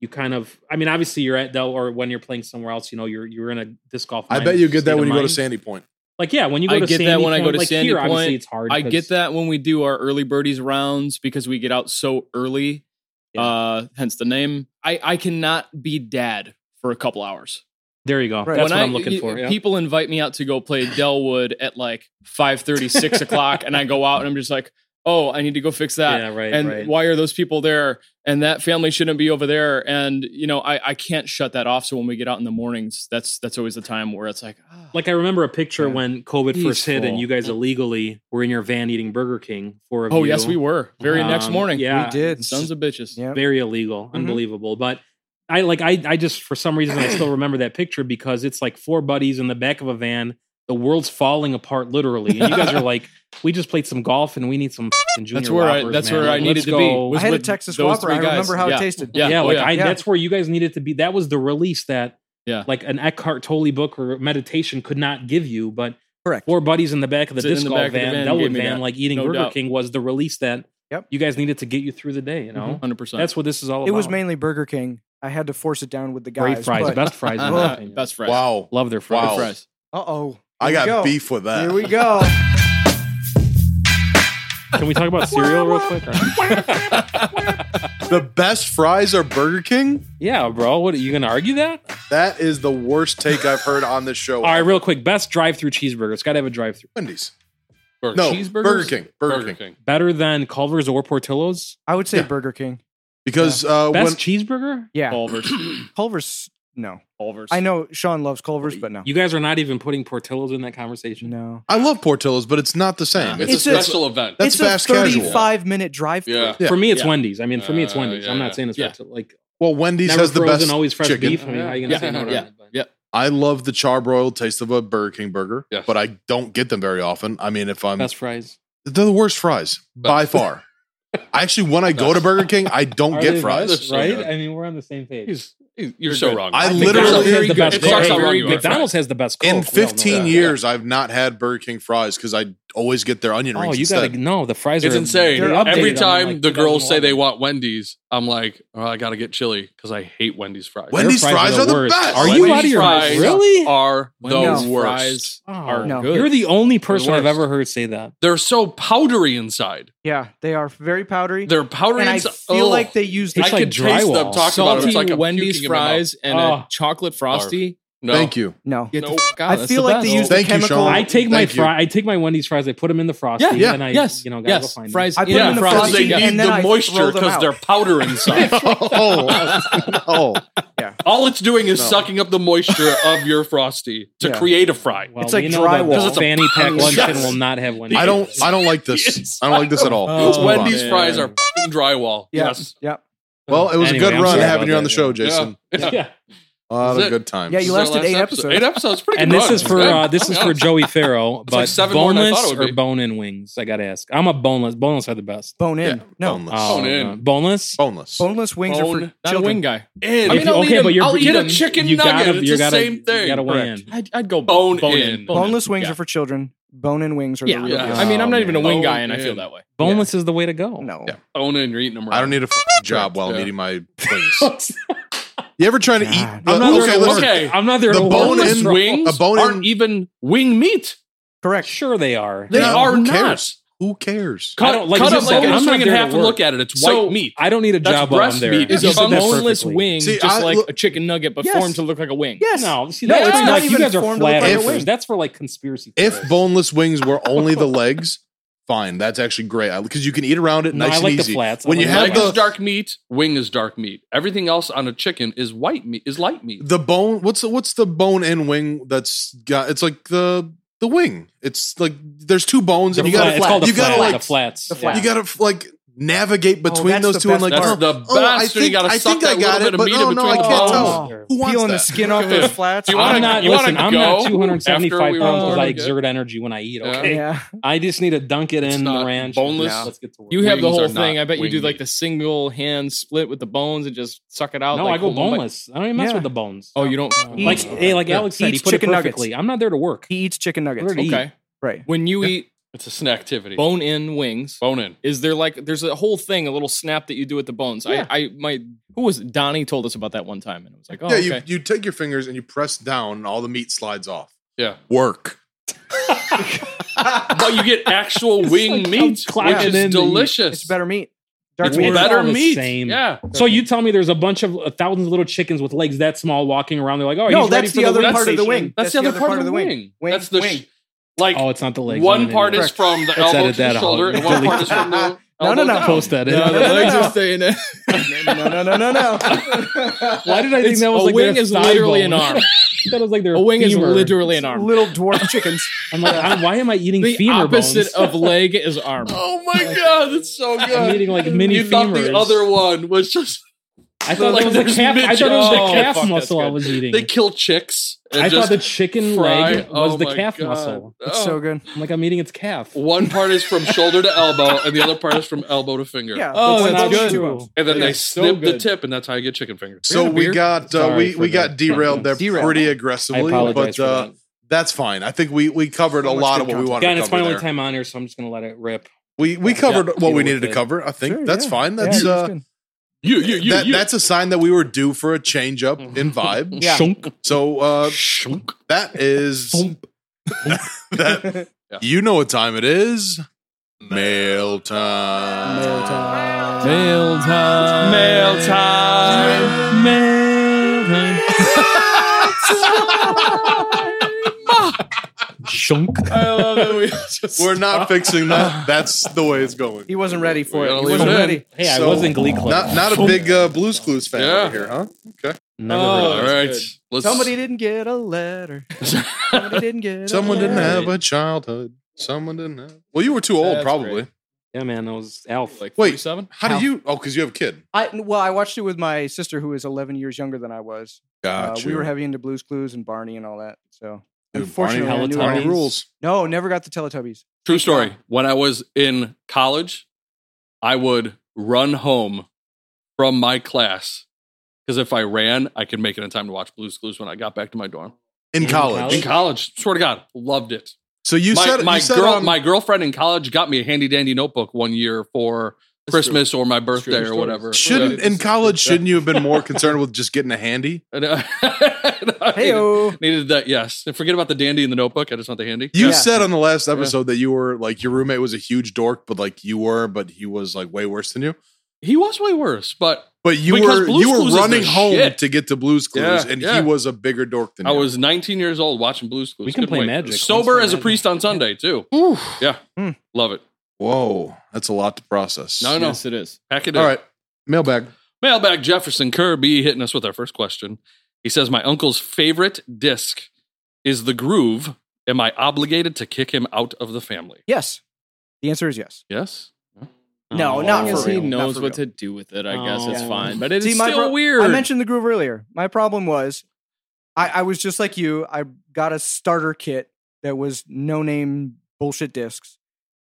[SPEAKER 6] you kind of? I mean, obviously you're at Del or when you're playing somewhere else, you know, you're you're in a disc golf.
[SPEAKER 3] I
[SPEAKER 6] mind-
[SPEAKER 3] bet you get
[SPEAKER 6] state
[SPEAKER 3] that
[SPEAKER 6] of
[SPEAKER 3] when you go to
[SPEAKER 6] mind.
[SPEAKER 3] Sandy Point.
[SPEAKER 6] Like yeah, when you go
[SPEAKER 2] I
[SPEAKER 6] to
[SPEAKER 2] get that
[SPEAKER 6] Sandy
[SPEAKER 2] when I go
[SPEAKER 6] Point,
[SPEAKER 2] to
[SPEAKER 6] like
[SPEAKER 2] Sandy
[SPEAKER 6] here, obviously
[SPEAKER 2] Point.
[SPEAKER 6] it's hard.
[SPEAKER 2] I
[SPEAKER 6] 'cause-
[SPEAKER 2] get that when we do our early birdies rounds because we get out so early.
[SPEAKER 6] Yeah.
[SPEAKER 2] Uh, hence the name. I I cannot be dad for a couple hours.
[SPEAKER 6] There you go.
[SPEAKER 4] Right.
[SPEAKER 6] That's
[SPEAKER 2] When
[SPEAKER 6] what
[SPEAKER 2] I-
[SPEAKER 6] I'm looking
[SPEAKER 2] you-
[SPEAKER 6] for. yeah.
[SPEAKER 2] People invite me out to go play Delwood at like 5 6 o'clock, and I go out and I'm just like, oh, I need to go fix that.
[SPEAKER 6] Yeah, right.
[SPEAKER 2] and
[SPEAKER 6] right.
[SPEAKER 2] why are those people there? And that family shouldn't be over there. And you know, I, I can't shut that off. So when we get out in the mornings, that's that's always the time where it's like, ah.
[SPEAKER 6] Like I remember a picture
[SPEAKER 2] Yeah.
[SPEAKER 6] when COVID first hit, and
[SPEAKER 2] Peaceful.
[SPEAKER 6] you guys illegally were in your van eating Burger King. Four of
[SPEAKER 2] oh
[SPEAKER 6] you.
[SPEAKER 2] yes, we were. Very next
[SPEAKER 6] Um,
[SPEAKER 2] morning,
[SPEAKER 6] Yeah,
[SPEAKER 4] we did.
[SPEAKER 2] sons of bitches.
[SPEAKER 4] Yeah.
[SPEAKER 6] very illegal,
[SPEAKER 2] Mm-hmm.
[SPEAKER 6] unbelievable. But I like I I just for some reason I still remember that picture because it's like four buddies in the back of a van. The world's falling apart literally, and you guys are like, we just played some golf and we need some fing junior.
[SPEAKER 2] That's where I-
[SPEAKER 6] Whoppers,
[SPEAKER 2] that's
[SPEAKER 6] man.
[SPEAKER 2] where I
[SPEAKER 6] Let's
[SPEAKER 2] needed to
[SPEAKER 6] go."
[SPEAKER 2] be, was
[SPEAKER 4] I had a
[SPEAKER 2] with
[SPEAKER 4] Texas
[SPEAKER 2] those
[SPEAKER 4] Whopper.
[SPEAKER 2] three
[SPEAKER 4] I
[SPEAKER 2] guys.
[SPEAKER 4] remember how
[SPEAKER 2] Yeah.
[SPEAKER 4] it tasted.
[SPEAKER 6] Yeah,
[SPEAKER 2] Yeah, oh,
[SPEAKER 6] like
[SPEAKER 2] yeah.
[SPEAKER 6] I,
[SPEAKER 4] Yeah.
[SPEAKER 6] that's where you guys needed to be. That was the release that,
[SPEAKER 2] Yeah.
[SPEAKER 6] like an Eckhart Tolle book or meditation could not give you. But
[SPEAKER 4] Correct.
[SPEAKER 6] four buddies in the back of the
[SPEAKER 2] Sitting in
[SPEAKER 6] disc
[SPEAKER 2] the
[SPEAKER 6] golf
[SPEAKER 2] back of the
[SPEAKER 6] van,
[SPEAKER 2] van
[SPEAKER 6] Delwood
[SPEAKER 2] gave me
[SPEAKER 6] van,
[SPEAKER 2] that.
[SPEAKER 6] like eating
[SPEAKER 2] No
[SPEAKER 6] Burger
[SPEAKER 2] doubt.
[SPEAKER 6] King was the release that
[SPEAKER 4] Yep.
[SPEAKER 6] you guys needed to get you through the day. You know,
[SPEAKER 2] hundred percent.
[SPEAKER 6] that's what this is all
[SPEAKER 4] It
[SPEAKER 6] about.
[SPEAKER 4] was mainly Burger King. I had to force it down with the guys.
[SPEAKER 6] great fries,
[SPEAKER 4] but-
[SPEAKER 6] best fries. in my opinion.
[SPEAKER 2] best fries.
[SPEAKER 3] Wow.
[SPEAKER 6] Love their
[SPEAKER 3] Wow.
[SPEAKER 6] fries.
[SPEAKER 2] fries.
[SPEAKER 4] Uh-oh.
[SPEAKER 3] I
[SPEAKER 4] Here
[SPEAKER 3] got
[SPEAKER 4] we go.
[SPEAKER 3] beef with that.
[SPEAKER 4] Here we go.
[SPEAKER 6] Can we talk about cereal real quick?
[SPEAKER 3] The best fries are Burger King.
[SPEAKER 6] yeah, bro. What are you gonna argue that?
[SPEAKER 3] That is the worst take I've heard on this show.
[SPEAKER 6] All right, real quick. Best drive-through cheeseburger. It's got to have a drive-through.
[SPEAKER 3] Wendy's.
[SPEAKER 5] Burger-
[SPEAKER 3] No,
[SPEAKER 2] Cheeseburgers?
[SPEAKER 3] Burger King. Burger, King.
[SPEAKER 6] Better than Culver's or Portillo's.
[SPEAKER 4] I would say
[SPEAKER 3] Yeah.
[SPEAKER 4] Burger King.
[SPEAKER 3] Because uh,
[SPEAKER 6] Best
[SPEAKER 3] when
[SPEAKER 6] cheeseburger.
[SPEAKER 4] Yeah.
[SPEAKER 2] Culver's.
[SPEAKER 4] Culver's no.
[SPEAKER 2] Culver's.
[SPEAKER 4] I know Sean loves Culver's, but no.
[SPEAKER 6] You guys are not even putting Portillo's in that conversation.
[SPEAKER 4] No.
[SPEAKER 3] I love Portillo's, but it's not the same.
[SPEAKER 5] It's,
[SPEAKER 3] It's,
[SPEAKER 4] It's
[SPEAKER 5] a
[SPEAKER 4] a-
[SPEAKER 5] special event.
[SPEAKER 3] that's
[SPEAKER 4] it's
[SPEAKER 3] fast
[SPEAKER 4] a
[SPEAKER 3] casual.
[SPEAKER 4] 35 minute drive through.
[SPEAKER 5] yeah.
[SPEAKER 3] Yeah.
[SPEAKER 6] For me, it's
[SPEAKER 2] Yeah.
[SPEAKER 6] Wendy's. I mean, for me, it's
[SPEAKER 5] Uh,
[SPEAKER 6] Wendy's.
[SPEAKER 5] yeah,
[SPEAKER 6] I'm not
[SPEAKER 5] yeah.
[SPEAKER 6] saying it's
[SPEAKER 2] Yeah.
[SPEAKER 6] Portillo- like
[SPEAKER 3] well, Wendy's
[SPEAKER 6] never
[SPEAKER 3] has the
[SPEAKER 6] frozen,
[SPEAKER 3] best
[SPEAKER 6] always fresh
[SPEAKER 3] chicken.
[SPEAKER 6] beef. I mean, how are you gonna
[SPEAKER 2] Yeah.
[SPEAKER 6] say no to
[SPEAKER 2] Yeah.
[SPEAKER 6] that? But-
[SPEAKER 2] Yeah.
[SPEAKER 3] I love the charbroiled taste of a Burger King burger,
[SPEAKER 5] Yes.
[SPEAKER 3] but I don't get them very often. I mean, if I'm
[SPEAKER 6] Best fries.
[SPEAKER 3] they're the worst fries by far. Actually, when I go to Burger King, I don't
[SPEAKER 6] Are
[SPEAKER 3] get
[SPEAKER 6] they Oh,
[SPEAKER 3] fries.
[SPEAKER 6] best,
[SPEAKER 5] So
[SPEAKER 6] right?
[SPEAKER 5] good.
[SPEAKER 6] I mean, we're on the same page.
[SPEAKER 5] He's- he's- you're
[SPEAKER 2] You're
[SPEAKER 5] so
[SPEAKER 2] good.
[SPEAKER 5] wrong.
[SPEAKER 3] I
[SPEAKER 5] think
[SPEAKER 3] literally-
[SPEAKER 5] that's a very
[SPEAKER 6] has the
[SPEAKER 5] good-
[SPEAKER 6] best
[SPEAKER 5] It sucks
[SPEAKER 6] Coke.
[SPEAKER 5] how wrong you are.
[SPEAKER 6] McDonald's has the best Coke.
[SPEAKER 3] In
[SPEAKER 6] We all know
[SPEAKER 3] 15
[SPEAKER 6] that.
[SPEAKER 3] years, I've not had Burger King fries because I always get their onion
[SPEAKER 6] Oh,
[SPEAKER 3] rings
[SPEAKER 6] you
[SPEAKER 3] instead.
[SPEAKER 6] gotta no. The fries
[SPEAKER 5] It's
[SPEAKER 6] are
[SPEAKER 5] insane.
[SPEAKER 6] they're
[SPEAKER 5] Every
[SPEAKER 6] updated on,
[SPEAKER 5] time
[SPEAKER 6] like,
[SPEAKER 5] the girls say they
[SPEAKER 6] 2011.
[SPEAKER 5] want Wendy's, I'm like, oh, I got to get chili because I hate Wendy's fries.
[SPEAKER 3] Wendy's
[SPEAKER 6] Their
[SPEAKER 3] fries are the
[SPEAKER 6] worst.
[SPEAKER 3] best.
[SPEAKER 6] Are
[SPEAKER 5] Wendy's
[SPEAKER 6] you out of your
[SPEAKER 5] fries
[SPEAKER 6] mind? Really?
[SPEAKER 5] Are the
[SPEAKER 2] Wendy's
[SPEAKER 5] worst.
[SPEAKER 2] fries are
[SPEAKER 6] No.
[SPEAKER 2] good.
[SPEAKER 6] You're the only person I've
[SPEAKER 2] worst.
[SPEAKER 6] ever heard say that.
[SPEAKER 5] They're so powdery inside.
[SPEAKER 4] Yeah, they are very powdery.
[SPEAKER 5] They're powdery
[SPEAKER 4] and I
[SPEAKER 5] inside.
[SPEAKER 4] feel
[SPEAKER 3] oh.
[SPEAKER 4] like they use
[SPEAKER 6] It's
[SPEAKER 5] I
[SPEAKER 4] the
[SPEAKER 6] like
[SPEAKER 5] could taste
[SPEAKER 6] drywall.
[SPEAKER 5] them talking about it.
[SPEAKER 2] salty
[SPEAKER 5] It's like I'm
[SPEAKER 2] Wendy's
[SPEAKER 5] puking in my mouth.
[SPEAKER 2] fries and
[SPEAKER 6] Oh.
[SPEAKER 2] a chocolate frosty.
[SPEAKER 5] No.
[SPEAKER 3] Thank you.
[SPEAKER 4] no.
[SPEAKER 2] Get
[SPEAKER 5] No.
[SPEAKER 2] the fuck out.
[SPEAKER 4] I
[SPEAKER 2] That's
[SPEAKER 4] feel
[SPEAKER 2] the
[SPEAKER 4] like they
[SPEAKER 2] best.
[SPEAKER 4] use the
[SPEAKER 3] Thank you, Sean.
[SPEAKER 5] Oh,
[SPEAKER 4] chemical.
[SPEAKER 6] I take my
[SPEAKER 3] Thank you.
[SPEAKER 6] fry. I take my Wendy's fries. I put them in the frosty.
[SPEAKER 2] Yeah,
[SPEAKER 6] And I,
[SPEAKER 2] yes,
[SPEAKER 6] You know, gotta
[SPEAKER 2] yes,
[SPEAKER 6] go find
[SPEAKER 2] fries
[SPEAKER 4] I put
[SPEAKER 2] in
[SPEAKER 4] them in
[SPEAKER 2] the
[SPEAKER 4] the
[SPEAKER 5] Because
[SPEAKER 2] frosty.
[SPEAKER 4] frosty
[SPEAKER 5] they
[SPEAKER 2] yeah.
[SPEAKER 5] need
[SPEAKER 4] and then
[SPEAKER 5] the
[SPEAKER 4] I
[SPEAKER 5] moisture
[SPEAKER 4] throw them
[SPEAKER 5] because
[SPEAKER 4] out.
[SPEAKER 5] they're powder inside.
[SPEAKER 3] oh, no.
[SPEAKER 5] All it's doing is sucking up the moisture of your frosty to
[SPEAKER 4] Yeah.
[SPEAKER 5] create a fry.
[SPEAKER 6] Well,
[SPEAKER 4] It's like
[SPEAKER 6] we know that
[SPEAKER 4] drywall.
[SPEAKER 6] the
[SPEAKER 4] 'Cause it's
[SPEAKER 5] a-
[SPEAKER 6] fanny pack
[SPEAKER 5] Yes.
[SPEAKER 6] luncheon will not have Wendy's.
[SPEAKER 3] I don't. I don't like this.
[SPEAKER 5] Yes.
[SPEAKER 3] I don't like this at all.
[SPEAKER 2] Oh,
[SPEAKER 3] Let's move on.
[SPEAKER 5] Wendy's
[SPEAKER 2] man.
[SPEAKER 5] fries are f***ing drywall.
[SPEAKER 4] Yeah.
[SPEAKER 5] Yes.
[SPEAKER 4] Yeah.
[SPEAKER 3] Well, it was
[SPEAKER 6] Anyway,
[SPEAKER 3] a good
[SPEAKER 6] I'm
[SPEAKER 3] run
[SPEAKER 6] sorry
[SPEAKER 3] having
[SPEAKER 6] about
[SPEAKER 3] you on
[SPEAKER 6] that,
[SPEAKER 3] the show,
[SPEAKER 5] Yeah.
[SPEAKER 3] Jason.
[SPEAKER 5] Yeah.
[SPEAKER 6] Yeah.
[SPEAKER 3] A lot of
[SPEAKER 5] That's it.
[SPEAKER 3] good times.
[SPEAKER 4] Yeah, you
[SPEAKER 5] This is
[SPEAKER 4] lasted
[SPEAKER 5] our last
[SPEAKER 4] eight
[SPEAKER 5] episode.
[SPEAKER 4] episodes.
[SPEAKER 5] Eight episodes, pretty
[SPEAKER 6] And
[SPEAKER 5] good.
[SPEAKER 6] this is for
[SPEAKER 5] Good.
[SPEAKER 6] uh, this is for Joey Farrell,
[SPEAKER 5] like
[SPEAKER 6] but
[SPEAKER 5] seven more than I thought
[SPEAKER 6] boneless
[SPEAKER 5] it would
[SPEAKER 6] or
[SPEAKER 5] be.
[SPEAKER 6] bone-in wings? I gotta ask. I'm a boneless. Boneless are the best.
[SPEAKER 4] bone in.
[SPEAKER 3] Yeah,
[SPEAKER 4] no.
[SPEAKER 3] boneless.
[SPEAKER 6] Oh,
[SPEAKER 5] Bone-in.
[SPEAKER 6] no. Boneless.
[SPEAKER 3] boneless.
[SPEAKER 4] Boneless wings are
[SPEAKER 5] Bone-
[SPEAKER 4] for
[SPEAKER 2] Not a
[SPEAKER 4] children.
[SPEAKER 2] wing guy.
[SPEAKER 5] In.
[SPEAKER 6] If
[SPEAKER 5] I mean, I'll
[SPEAKER 6] okay,
[SPEAKER 5] eat
[SPEAKER 6] but
[SPEAKER 5] them.
[SPEAKER 6] you're,
[SPEAKER 5] I'll
[SPEAKER 6] you
[SPEAKER 5] eat a
[SPEAKER 6] gotta-
[SPEAKER 5] chicken
[SPEAKER 6] you
[SPEAKER 5] nugget.
[SPEAKER 6] Gotta,
[SPEAKER 5] it's
[SPEAKER 6] you
[SPEAKER 5] the
[SPEAKER 6] gotta,
[SPEAKER 5] same thing.
[SPEAKER 6] You gotta weigh
[SPEAKER 5] Correct.
[SPEAKER 6] in.
[SPEAKER 2] I'd, I'd go
[SPEAKER 5] Bone in. Bone
[SPEAKER 4] Boneless wings
[SPEAKER 2] Yeah.
[SPEAKER 4] are for children. Bone in wings are
[SPEAKER 2] Yeah,
[SPEAKER 4] the real
[SPEAKER 5] Yeah.
[SPEAKER 2] I mean, I'm not even a wing
[SPEAKER 5] Bone
[SPEAKER 2] guy, and I
[SPEAKER 5] in.
[SPEAKER 2] feel that way.
[SPEAKER 6] Boneless is the way to go.
[SPEAKER 4] no.
[SPEAKER 3] Yeah.
[SPEAKER 5] Own it and you're eating them. Right.
[SPEAKER 3] I don't need a f***ing job while I'm
[SPEAKER 5] Yeah.
[SPEAKER 3] eating my wings. you ever trying to eat?
[SPEAKER 4] God.
[SPEAKER 3] the-
[SPEAKER 5] I'm not
[SPEAKER 3] okay,
[SPEAKER 5] okay,
[SPEAKER 3] listen.
[SPEAKER 5] okay.
[SPEAKER 6] I'm not there.
[SPEAKER 3] The
[SPEAKER 6] to work.
[SPEAKER 3] bone-in
[SPEAKER 5] Boneless
[SPEAKER 3] a
[SPEAKER 5] wings
[SPEAKER 3] bone-in-
[SPEAKER 5] aren't even wing meat.
[SPEAKER 4] Correct.
[SPEAKER 6] Sure, they are.
[SPEAKER 5] They
[SPEAKER 3] Yeah,
[SPEAKER 5] are
[SPEAKER 3] who
[SPEAKER 5] not.
[SPEAKER 3] cares? Who cares?
[SPEAKER 6] I
[SPEAKER 5] Cut,
[SPEAKER 6] don't like-
[SPEAKER 5] cut
[SPEAKER 6] is
[SPEAKER 5] up
[SPEAKER 6] this
[SPEAKER 5] like
[SPEAKER 6] like-
[SPEAKER 5] an
[SPEAKER 6] I'm
[SPEAKER 5] inch
[SPEAKER 6] not
[SPEAKER 5] ring and
[SPEAKER 6] there
[SPEAKER 5] a
[SPEAKER 6] to
[SPEAKER 5] half and
[SPEAKER 6] work.
[SPEAKER 5] look at it. It's
[SPEAKER 6] So,
[SPEAKER 5] white meat.
[SPEAKER 6] I don't need a
[SPEAKER 5] That's
[SPEAKER 6] job while I'm
[SPEAKER 5] breast
[SPEAKER 6] there.
[SPEAKER 5] meat.
[SPEAKER 2] Is
[SPEAKER 5] You
[SPEAKER 2] a
[SPEAKER 5] said that
[SPEAKER 2] boneless
[SPEAKER 6] perfectly.
[SPEAKER 2] wing
[SPEAKER 3] See,
[SPEAKER 2] just
[SPEAKER 3] I-
[SPEAKER 2] like
[SPEAKER 3] look-
[SPEAKER 2] a chicken nugget, but
[SPEAKER 4] Yes.
[SPEAKER 2] formed to look like a wing?
[SPEAKER 4] Yes.
[SPEAKER 6] No, see,
[SPEAKER 4] No,
[SPEAKER 6] that's
[SPEAKER 4] it's not
[SPEAKER 6] like you
[SPEAKER 4] even
[SPEAKER 6] guys are
[SPEAKER 4] formed to look like
[SPEAKER 6] flat
[SPEAKER 3] a
[SPEAKER 6] earthers.
[SPEAKER 4] wing.
[SPEAKER 6] That's for like conspiracy.
[SPEAKER 3] If
[SPEAKER 6] theorists.
[SPEAKER 3] boneless wings were only the legs, fine. That's actually great because you can eat around it
[SPEAKER 6] No,
[SPEAKER 3] nice
[SPEAKER 6] I like
[SPEAKER 3] and
[SPEAKER 6] the
[SPEAKER 3] easy.
[SPEAKER 6] flats. I
[SPEAKER 3] When you
[SPEAKER 6] like
[SPEAKER 3] have
[SPEAKER 5] Leg
[SPEAKER 6] the-
[SPEAKER 5] is
[SPEAKER 3] the
[SPEAKER 5] dark meat. Wing is dark meat. Everything else on a chicken is white meat. Is light meat.
[SPEAKER 3] the bone, what's the, what's the bone and wing that's got? It's like the the wing. It's like there's two bones,
[SPEAKER 6] The
[SPEAKER 3] and you
[SPEAKER 6] flat-
[SPEAKER 3] got
[SPEAKER 6] it's called
[SPEAKER 3] to
[SPEAKER 6] the
[SPEAKER 3] you got to
[SPEAKER 6] flat,
[SPEAKER 3] like
[SPEAKER 6] the flats.
[SPEAKER 4] the flat.
[SPEAKER 3] you got to like navigate between
[SPEAKER 4] Oh, that's
[SPEAKER 3] those
[SPEAKER 4] the
[SPEAKER 3] two and
[SPEAKER 4] best
[SPEAKER 3] like
[SPEAKER 5] That's
[SPEAKER 3] oh,
[SPEAKER 5] the best.
[SPEAKER 3] oh, I
[SPEAKER 5] so you
[SPEAKER 3] think,
[SPEAKER 5] got to
[SPEAKER 3] I
[SPEAKER 5] suck
[SPEAKER 3] think
[SPEAKER 5] that
[SPEAKER 3] I got
[SPEAKER 5] little
[SPEAKER 3] it,
[SPEAKER 5] bit of
[SPEAKER 3] but
[SPEAKER 5] meat
[SPEAKER 3] no,
[SPEAKER 5] in
[SPEAKER 3] no,
[SPEAKER 5] between
[SPEAKER 3] I
[SPEAKER 5] the
[SPEAKER 3] can't
[SPEAKER 5] bones.
[SPEAKER 3] tell.
[SPEAKER 6] There.
[SPEAKER 3] Who wants
[SPEAKER 4] peeling
[SPEAKER 3] that?
[SPEAKER 4] the skin off
[SPEAKER 5] Yeah.
[SPEAKER 4] those flats.
[SPEAKER 5] Do you
[SPEAKER 6] I'm
[SPEAKER 5] wanna-
[SPEAKER 6] not
[SPEAKER 5] you wanna
[SPEAKER 6] listen. I'm
[SPEAKER 5] go
[SPEAKER 6] not
[SPEAKER 5] after
[SPEAKER 6] 275
[SPEAKER 5] we
[SPEAKER 6] pounds
[SPEAKER 5] record
[SPEAKER 6] because I
[SPEAKER 5] again?
[SPEAKER 6] exert energy when I eat.
[SPEAKER 5] Yeah.
[SPEAKER 6] Okay,
[SPEAKER 4] yeah.
[SPEAKER 6] I just need to dunk it
[SPEAKER 5] It's
[SPEAKER 6] in the
[SPEAKER 5] not
[SPEAKER 6] ranch.
[SPEAKER 5] boneless.
[SPEAKER 6] Let's get to work.
[SPEAKER 2] You have the
[SPEAKER 5] Wings
[SPEAKER 2] whole
[SPEAKER 5] are not
[SPEAKER 2] thing. I bet you
[SPEAKER 5] wing
[SPEAKER 2] do like
[SPEAKER 5] meat.
[SPEAKER 2] the single hand split with the bones and just suck it out.
[SPEAKER 6] no,
[SPEAKER 2] like,
[SPEAKER 6] I go
[SPEAKER 2] one bite.
[SPEAKER 6] boneless. I don't even mess
[SPEAKER 4] Yeah.
[SPEAKER 6] with the bones.
[SPEAKER 2] Oh, you don't.
[SPEAKER 6] Like, hey, like
[SPEAKER 2] Yeah.
[SPEAKER 6] Alex said, he
[SPEAKER 4] Eats
[SPEAKER 6] put it
[SPEAKER 4] chicken nuggets.
[SPEAKER 6] perfectly. I'm not there to work.
[SPEAKER 4] He eats chicken nuggets.
[SPEAKER 6] Literally.
[SPEAKER 2] okay.
[SPEAKER 4] Right.
[SPEAKER 2] When you eat
[SPEAKER 5] It's a snacktivity. Bone,
[SPEAKER 2] bone in wings,
[SPEAKER 5] bone in.
[SPEAKER 2] is there like there's a whole thing, a little snap that you do with the bones?
[SPEAKER 6] Yeah.
[SPEAKER 2] I, I my who was it? Donnie told us about that one time, and it was like, oh,
[SPEAKER 3] yeah,
[SPEAKER 2] okay.
[SPEAKER 3] you you take your fingers and you press down, and all the meat slides off.
[SPEAKER 5] Yeah.
[SPEAKER 3] Work.
[SPEAKER 5] But you get actual wing
[SPEAKER 6] like
[SPEAKER 5] meat,
[SPEAKER 6] I'm clocking
[SPEAKER 5] which
[SPEAKER 6] in the-
[SPEAKER 5] is delicious.
[SPEAKER 4] It's better meat. Dark
[SPEAKER 5] It's
[SPEAKER 6] meat.
[SPEAKER 4] meat.
[SPEAKER 6] It's
[SPEAKER 5] better
[SPEAKER 6] all the
[SPEAKER 5] meat.
[SPEAKER 6] same.
[SPEAKER 5] Yeah.
[SPEAKER 6] So you tell me there's a bunch of uh, thousands of little chickens with legs that small walking around. They're like, oh,
[SPEAKER 4] no,
[SPEAKER 6] he's
[SPEAKER 4] that's
[SPEAKER 6] ready
[SPEAKER 4] the
[SPEAKER 6] for
[SPEAKER 4] other
[SPEAKER 6] wing
[SPEAKER 4] part of the
[SPEAKER 6] station.
[SPEAKER 4] wing.
[SPEAKER 5] That's, the other part, of the wing.
[SPEAKER 4] Wing,
[SPEAKER 5] That's the
[SPEAKER 4] wing.
[SPEAKER 5] Sh- like
[SPEAKER 6] Oh, it's not the legs.
[SPEAKER 5] one
[SPEAKER 6] Anyway.
[SPEAKER 5] part is from the
[SPEAKER 6] Let's
[SPEAKER 5] elbow
[SPEAKER 6] edit
[SPEAKER 5] to the
[SPEAKER 6] that out.
[SPEAKER 5] shoulder, and one
[SPEAKER 6] Delete
[SPEAKER 5] part is from the
[SPEAKER 4] No, no,
[SPEAKER 5] elbow
[SPEAKER 4] no.
[SPEAKER 5] down.
[SPEAKER 6] post that. in.
[SPEAKER 2] No, the legs
[SPEAKER 4] no.
[SPEAKER 2] are staying in.
[SPEAKER 4] no, no, no, no, no.
[SPEAKER 6] Why did I think
[SPEAKER 2] It's-
[SPEAKER 6] that was
[SPEAKER 2] a
[SPEAKER 6] like
[SPEAKER 2] wing
[SPEAKER 6] their
[SPEAKER 2] is
[SPEAKER 6] thigh
[SPEAKER 2] literally
[SPEAKER 6] bone?
[SPEAKER 2] an arm.
[SPEAKER 6] that was like their
[SPEAKER 2] A wing is
[SPEAKER 6] femur.
[SPEAKER 2] literally an arm.
[SPEAKER 4] Little dwarf chickens.
[SPEAKER 6] I'm like, I'm- why am I eating
[SPEAKER 2] The
[SPEAKER 6] femur
[SPEAKER 2] opposite
[SPEAKER 6] bones?
[SPEAKER 2] of uh, leg is arm.
[SPEAKER 5] Oh my god, that's so good.
[SPEAKER 6] I'm eating like mini
[SPEAKER 5] you thought
[SPEAKER 6] femurs.
[SPEAKER 5] the other one was just
[SPEAKER 6] I thought
[SPEAKER 5] like
[SPEAKER 6] it was the
[SPEAKER 5] there's
[SPEAKER 6] calf. I thought it was
[SPEAKER 5] midget-
[SPEAKER 6] the
[SPEAKER 5] Oh,
[SPEAKER 6] calf
[SPEAKER 2] fuck, that's
[SPEAKER 6] muscle I
[SPEAKER 2] good.
[SPEAKER 6] was eating.
[SPEAKER 5] they kill chicks. And
[SPEAKER 6] I
[SPEAKER 5] just
[SPEAKER 6] thought the chicken
[SPEAKER 5] fry.
[SPEAKER 6] leg was
[SPEAKER 5] Oh
[SPEAKER 6] the
[SPEAKER 5] my
[SPEAKER 6] calf
[SPEAKER 5] God.
[SPEAKER 6] muscle.
[SPEAKER 4] It's
[SPEAKER 5] Oh.
[SPEAKER 4] so good.
[SPEAKER 6] I'm like, I'm eating its calf.
[SPEAKER 2] Oh,
[SPEAKER 5] One part is from shoulder to elbow, and the other part is from elbow to finger.
[SPEAKER 4] Yeah.
[SPEAKER 2] Oh,
[SPEAKER 4] that's
[SPEAKER 2] that's
[SPEAKER 4] what
[SPEAKER 2] good.
[SPEAKER 4] you do.
[SPEAKER 5] And then
[SPEAKER 2] That
[SPEAKER 5] they
[SPEAKER 2] is so
[SPEAKER 5] snip the
[SPEAKER 2] good.
[SPEAKER 5] tip, and that's how you get chicken fingers.
[SPEAKER 3] So we got uh,
[SPEAKER 6] Sorry
[SPEAKER 3] we
[SPEAKER 6] for
[SPEAKER 3] we
[SPEAKER 6] the-
[SPEAKER 3] got derailed there
[SPEAKER 4] Derailed.
[SPEAKER 3] pretty
[SPEAKER 6] I
[SPEAKER 3] aggressively,
[SPEAKER 6] apologize.
[SPEAKER 3] but
[SPEAKER 6] for
[SPEAKER 3] uh,
[SPEAKER 6] that.
[SPEAKER 3] that's fine. I think we we covered
[SPEAKER 4] So
[SPEAKER 3] a
[SPEAKER 4] much
[SPEAKER 3] lot
[SPEAKER 4] good
[SPEAKER 3] of what we
[SPEAKER 4] content.
[SPEAKER 3] wanted
[SPEAKER 6] Again,
[SPEAKER 3] to
[SPEAKER 6] it's
[SPEAKER 3] cover
[SPEAKER 6] my only
[SPEAKER 3] there.
[SPEAKER 6] time on here, so I'm just gonna let it rip.
[SPEAKER 3] We we
[SPEAKER 6] Yeah,
[SPEAKER 3] covered what
[SPEAKER 6] deal
[SPEAKER 3] we
[SPEAKER 6] with
[SPEAKER 3] needed to
[SPEAKER 6] it.
[SPEAKER 3] cover. I think
[SPEAKER 4] Sure,
[SPEAKER 3] that's
[SPEAKER 4] yeah.
[SPEAKER 3] fine.
[SPEAKER 4] Yeah,
[SPEAKER 3] That's
[SPEAKER 4] it's
[SPEAKER 3] uh,
[SPEAKER 4] good.
[SPEAKER 5] You, you, you,
[SPEAKER 3] that,
[SPEAKER 5] you. Mm-hmm.
[SPEAKER 3] that's a sign that we were due for a change up in vibe.
[SPEAKER 4] Yeah.
[SPEAKER 6] Shunk.
[SPEAKER 3] So uh, that is
[SPEAKER 6] Thump.
[SPEAKER 3] that.
[SPEAKER 5] Yeah.
[SPEAKER 3] You know what time it is? Mail time.
[SPEAKER 4] Mail time.
[SPEAKER 2] Mail time.
[SPEAKER 5] mail time.
[SPEAKER 6] Mail time. Shunk.
[SPEAKER 2] I love that we just
[SPEAKER 3] We're not fixing that. That's the way it's going.
[SPEAKER 4] He wasn't ready for
[SPEAKER 5] We
[SPEAKER 4] it.
[SPEAKER 5] gotta
[SPEAKER 4] He
[SPEAKER 5] leave
[SPEAKER 4] wasn't
[SPEAKER 5] it in.
[SPEAKER 4] ready.
[SPEAKER 6] Hey, I
[SPEAKER 3] So,
[SPEAKER 6] was in Glee Club.
[SPEAKER 3] Not not a big uh, Blues Clues fan
[SPEAKER 5] Yeah.
[SPEAKER 3] over here, huh?
[SPEAKER 6] Never
[SPEAKER 2] Oh,
[SPEAKER 6] heard
[SPEAKER 5] All
[SPEAKER 6] of it.
[SPEAKER 5] right,
[SPEAKER 2] good.
[SPEAKER 5] let's.
[SPEAKER 4] Somebody didn't get a letter. Somebody didn't get. a
[SPEAKER 3] Someone didn't
[SPEAKER 4] letter.
[SPEAKER 3] have a childhood. Someone didn't have. Well, you were too old,
[SPEAKER 2] That's
[SPEAKER 3] probably.
[SPEAKER 2] great.
[SPEAKER 6] Yeah, man, that was Alf.
[SPEAKER 2] like
[SPEAKER 3] Wait.
[SPEAKER 2] seven.
[SPEAKER 3] How, do you? Oh, because you have a kid.
[SPEAKER 4] I well, I watched it with my sister, who is 11 years younger than I was.
[SPEAKER 3] Ah,
[SPEAKER 4] Uh, we were heavy into Blues Clues and Barney and all that. So unfortunately, I
[SPEAKER 3] Barney,
[SPEAKER 4] knew
[SPEAKER 6] Teletubbies.
[SPEAKER 3] Barney
[SPEAKER 4] all these-
[SPEAKER 3] rules.
[SPEAKER 4] No, never got the Teletubbies.
[SPEAKER 5] True story. When I was in college, I would run home from my class because if I ran, I could make it in time to watch Blue's Clues when I got back to my dorm.
[SPEAKER 3] in
[SPEAKER 6] In
[SPEAKER 3] college.
[SPEAKER 5] In college, swear to God, loved it. um,
[SPEAKER 3] So you
[SPEAKER 5] my
[SPEAKER 3] said
[SPEAKER 5] my
[SPEAKER 3] you said
[SPEAKER 5] girl,
[SPEAKER 3] on-
[SPEAKER 5] my girlfriend in college got me a handy dandy notebook one year for Christmas or my birthday or
[SPEAKER 2] Stories.
[SPEAKER 5] whatever.
[SPEAKER 3] shouldn't
[SPEAKER 5] Yeah.
[SPEAKER 3] in college
[SPEAKER 5] Yeah.
[SPEAKER 3] shouldn't you have been more concerned with just getting a handy?
[SPEAKER 5] And, uh, and I needed,
[SPEAKER 4] Heyo.
[SPEAKER 5] needed that. Yes, and forget about the dandy in the notebook. I just want the handy.
[SPEAKER 3] You
[SPEAKER 4] Yeah.
[SPEAKER 3] said on the last episode that you were like your roommate was a huge dork, but like you were, but he was like way worse than you.
[SPEAKER 5] He was way worse, but
[SPEAKER 3] But you
[SPEAKER 5] Because
[SPEAKER 3] were
[SPEAKER 5] Blue's
[SPEAKER 3] you
[SPEAKER 5] Clues is
[SPEAKER 3] were
[SPEAKER 5] the
[SPEAKER 3] running home
[SPEAKER 5] shit.
[SPEAKER 3] to get to Blues Clues,
[SPEAKER 5] Yeah,
[SPEAKER 3] and
[SPEAKER 5] yeah.
[SPEAKER 3] he was a bigger dork than
[SPEAKER 5] I
[SPEAKER 3] you.
[SPEAKER 5] was 19 years old watching Blues Clues.
[SPEAKER 6] We can
[SPEAKER 5] Couldn't
[SPEAKER 6] play
[SPEAKER 5] wait.
[SPEAKER 6] Magic. Let's
[SPEAKER 5] Sober
[SPEAKER 6] play
[SPEAKER 5] as a
[SPEAKER 6] Magic.
[SPEAKER 5] priest on Sunday too. Yeah,
[SPEAKER 4] Hmm.
[SPEAKER 5] love it.
[SPEAKER 3] Whoa, that's a lot to process.
[SPEAKER 5] No, no,
[SPEAKER 2] Yes, it is.
[SPEAKER 5] pack it in.
[SPEAKER 3] All right, mailbag.
[SPEAKER 5] Mailbag Jefferson Kirby hitting us with our first question. He says, "My uncle's favorite disc is the Groove. Am I obligated to kick him out of the family?"
[SPEAKER 4] Yes. The answer is yes.
[SPEAKER 5] Yes.
[SPEAKER 4] No,
[SPEAKER 6] Oh.
[SPEAKER 4] not
[SPEAKER 2] As
[SPEAKER 4] for
[SPEAKER 2] long as he
[SPEAKER 4] real. Not
[SPEAKER 2] knows
[SPEAKER 4] for
[SPEAKER 2] what to
[SPEAKER 4] real.
[SPEAKER 2] do with it, I guess it's
[SPEAKER 6] Oh.
[SPEAKER 2] fine. But it's
[SPEAKER 4] See, my
[SPEAKER 2] still
[SPEAKER 4] bro-
[SPEAKER 2] weird.
[SPEAKER 4] I mentioned the groove earlier. My problem was, I, I was just like you. I got a starter kit that was no name bullshit discs,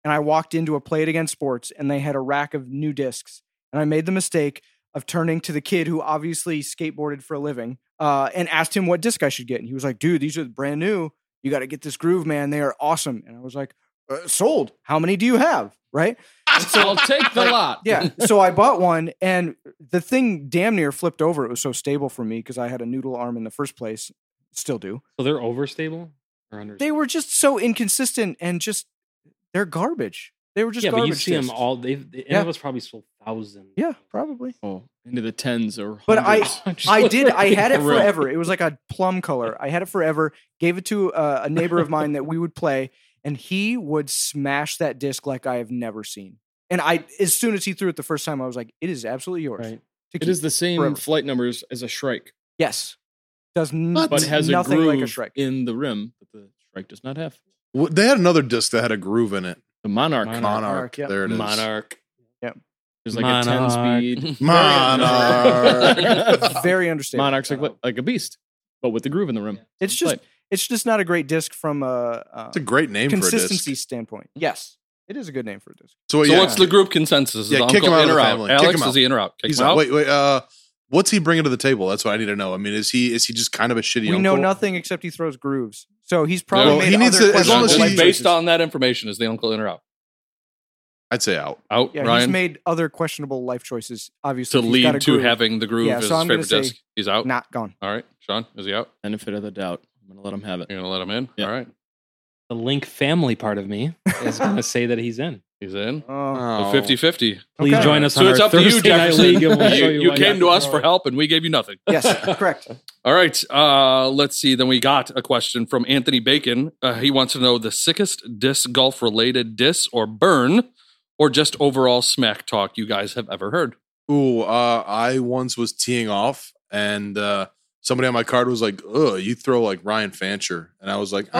[SPEAKER 4] and I walked into a Play It Again Sports, and they had a rack of new discs, and I made the mistake of turning to the kid who obviously skateboarded for a living, uh, and asked him what disc I should get, and he was like, "Dude, these are brand new. You got to get this groove, man. They are awesome." And I was like, uh, "Sold. How many do you have?" Right.
[SPEAKER 5] I'll take the lot.
[SPEAKER 4] Yeah. so I bought one and the thing damn near flipped over. It was so stable for me because I had a noodle arm in the first place. Still do.
[SPEAKER 6] So they're overstable or under?
[SPEAKER 4] They were just so inconsistent and just they're garbage. They were just
[SPEAKER 6] yeah, but
[SPEAKER 4] garbage
[SPEAKER 6] you see them
[SPEAKER 4] discs.
[SPEAKER 6] all. They, the
[SPEAKER 4] Yeah.
[SPEAKER 6] was probably sold thousands.
[SPEAKER 4] Yeah, probably.
[SPEAKER 2] Oh, into the tens or.
[SPEAKER 4] But I-
[SPEAKER 2] hundreds.
[SPEAKER 4] I did. I had it
[SPEAKER 2] For real.
[SPEAKER 4] forever. It was like a plum color. I had it forever. Gave it to uh, a neighbor of mine that we would play, and he would smash that disc like I have never seen. And I, as soon as he threw it the first time, I was like, "It is absolutely yours."
[SPEAKER 2] Right.
[SPEAKER 4] to
[SPEAKER 2] It
[SPEAKER 4] keep."
[SPEAKER 2] is the same
[SPEAKER 4] Forever.
[SPEAKER 2] flight numbers as a Shrike,
[SPEAKER 4] yes, does n-
[SPEAKER 3] But
[SPEAKER 2] but it has a
[SPEAKER 4] nothing
[SPEAKER 2] groove
[SPEAKER 4] like a Shrike.
[SPEAKER 2] in the rim that the Shrike does not have.
[SPEAKER 3] Well, They had another disc that had a groove in it.
[SPEAKER 2] The Monarch,
[SPEAKER 6] Monarch.
[SPEAKER 3] Monarch.
[SPEAKER 4] Monarch, yeah.
[SPEAKER 3] There it is.
[SPEAKER 6] Monarch.
[SPEAKER 2] is like
[SPEAKER 6] Monarch.
[SPEAKER 2] a 10 speed.
[SPEAKER 3] Monarch.
[SPEAKER 4] Very understated.
[SPEAKER 2] Monarch's like, what- like a beast, but with the groove in the rim.
[SPEAKER 4] It's just,
[SPEAKER 2] But-
[SPEAKER 4] it's just not a great disc from a, uh
[SPEAKER 3] It's a great name for a disc.
[SPEAKER 4] consistency standpoint. Yes, it is a good name for a disc.
[SPEAKER 3] So,
[SPEAKER 5] So
[SPEAKER 3] yeah.
[SPEAKER 5] what's the group consensus? Is
[SPEAKER 3] Yeah,
[SPEAKER 5] the
[SPEAKER 3] kick
[SPEAKER 5] uncle
[SPEAKER 3] him out
[SPEAKER 5] in
[SPEAKER 3] of
[SPEAKER 5] or
[SPEAKER 3] the
[SPEAKER 5] out?
[SPEAKER 3] family. Kick
[SPEAKER 5] Alex,
[SPEAKER 3] him out.
[SPEAKER 5] is he in or out? Kick
[SPEAKER 3] He's
[SPEAKER 5] him
[SPEAKER 3] out.
[SPEAKER 5] out.
[SPEAKER 3] Wait, wait. Uh, what's he bringing to the table? That's what I need to know. I mean, is he is he just kind of a shitty?
[SPEAKER 4] we know
[SPEAKER 3] uncle?
[SPEAKER 4] nothing except he throws grooves. So he's probably
[SPEAKER 5] Well,
[SPEAKER 4] made
[SPEAKER 3] he needs
[SPEAKER 4] other
[SPEAKER 3] to- as long as
[SPEAKER 5] Just
[SPEAKER 3] he-
[SPEAKER 4] questionable life
[SPEAKER 5] based
[SPEAKER 4] choices.
[SPEAKER 5] on that information, is the uncle in or out?
[SPEAKER 3] I'd say out.
[SPEAKER 5] Out,
[SPEAKER 4] yeah,
[SPEAKER 5] Ryan,
[SPEAKER 4] he's made other questionable life choices.
[SPEAKER 5] to
[SPEAKER 4] Obviously, He's got a
[SPEAKER 5] lead to
[SPEAKER 4] groove.
[SPEAKER 5] having the groove
[SPEAKER 4] Yeah,
[SPEAKER 5] as
[SPEAKER 4] so I'm
[SPEAKER 5] his
[SPEAKER 4] gonna
[SPEAKER 5] favorite
[SPEAKER 4] say
[SPEAKER 5] disc. He's out.
[SPEAKER 4] not gone.
[SPEAKER 5] All right, Sean, is he out?
[SPEAKER 2] Benefit of the doubt. I'm going to let him have it.
[SPEAKER 5] You're gonna let him in.
[SPEAKER 2] Yeah.
[SPEAKER 5] All right,
[SPEAKER 6] The Link family part of me is going to say that he's in.
[SPEAKER 5] he's in.
[SPEAKER 4] Oh,
[SPEAKER 5] So 50-50.
[SPEAKER 6] Please
[SPEAKER 4] Okay.
[SPEAKER 6] join us on
[SPEAKER 5] So it's
[SPEAKER 6] our
[SPEAKER 5] up to you,
[SPEAKER 6] Thursday Night
[SPEAKER 5] Jefferson.
[SPEAKER 6] League, and we'll show
[SPEAKER 5] you,
[SPEAKER 6] you
[SPEAKER 5] you
[SPEAKER 6] why
[SPEAKER 5] came to
[SPEAKER 6] not
[SPEAKER 5] us for
[SPEAKER 6] tomorrow.
[SPEAKER 5] help, and we gave you nothing.
[SPEAKER 4] yes, correct.
[SPEAKER 5] All right. Uh, let's see. Then we got a question from Anthony Bacon. Uh, he wants to know the sickest disc golf related diss or burn or just overall smack talk you guys have ever heard.
[SPEAKER 3] Ooh, uh, I once was teeing off, and uh, somebody on my card was like, "Ugh, you throw like Ryan Fancher," and I was like, "Oh,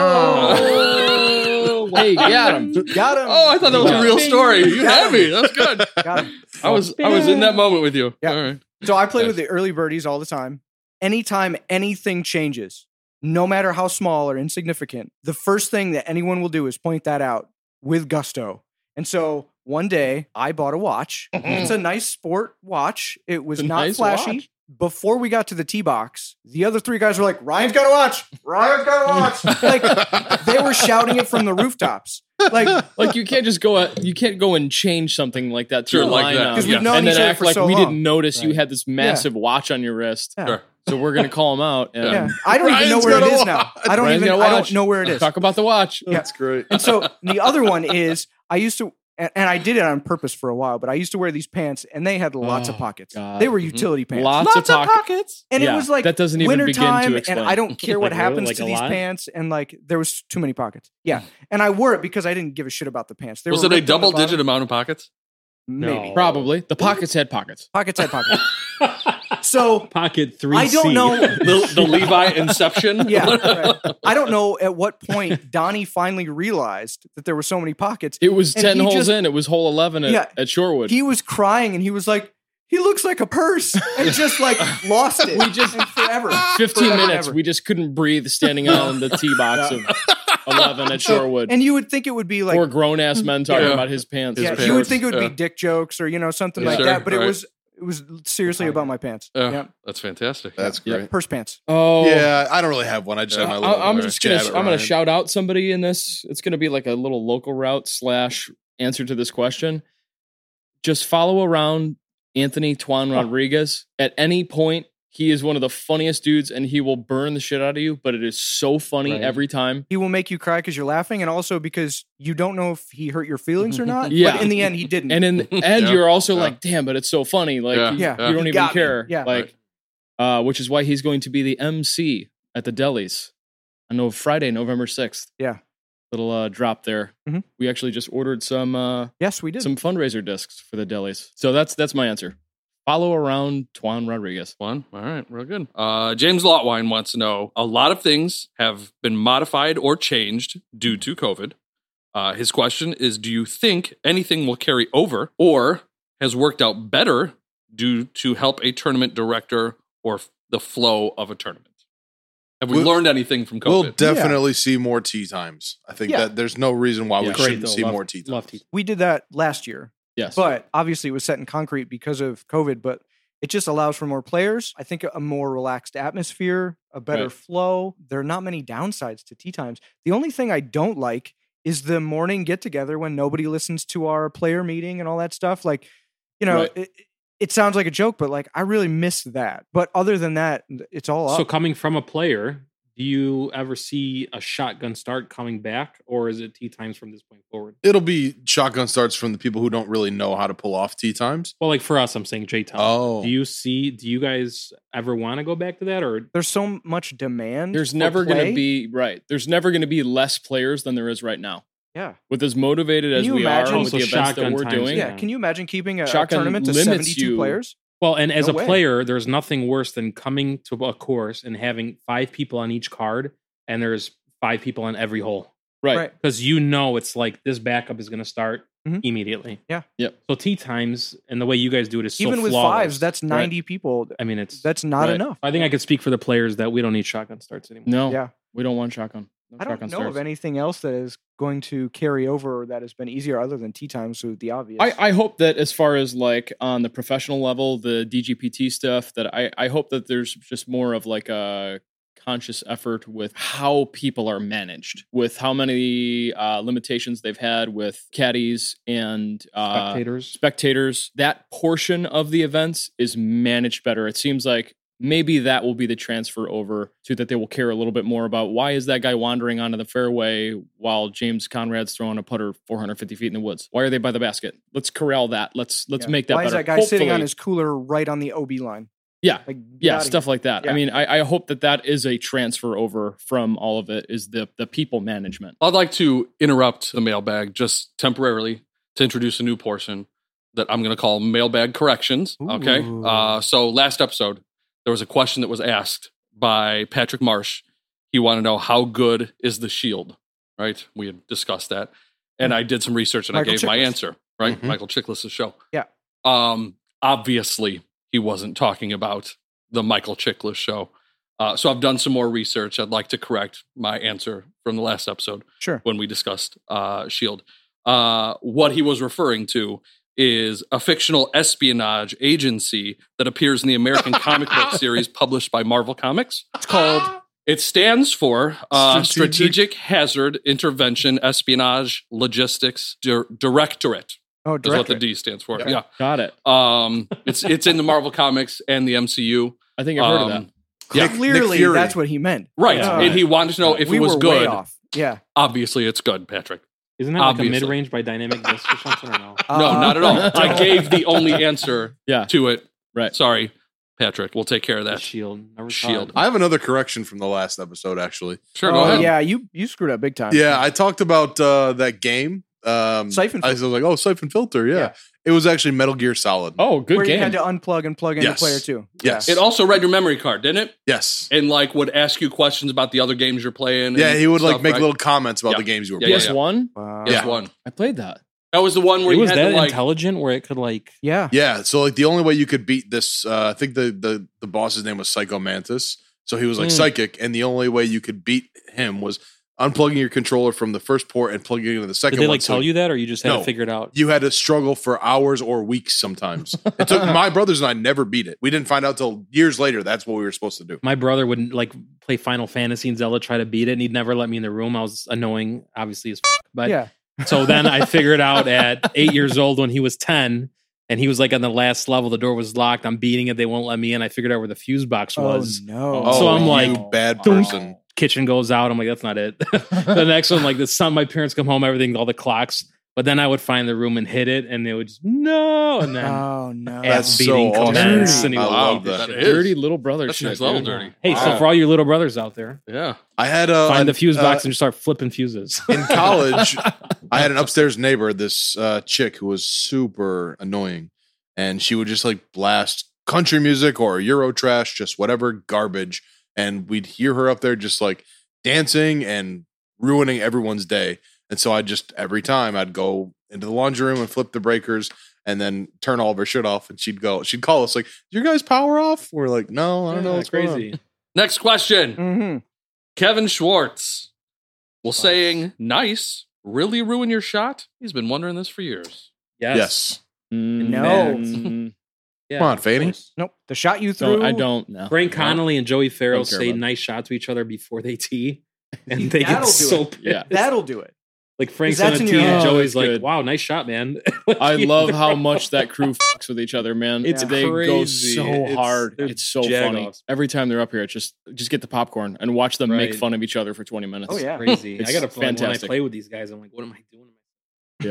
[SPEAKER 4] Oh.
[SPEAKER 5] Oh,
[SPEAKER 2] Hey, got him.
[SPEAKER 4] Got him.
[SPEAKER 5] I thought that was a real story. You had me. That's good.
[SPEAKER 4] Got him.
[SPEAKER 5] I was I was in that moment with you.
[SPEAKER 4] Yeah.
[SPEAKER 5] All right.
[SPEAKER 4] So I play with the early birdies all the time. Anytime anything changes, no matter how small or insignificant, the first thing that anyone will do is point that out with gusto. And so one day I bought a watch. it's a nice sport watch. It was
[SPEAKER 2] Mm-hmm. It's a
[SPEAKER 4] not
[SPEAKER 2] nice
[SPEAKER 4] flashy.
[SPEAKER 2] watch.
[SPEAKER 4] Before we got to the tee box, the other three guys were like, Ryan's got a watch. Ryan's got a watch. like they were shouting it from the rooftops. Like,
[SPEAKER 2] Like you can't just go out, you can't go and change something like that to
[SPEAKER 5] Sure,
[SPEAKER 2] your
[SPEAKER 5] like
[SPEAKER 2] lineup
[SPEAKER 5] that. 'Cause we've
[SPEAKER 2] and
[SPEAKER 4] known
[SPEAKER 2] then
[SPEAKER 4] each other
[SPEAKER 2] act
[SPEAKER 4] for
[SPEAKER 2] like
[SPEAKER 4] so
[SPEAKER 2] we
[SPEAKER 4] long.
[SPEAKER 2] didn't notice you
[SPEAKER 6] Right.
[SPEAKER 2] had this massive watch on your wrist.
[SPEAKER 4] Yeah.
[SPEAKER 5] Sure.
[SPEAKER 2] So we're gonna call him out. And
[SPEAKER 4] yeah. I don't even know
[SPEAKER 3] Ryan's
[SPEAKER 4] where
[SPEAKER 3] got
[SPEAKER 4] it
[SPEAKER 3] a
[SPEAKER 4] is now. I don't
[SPEAKER 2] Ryan's
[SPEAKER 4] even
[SPEAKER 2] got a
[SPEAKER 4] I don't
[SPEAKER 2] watch.
[SPEAKER 4] know where it is.
[SPEAKER 2] Talk about the watch.
[SPEAKER 4] Yeah.
[SPEAKER 3] That's great.
[SPEAKER 4] And so the other one is I used to, and, and I did it on purpose for a while, but I used to wear these pants and they had lots of
[SPEAKER 2] Oh,
[SPEAKER 4] pockets.
[SPEAKER 2] God.
[SPEAKER 4] They were
[SPEAKER 5] Mhm.
[SPEAKER 4] utility pants.
[SPEAKER 2] Lots, of pockets.
[SPEAKER 4] and
[SPEAKER 2] Yeah,
[SPEAKER 4] it was like
[SPEAKER 2] that doesn't even
[SPEAKER 4] winter
[SPEAKER 2] begin to
[SPEAKER 4] time, and
[SPEAKER 2] explain.
[SPEAKER 4] I don't care what
[SPEAKER 6] Like, really?
[SPEAKER 4] happens
[SPEAKER 6] Like
[SPEAKER 4] to
[SPEAKER 6] a
[SPEAKER 4] these
[SPEAKER 6] lot?
[SPEAKER 4] pants. And like there was too many pockets. Yeah.
[SPEAKER 2] Mm.
[SPEAKER 4] And I wore it because I didn't give a shit about the pants. They
[SPEAKER 5] Was
[SPEAKER 4] were
[SPEAKER 5] it a
[SPEAKER 4] ripped on the
[SPEAKER 5] double digit
[SPEAKER 4] bottom.
[SPEAKER 5] amount of pockets?
[SPEAKER 4] Maybe.
[SPEAKER 6] No.
[SPEAKER 2] Probably the pockets had pockets.
[SPEAKER 4] Pockets had pockets. so
[SPEAKER 6] Pocket three.
[SPEAKER 4] I don't know.
[SPEAKER 5] The, the Levi Inception?
[SPEAKER 4] Yeah. right. I don't know at what point Donnie finally realized that there were so many pockets.
[SPEAKER 2] It was
[SPEAKER 4] And
[SPEAKER 2] ten
[SPEAKER 4] he
[SPEAKER 2] holes
[SPEAKER 4] just-
[SPEAKER 2] in. It was hole eleven at,
[SPEAKER 4] Yeah.
[SPEAKER 2] at Shorewood.
[SPEAKER 4] he was crying and he was like, he looks like a purse and just like lost it. We just forever.
[SPEAKER 2] Fifteen
[SPEAKER 4] forever and
[SPEAKER 2] minutes.
[SPEAKER 4] ever.
[SPEAKER 2] We just couldn't breathe standing on the tee box of eleven at
[SPEAKER 4] So-
[SPEAKER 2] Shorewood.
[SPEAKER 4] And you would think it would be like,
[SPEAKER 2] Four grown ass men talking
[SPEAKER 5] Yeah.
[SPEAKER 2] about his pants.
[SPEAKER 5] his
[SPEAKER 4] yeah,
[SPEAKER 5] parents,
[SPEAKER 4] you would think it would
[SPEAKER 5] yeah.
[SPEAKER 4] be dick jokes or, you know, something
[SPEAKER 5] Yeah.
[SPEAKER 4] like
[SPEAKER 5] Sure,
[SPEAKER 4] that. But
[SPEAKER 5] right.
[SPEAKER 4] it was, it was seriously about my pants.
[SPEAKER 5] Uh,
[SPEAKER 4] yeah.
[SPEAKER 5] That's fantastic.
[SPEAKER 3] That's
[SPEAKER 2] Yeah.
[SPEAKER 3] great.
[SPEAKER 4] Purse pants.
[SPEAKER 2] Oh Uh,
[SPEAKER 3] Yeah, I don't really have one. I just have my little.
[SPEAKER 2] I, am just gonna
[SPEAKER 3] jab
[SPEAKER 2] sh-
[SPEAKER 3] at
[SPEAKER 2] I'm gonna
[SPEAKER 3] Ryan.
[SPEAKER 2] shout out somebody in this. It's gonna be like a little local route slash answer to this question. Just follow around Anthony Tuan Rodriguez at any point. He is one of the funniest dudes, and he will burn the shit out of you. But it is so funny
[SPEAKER 6] Right.
[SPEAKER 2] every time.
[SPEAKER 4] He will make you cry because you're laughing and also because you don't know if he hurt your feelings or not.
[SPEAKER 2] Yeah.
[SPEAKER 4] But in the end, he didn't.
[SPEAKER 2] And in the end,
[SPEAKER 5] Yeah.
[SPEAKER 2] you're also
[SPEAKER 5] Yeah.
[SPEAKER 2] like, "Damn!" But it's so funny. Like,
[SPEAKER 5] Yeah.
[SPEAKER 2] You,
[SPEAKER 4] Yeah.
[SPEAKER 2] you don't
[SPEAKER 4] You
[SPEAKER 2] even
[SPEAKER 4] got me.
[SPEAKER 2] care.
[SPEAKER 4] Yeah.
[SPEAKER 2] Like, uh, which is why he's going to be the MC at the delis on Nov- Friday, November sixth.
[SPEAKER 4] Yeah.
[SPEAKER 2] Little uh, drop there.
[SPEAKER 4] Mhm.
[SPEAKER 2] We actually just ordered some. Uh,
[SPEAKER 4] yes, we did.
[SPEAKER 2] some fundraiser discs for the delis. So that's that's my answer. Follow around Tuan Rodriguez.
[SPEAKER 5] One. All right, real good. Uh, James Lotwine wants to know a lot of things have been modified or changed due to COVID. Uh, his question is Do you think anything will carry over or has worked out better due to help a tournament director or f- the flow of a tournament? Have we
[SPEAKER 3] We'll-
[SPEAKER 5] learned anything from
[SPEAKER 3] We'll
[SPEAKER 5] COVID?
[SPEAKER 3] definitely see more tea times. I think
[SPEAKER 4] Yeah.
[SPEAKER 3] that there's no reason why we
[SPEAKER 2] Yeah.
[SPEAKER 6] Great,
[SPEAKER 3] shouldn't
[SPEAKER 6] though.
[SPEAKER 3] see
[SPEAKER 6] Love-
[SPEAKER 3] more tea times.
[SPEAKER 6] Love to-
[SPEAKER 4] we did that last year.
[SPEAKER 2] Yes.
[SPEAKER 4] But obviously, it was set in concrete because of COVID, but it just allows for more players. I think a more relaxed atmosphere, a better
[SPEAKER 2] Right.
[SPEAKER 4] flow. There are not many downsides to tea times. The only thing I don't like is the morning get together when nobody listens to our player meeting and all that stuff. Like, you know,
[SPEAKER 2] Right.
[SPEAKER 4] it, it sounds like a joke, but like I really miss that. But other than that, it's all up.
[SPEAKER 6] So coming from a player, do you ever see a shotgun start coming back, or is it tea times from this point forward?
[SPEAKER 3] It'll be shotgun starts from the people who don't really know how to pull off tea times.
[SPEAKER 6] Well, like for us, I'm saying J Town.
[SPEAKER 3] Oh,
[SPEAKER 6] Do you see? Do you guys ever want to go back to that, or
[SPEAKER 4] There's so much demand.
[SPEAKER 2] There's
[SPEAKER 4] for
[SPEAKER 2] never going
[SPEAKER 4] play.
[SPEAKER 2] to be right. There's never going to be less players than there is right now.
[SPEAKER 4] Yeah.
[SPEAKER 2] With as motivated
[SPEAKER 4] Can
[SPEAKER 2] as
[SPEAKER 4] you
[SPEAKER 2] we
[SPEAKER 4] imagine-
[SPEAKER 2] are with
[SPEAKER 6] Also
[SPEAKER 2] the events that
[SPEAKER 6] shotgun
[SPEAKER 2] we're
[SPEAKER 6] times,
[SPEAKER 2] doing,
[SPEAKER 4] Yeah. Can you imagine keeping a, a
[SPEAKER 2] Shotgun
[SPEAKER 4] tournament to
[SPEAKER 2] limits
[SPEAKER 4] 72
[SPEAKER 2] you-
[SPEAKER 4] players?
[SPEAKER 6] Well, and as
[SPEAKER 4] No
[SPEAKER 6] a
[SPEAKER 4] way.
[SPEAKER 6] player, there's nothing worse than coming to a course and having five people on each card, and there's five people on every hole
[SPEAKER 2] right?
[SPEAKER 4] Right.
[SPEAKER 6] because you know it's like this backup is going to start
[SPEAKER 4] Mhm.
[SPEAKER 6] immediately.
[SPEAKER 4] Yeah.
[SPEAKER 2] Yep.
[SPEAKER 6] So tee times and the way you guys do it is so
[SPEAKER 4] Even with
[SPEAKER 6] flawless.
[SPEAKER 4] fives, that's 90 people.
[SPEAKER 6] I mean, it's.
[SPEAKER 4] That's not
[SPEAKER 2] Right.
[SPEAKER 4] enough.
[SPEAKER 6] I think I could speak for the players that we don't need shotgun starts anymore.
[SPEAKER 2] No,
[SPEAKER 4] Yeah.
[SPEAKER 2] we don't want shotgun. No
[SPEAKER 4] I don't know
[SPEAKER 2] shotgun starts.
[SPEAKER 4] of anything else that is going to carry over or that has been easier other than tea times with the obvious.
[SPEAKER 2] I, I hope that as far as like on the professional level, the DGPT stuff, that I, I hope that there's just more of like a conscious effort with how people are managed, with how many uh, limitations they've had with caddies and uh,
[SPEAKER 6] Spectators.
[SPEAKER 2] spectators. That portion of the events is managed better. It seems like maybe that will be the transfer over to that they will care a little bit more about why is that guy wandering onto the fairway while James Conrad's throwing a putter 450 feet in the woods? Why are they by the basket? Let's corral that. Let's let's
[SPEAKER 4] Yeah.
[SPEAKER 2] make that
[SPEAKER 4] Why
[SPEAKER 2] better.
[SPEAKER 4] is that guy sitting on
[SPEAKER 2] Hopefully-
[SPEAKER 4] his cooler right on the OB line?
[SPEAKER 2] Yeah.
[SPEAKER 4] Like, get
[SPEAKER 2] yeah
[SPEAKER 4] outta
[SPEAKER 2] stuff like that.
[SPEAKER 4] Yeah.
[SPEAKER 2] I mean, I, I hope that that is a transfer over from all of it is the the people management.
[SPEAKER 5] I'd like to interrupt the mailbag just temporarily to introduce a new portion that I'm going to call mailbag corrections. Okay.
[SPEAKER 4] Ooh.
[SPEAKER 5] Uh, so last episode, there was a question that was asked by Patrick Marsh. He wanted to know how good is the shield, right? We had discussed that. And I did some research and
[SPEAKER 4] Mm-hmm. Michael
[SPEAKER 5] I gave my
[SPEAKER 4] Chiklis. Mm-hmm.
[SPEAKER 5] answer, right?
[SPEAKER 3] Mhm.
[SPEAKER 5] Michael Chiklis' show.
[SPEAKER 4] Yeah.
[SPEAKER 5] Um, obviously, he wasn't talking about the Michael Chiklis show. Uh, so I've done some more research. I'd like to correct my answer from the last episode
[SPEAKER 4] here. Sure.
[SPEAKER 5] when we discussed uh, Shield. Uh, what he was referring to is a fictional espionage agency that appears in the American comic book series published by Marvel Comics.
[SPEAKER 4] It's called
[SPEAKER 5] It stands for uh,
[SPEAKER 3] Strategic-
[SPEAKER 5] Strategic. Hazard Intervention Espionage Logistics Dir- Directorate.
[SPEAKER 4] oh,
[SPEAKER 5] Is what the
[SPEAKER 4] director.
[SPEAKER 5] D stands for.
[SPEAKER 3] Okay.
[SPEAKER 5] Yeah,
[SPEAKER 2] Got it.
[SPEAKER 5] um, it's it's in the Marvel Comics and the MCU.
[SPEAKER 2] I think I've heard of
[SPEAKER 5] Um,
[SPEAKER 2] that.
[SPEAKER 5] Yeah.
[SPEAKER 3] Nick- Nick
[SPEAKER 4] Clearly,
[SPEAKER 3] Fury.
[SPEAKER 4] that's what he meant.
[SPEAKER 5] Right,
[SPEAKER 4] Yeah.
[SPEAKER 5] and he wanted to know if
[SPEAKER 4] we
[SPEAKER 5] it was
[SPEAKER 4] were way
[SPEAKER 5] good.
[SPEAKER 4] off. Yeah.
[SPEAKER 5] Obviously, it's good, Patrick.
[SPEAKER 6] Isn't that like
[SPEAKER 5] Obviously.
[SPEAKER 6] a mid range by Dynamic Disc or something or no?
[SPEAKER 5] No,
[SPEAKER 4] Uh,
[SPEAKER 5] not at all. I gave the only answer
[SPEAKER 2] Yeah.
[SPEAKER 5] to it.
[SPEAKER 2] Right.
[SPEAKER 5] Sorry, Patrick. We'll take care of
[SPEAKER 6] The
[SPEAKER 5] that.
[SPEAKER 6] shield. Never thought
[SPEAKER 5] Shield.
[SPEAKER 6] of it.
[SPEAKER 3] I have another correction from the last episode, actually.
[SPEAKER 5] Sure,
[SPEAKER 4] oh,
[SPEAKER 5] go ahead.
[SPEAKER 4] yeah, you you screwed up big time.
[SPEAKER 3] Yeah, I talked about uh, that game. Um,
[SPEAKER 4] Siphon
[SPEAKER 3] I was like, oh, Siphon Filter. Yeah.
[SPEAKER 4] Yeah.
[SPEAKER 3] It was actually Metal Gear Solid.
[SPEAKER 2] Oh, good
[SPEAKER 4] Where
[SPEAKER 2] game.
[SPEAKER 4] you had to unplug and plug in the
[SPEAKER 3] Yes.
[SPEAKER 4] player too.
[SPEAKER 3] Yes.
[SPEAKER 5] It also read your memory card, didn't it?
[SPEAKER 3] yes.
[SPEAKER 5] And like would ask you questions about the other games you're playing. and
[SPEAKER 3] Yeah, he would like
[SPEAKER 5] stuff,
[SPEAKER 3] make
[SPEAKER 5] right?
[SPEAKER 3] little comments about
[SPEAKER 5] Yeah.
[SPEAKER 3] the games you were
[SPEAKER 5] Yeah, yeah,
[SPEAKER 3] playing.
[SPEAKER 2] PS One.
[SPEAKER 4] Wow.
[SPEAKER 5] Yes, one.
[SPEAKER 2] I played that.
[SPEAKER 5] That was the one where
[SPEAKER 6] It
[SPEAKER 5] you
[SPEAKER 6] was
[SPEAKER 5] had
[SPEAKER 6] that
[SPEAKER 5] to like.
[SPEAKER 6] intelligent where it could like
[SPEAKER 4] Yeah.
[SPEAKER 3] Yeah, so like the only way you could beat this, uh, I think the the the boss's name was Psycho Mantis. So he was like
[SPEAKER 6] Mm.
[SPEAKER 3] psychic, and the only way you could beat him was unplugging your controller from the first port and plugging it into the second.
[SPEAKER 6] Did they
[SPEAKER 3] one.
[SPEAKER 6] like
[SPEAKER 3] So
[SPEAKER 6] tell you that, or you just had
[SPEAKER 3] No.
[SPEAKER 6] to figure it out?
[SPEAKER 3] You had to struggle for hours or weeks sometimes. it took my brothers and I never beat it. We didn't find out till years later. That's what we were supposed to do.
[SPEAKER 6] My brother would like play Final Fantasy and Zelda, try to beat it, and he'd never let me in the room. I was annoying, obviously as f- but
[SPEAKER 4] yeah.
[SPEAKER 6] so then I figured out at eight years old when he was ten, and he was like on the last level. The door was locked. I'm beating it. They won't let me in. I figured out where the fuse box was.
[SPEAKER 4] oh no.
[SPEAKER 6] Oh, So I'm
[SPEAKER 3] you
[SPEAKER 6] like-
[SPEAKER 3] bad
[SPEAKER 6] Dunk.
[SPEAKER 3] person.
[SPEAKER 6] Kitchen goes out. I'm like, that's not it. the next one, like the sun. My parents come home. Everything, all the clocks. But then I would find the room and hit it, and they would just no, and then.
[SPEAKER 4] Oh no.
[SPEAKER 3] That's
[SPEAKER 6] Ass
[SPEAKER 3] so
[SPEAKER 6] beating
[SPEAKER 3] awesome.
[SPEAKER 6] commenced, and he
[SPEAKER 3] I
[SPEAKER 6] loved
[SPEAKER 3] love that.
[SPEAKER 6] it.
[SPEAKER 5] It is.
[SPEAKER 2] Dirty little brother
[SPEAKER 5] That's
[SPEAKER 2] shit.
[SPEAKER 5] next level
[SPEAKER 2] dude.
[SPEAKER 5] dirty.
[SPEAKER 6] Hey,
[SPEAKER 5] Wow.
[SPEAKER 6] so for all your little brothers out there,
[SPEAKER 5] Yeah.
[SPEAKER 3] I had a
[SPEAKER 6] find the fuse box
[SPEAKER 3] uh,
[SPEAKER 6] and just start flipping fuses.
[SPEAKER 3] in college, I had an upstairs neighbor, this uh, chick who was super annoying, and she would just like blast country music or Euro trash, just whatever garbage, and we'd hear her up there just like dancing and ruining everyone's day. And so I just every time I'd go into the laundry room and flip the breakers. And then turn all of her shit off, and she'd go. She'd call us like, "Your guys power off?" We're like, "No, I don't know.
[SPEAKER 6] Yeah,
[SPEAKER 3] It's crazy."
[SPEAKER 6] crazy.
[SPEAKER 5] Next question.
[SPEAKER 4] hmm
[SPEAKER 5] Kevin Schwartz. Will saying nice really ruin your shot? He's been wondering this for years.
[SPEAKER 6] Yes.
[SPEAKER 3] Yes,
[SPEAKER 2] Mm,
[SPEAKER 4] No.
[SPEAKER 2] mm,
[SPEAKER 6] Yeah,
[SPEAKER 3] Come on,
[SPEAKER 6] of
[SPEAKER 3] Fanny.
[SPEAKER 6] course.
[SPEAKER 4] Nope. The shot you threw.
[SPEAKER 2] don't, I don't know.
[SPEAKER 6] Frank Connolly and Joey Farrell
[SPEAKER 2] Don't care
[SPEAKER 6] say
[SPEAKER 2] about it.
[SPEAKER 6] nice shot to each other before they tee, and they
[SPEAKER 4] That'll
[SPEAKER 6] get
[SPEAKER 4] do
[SPEAKER 6] so
[SPEAKER 4] it.
[SPEAKER 6] pissed.
[SPEAKER 2] Yeah.
[SPEAKER 4] That'll do it.
[SPEAKER 6] Like Frank's
[SPEAKER 4] That's
[SPEAKER 6] on
[SPEAKER 4] in
[SPEAKER 6] the
[SPEAKER 4] your
[SPEAKER 6] tee, and
[SPEAKER 2] head.
[SPEAKER 6] Joey's
[SPEAKER 2] Oh,
[SPEAKER 6] like,
[SPEAKER 2] good.
[SPEAKER 6] "Wow, nice shot, man."
[SPEAKER 2] I love how much that crew fucks with each other, man.
[SPEAKER 6] It's
[SPEAKER 2] they go
[SPEAKER 6] crazy.
[SPEAKER 2] so
[SPEAKER 6] It's-
[SPEAKER 2] hard.
[SPEAKER 6] they're
[SPEAKER 2] It's so
[SPEAKER 6] jag
[SPEAKER 2] funny.
[SPEAKER 6] offs.
[SPEAKER 2] Every time they're up here, it's just just get the popcorn and watch them make
[SPEAKER 6] Right.
[SPEAKER 2] fun of each other for 20 minutes.
[SPEAKER 4] Oh yeah.
[SPEAKER 6] Crazy.
[SPEAKER 2] It's
[SPEAKER 6] I got a fun when I
[SPEAKER 2] fantastic.
[SPEAKER 6] play with these guys. I'm like, "What am I doing?"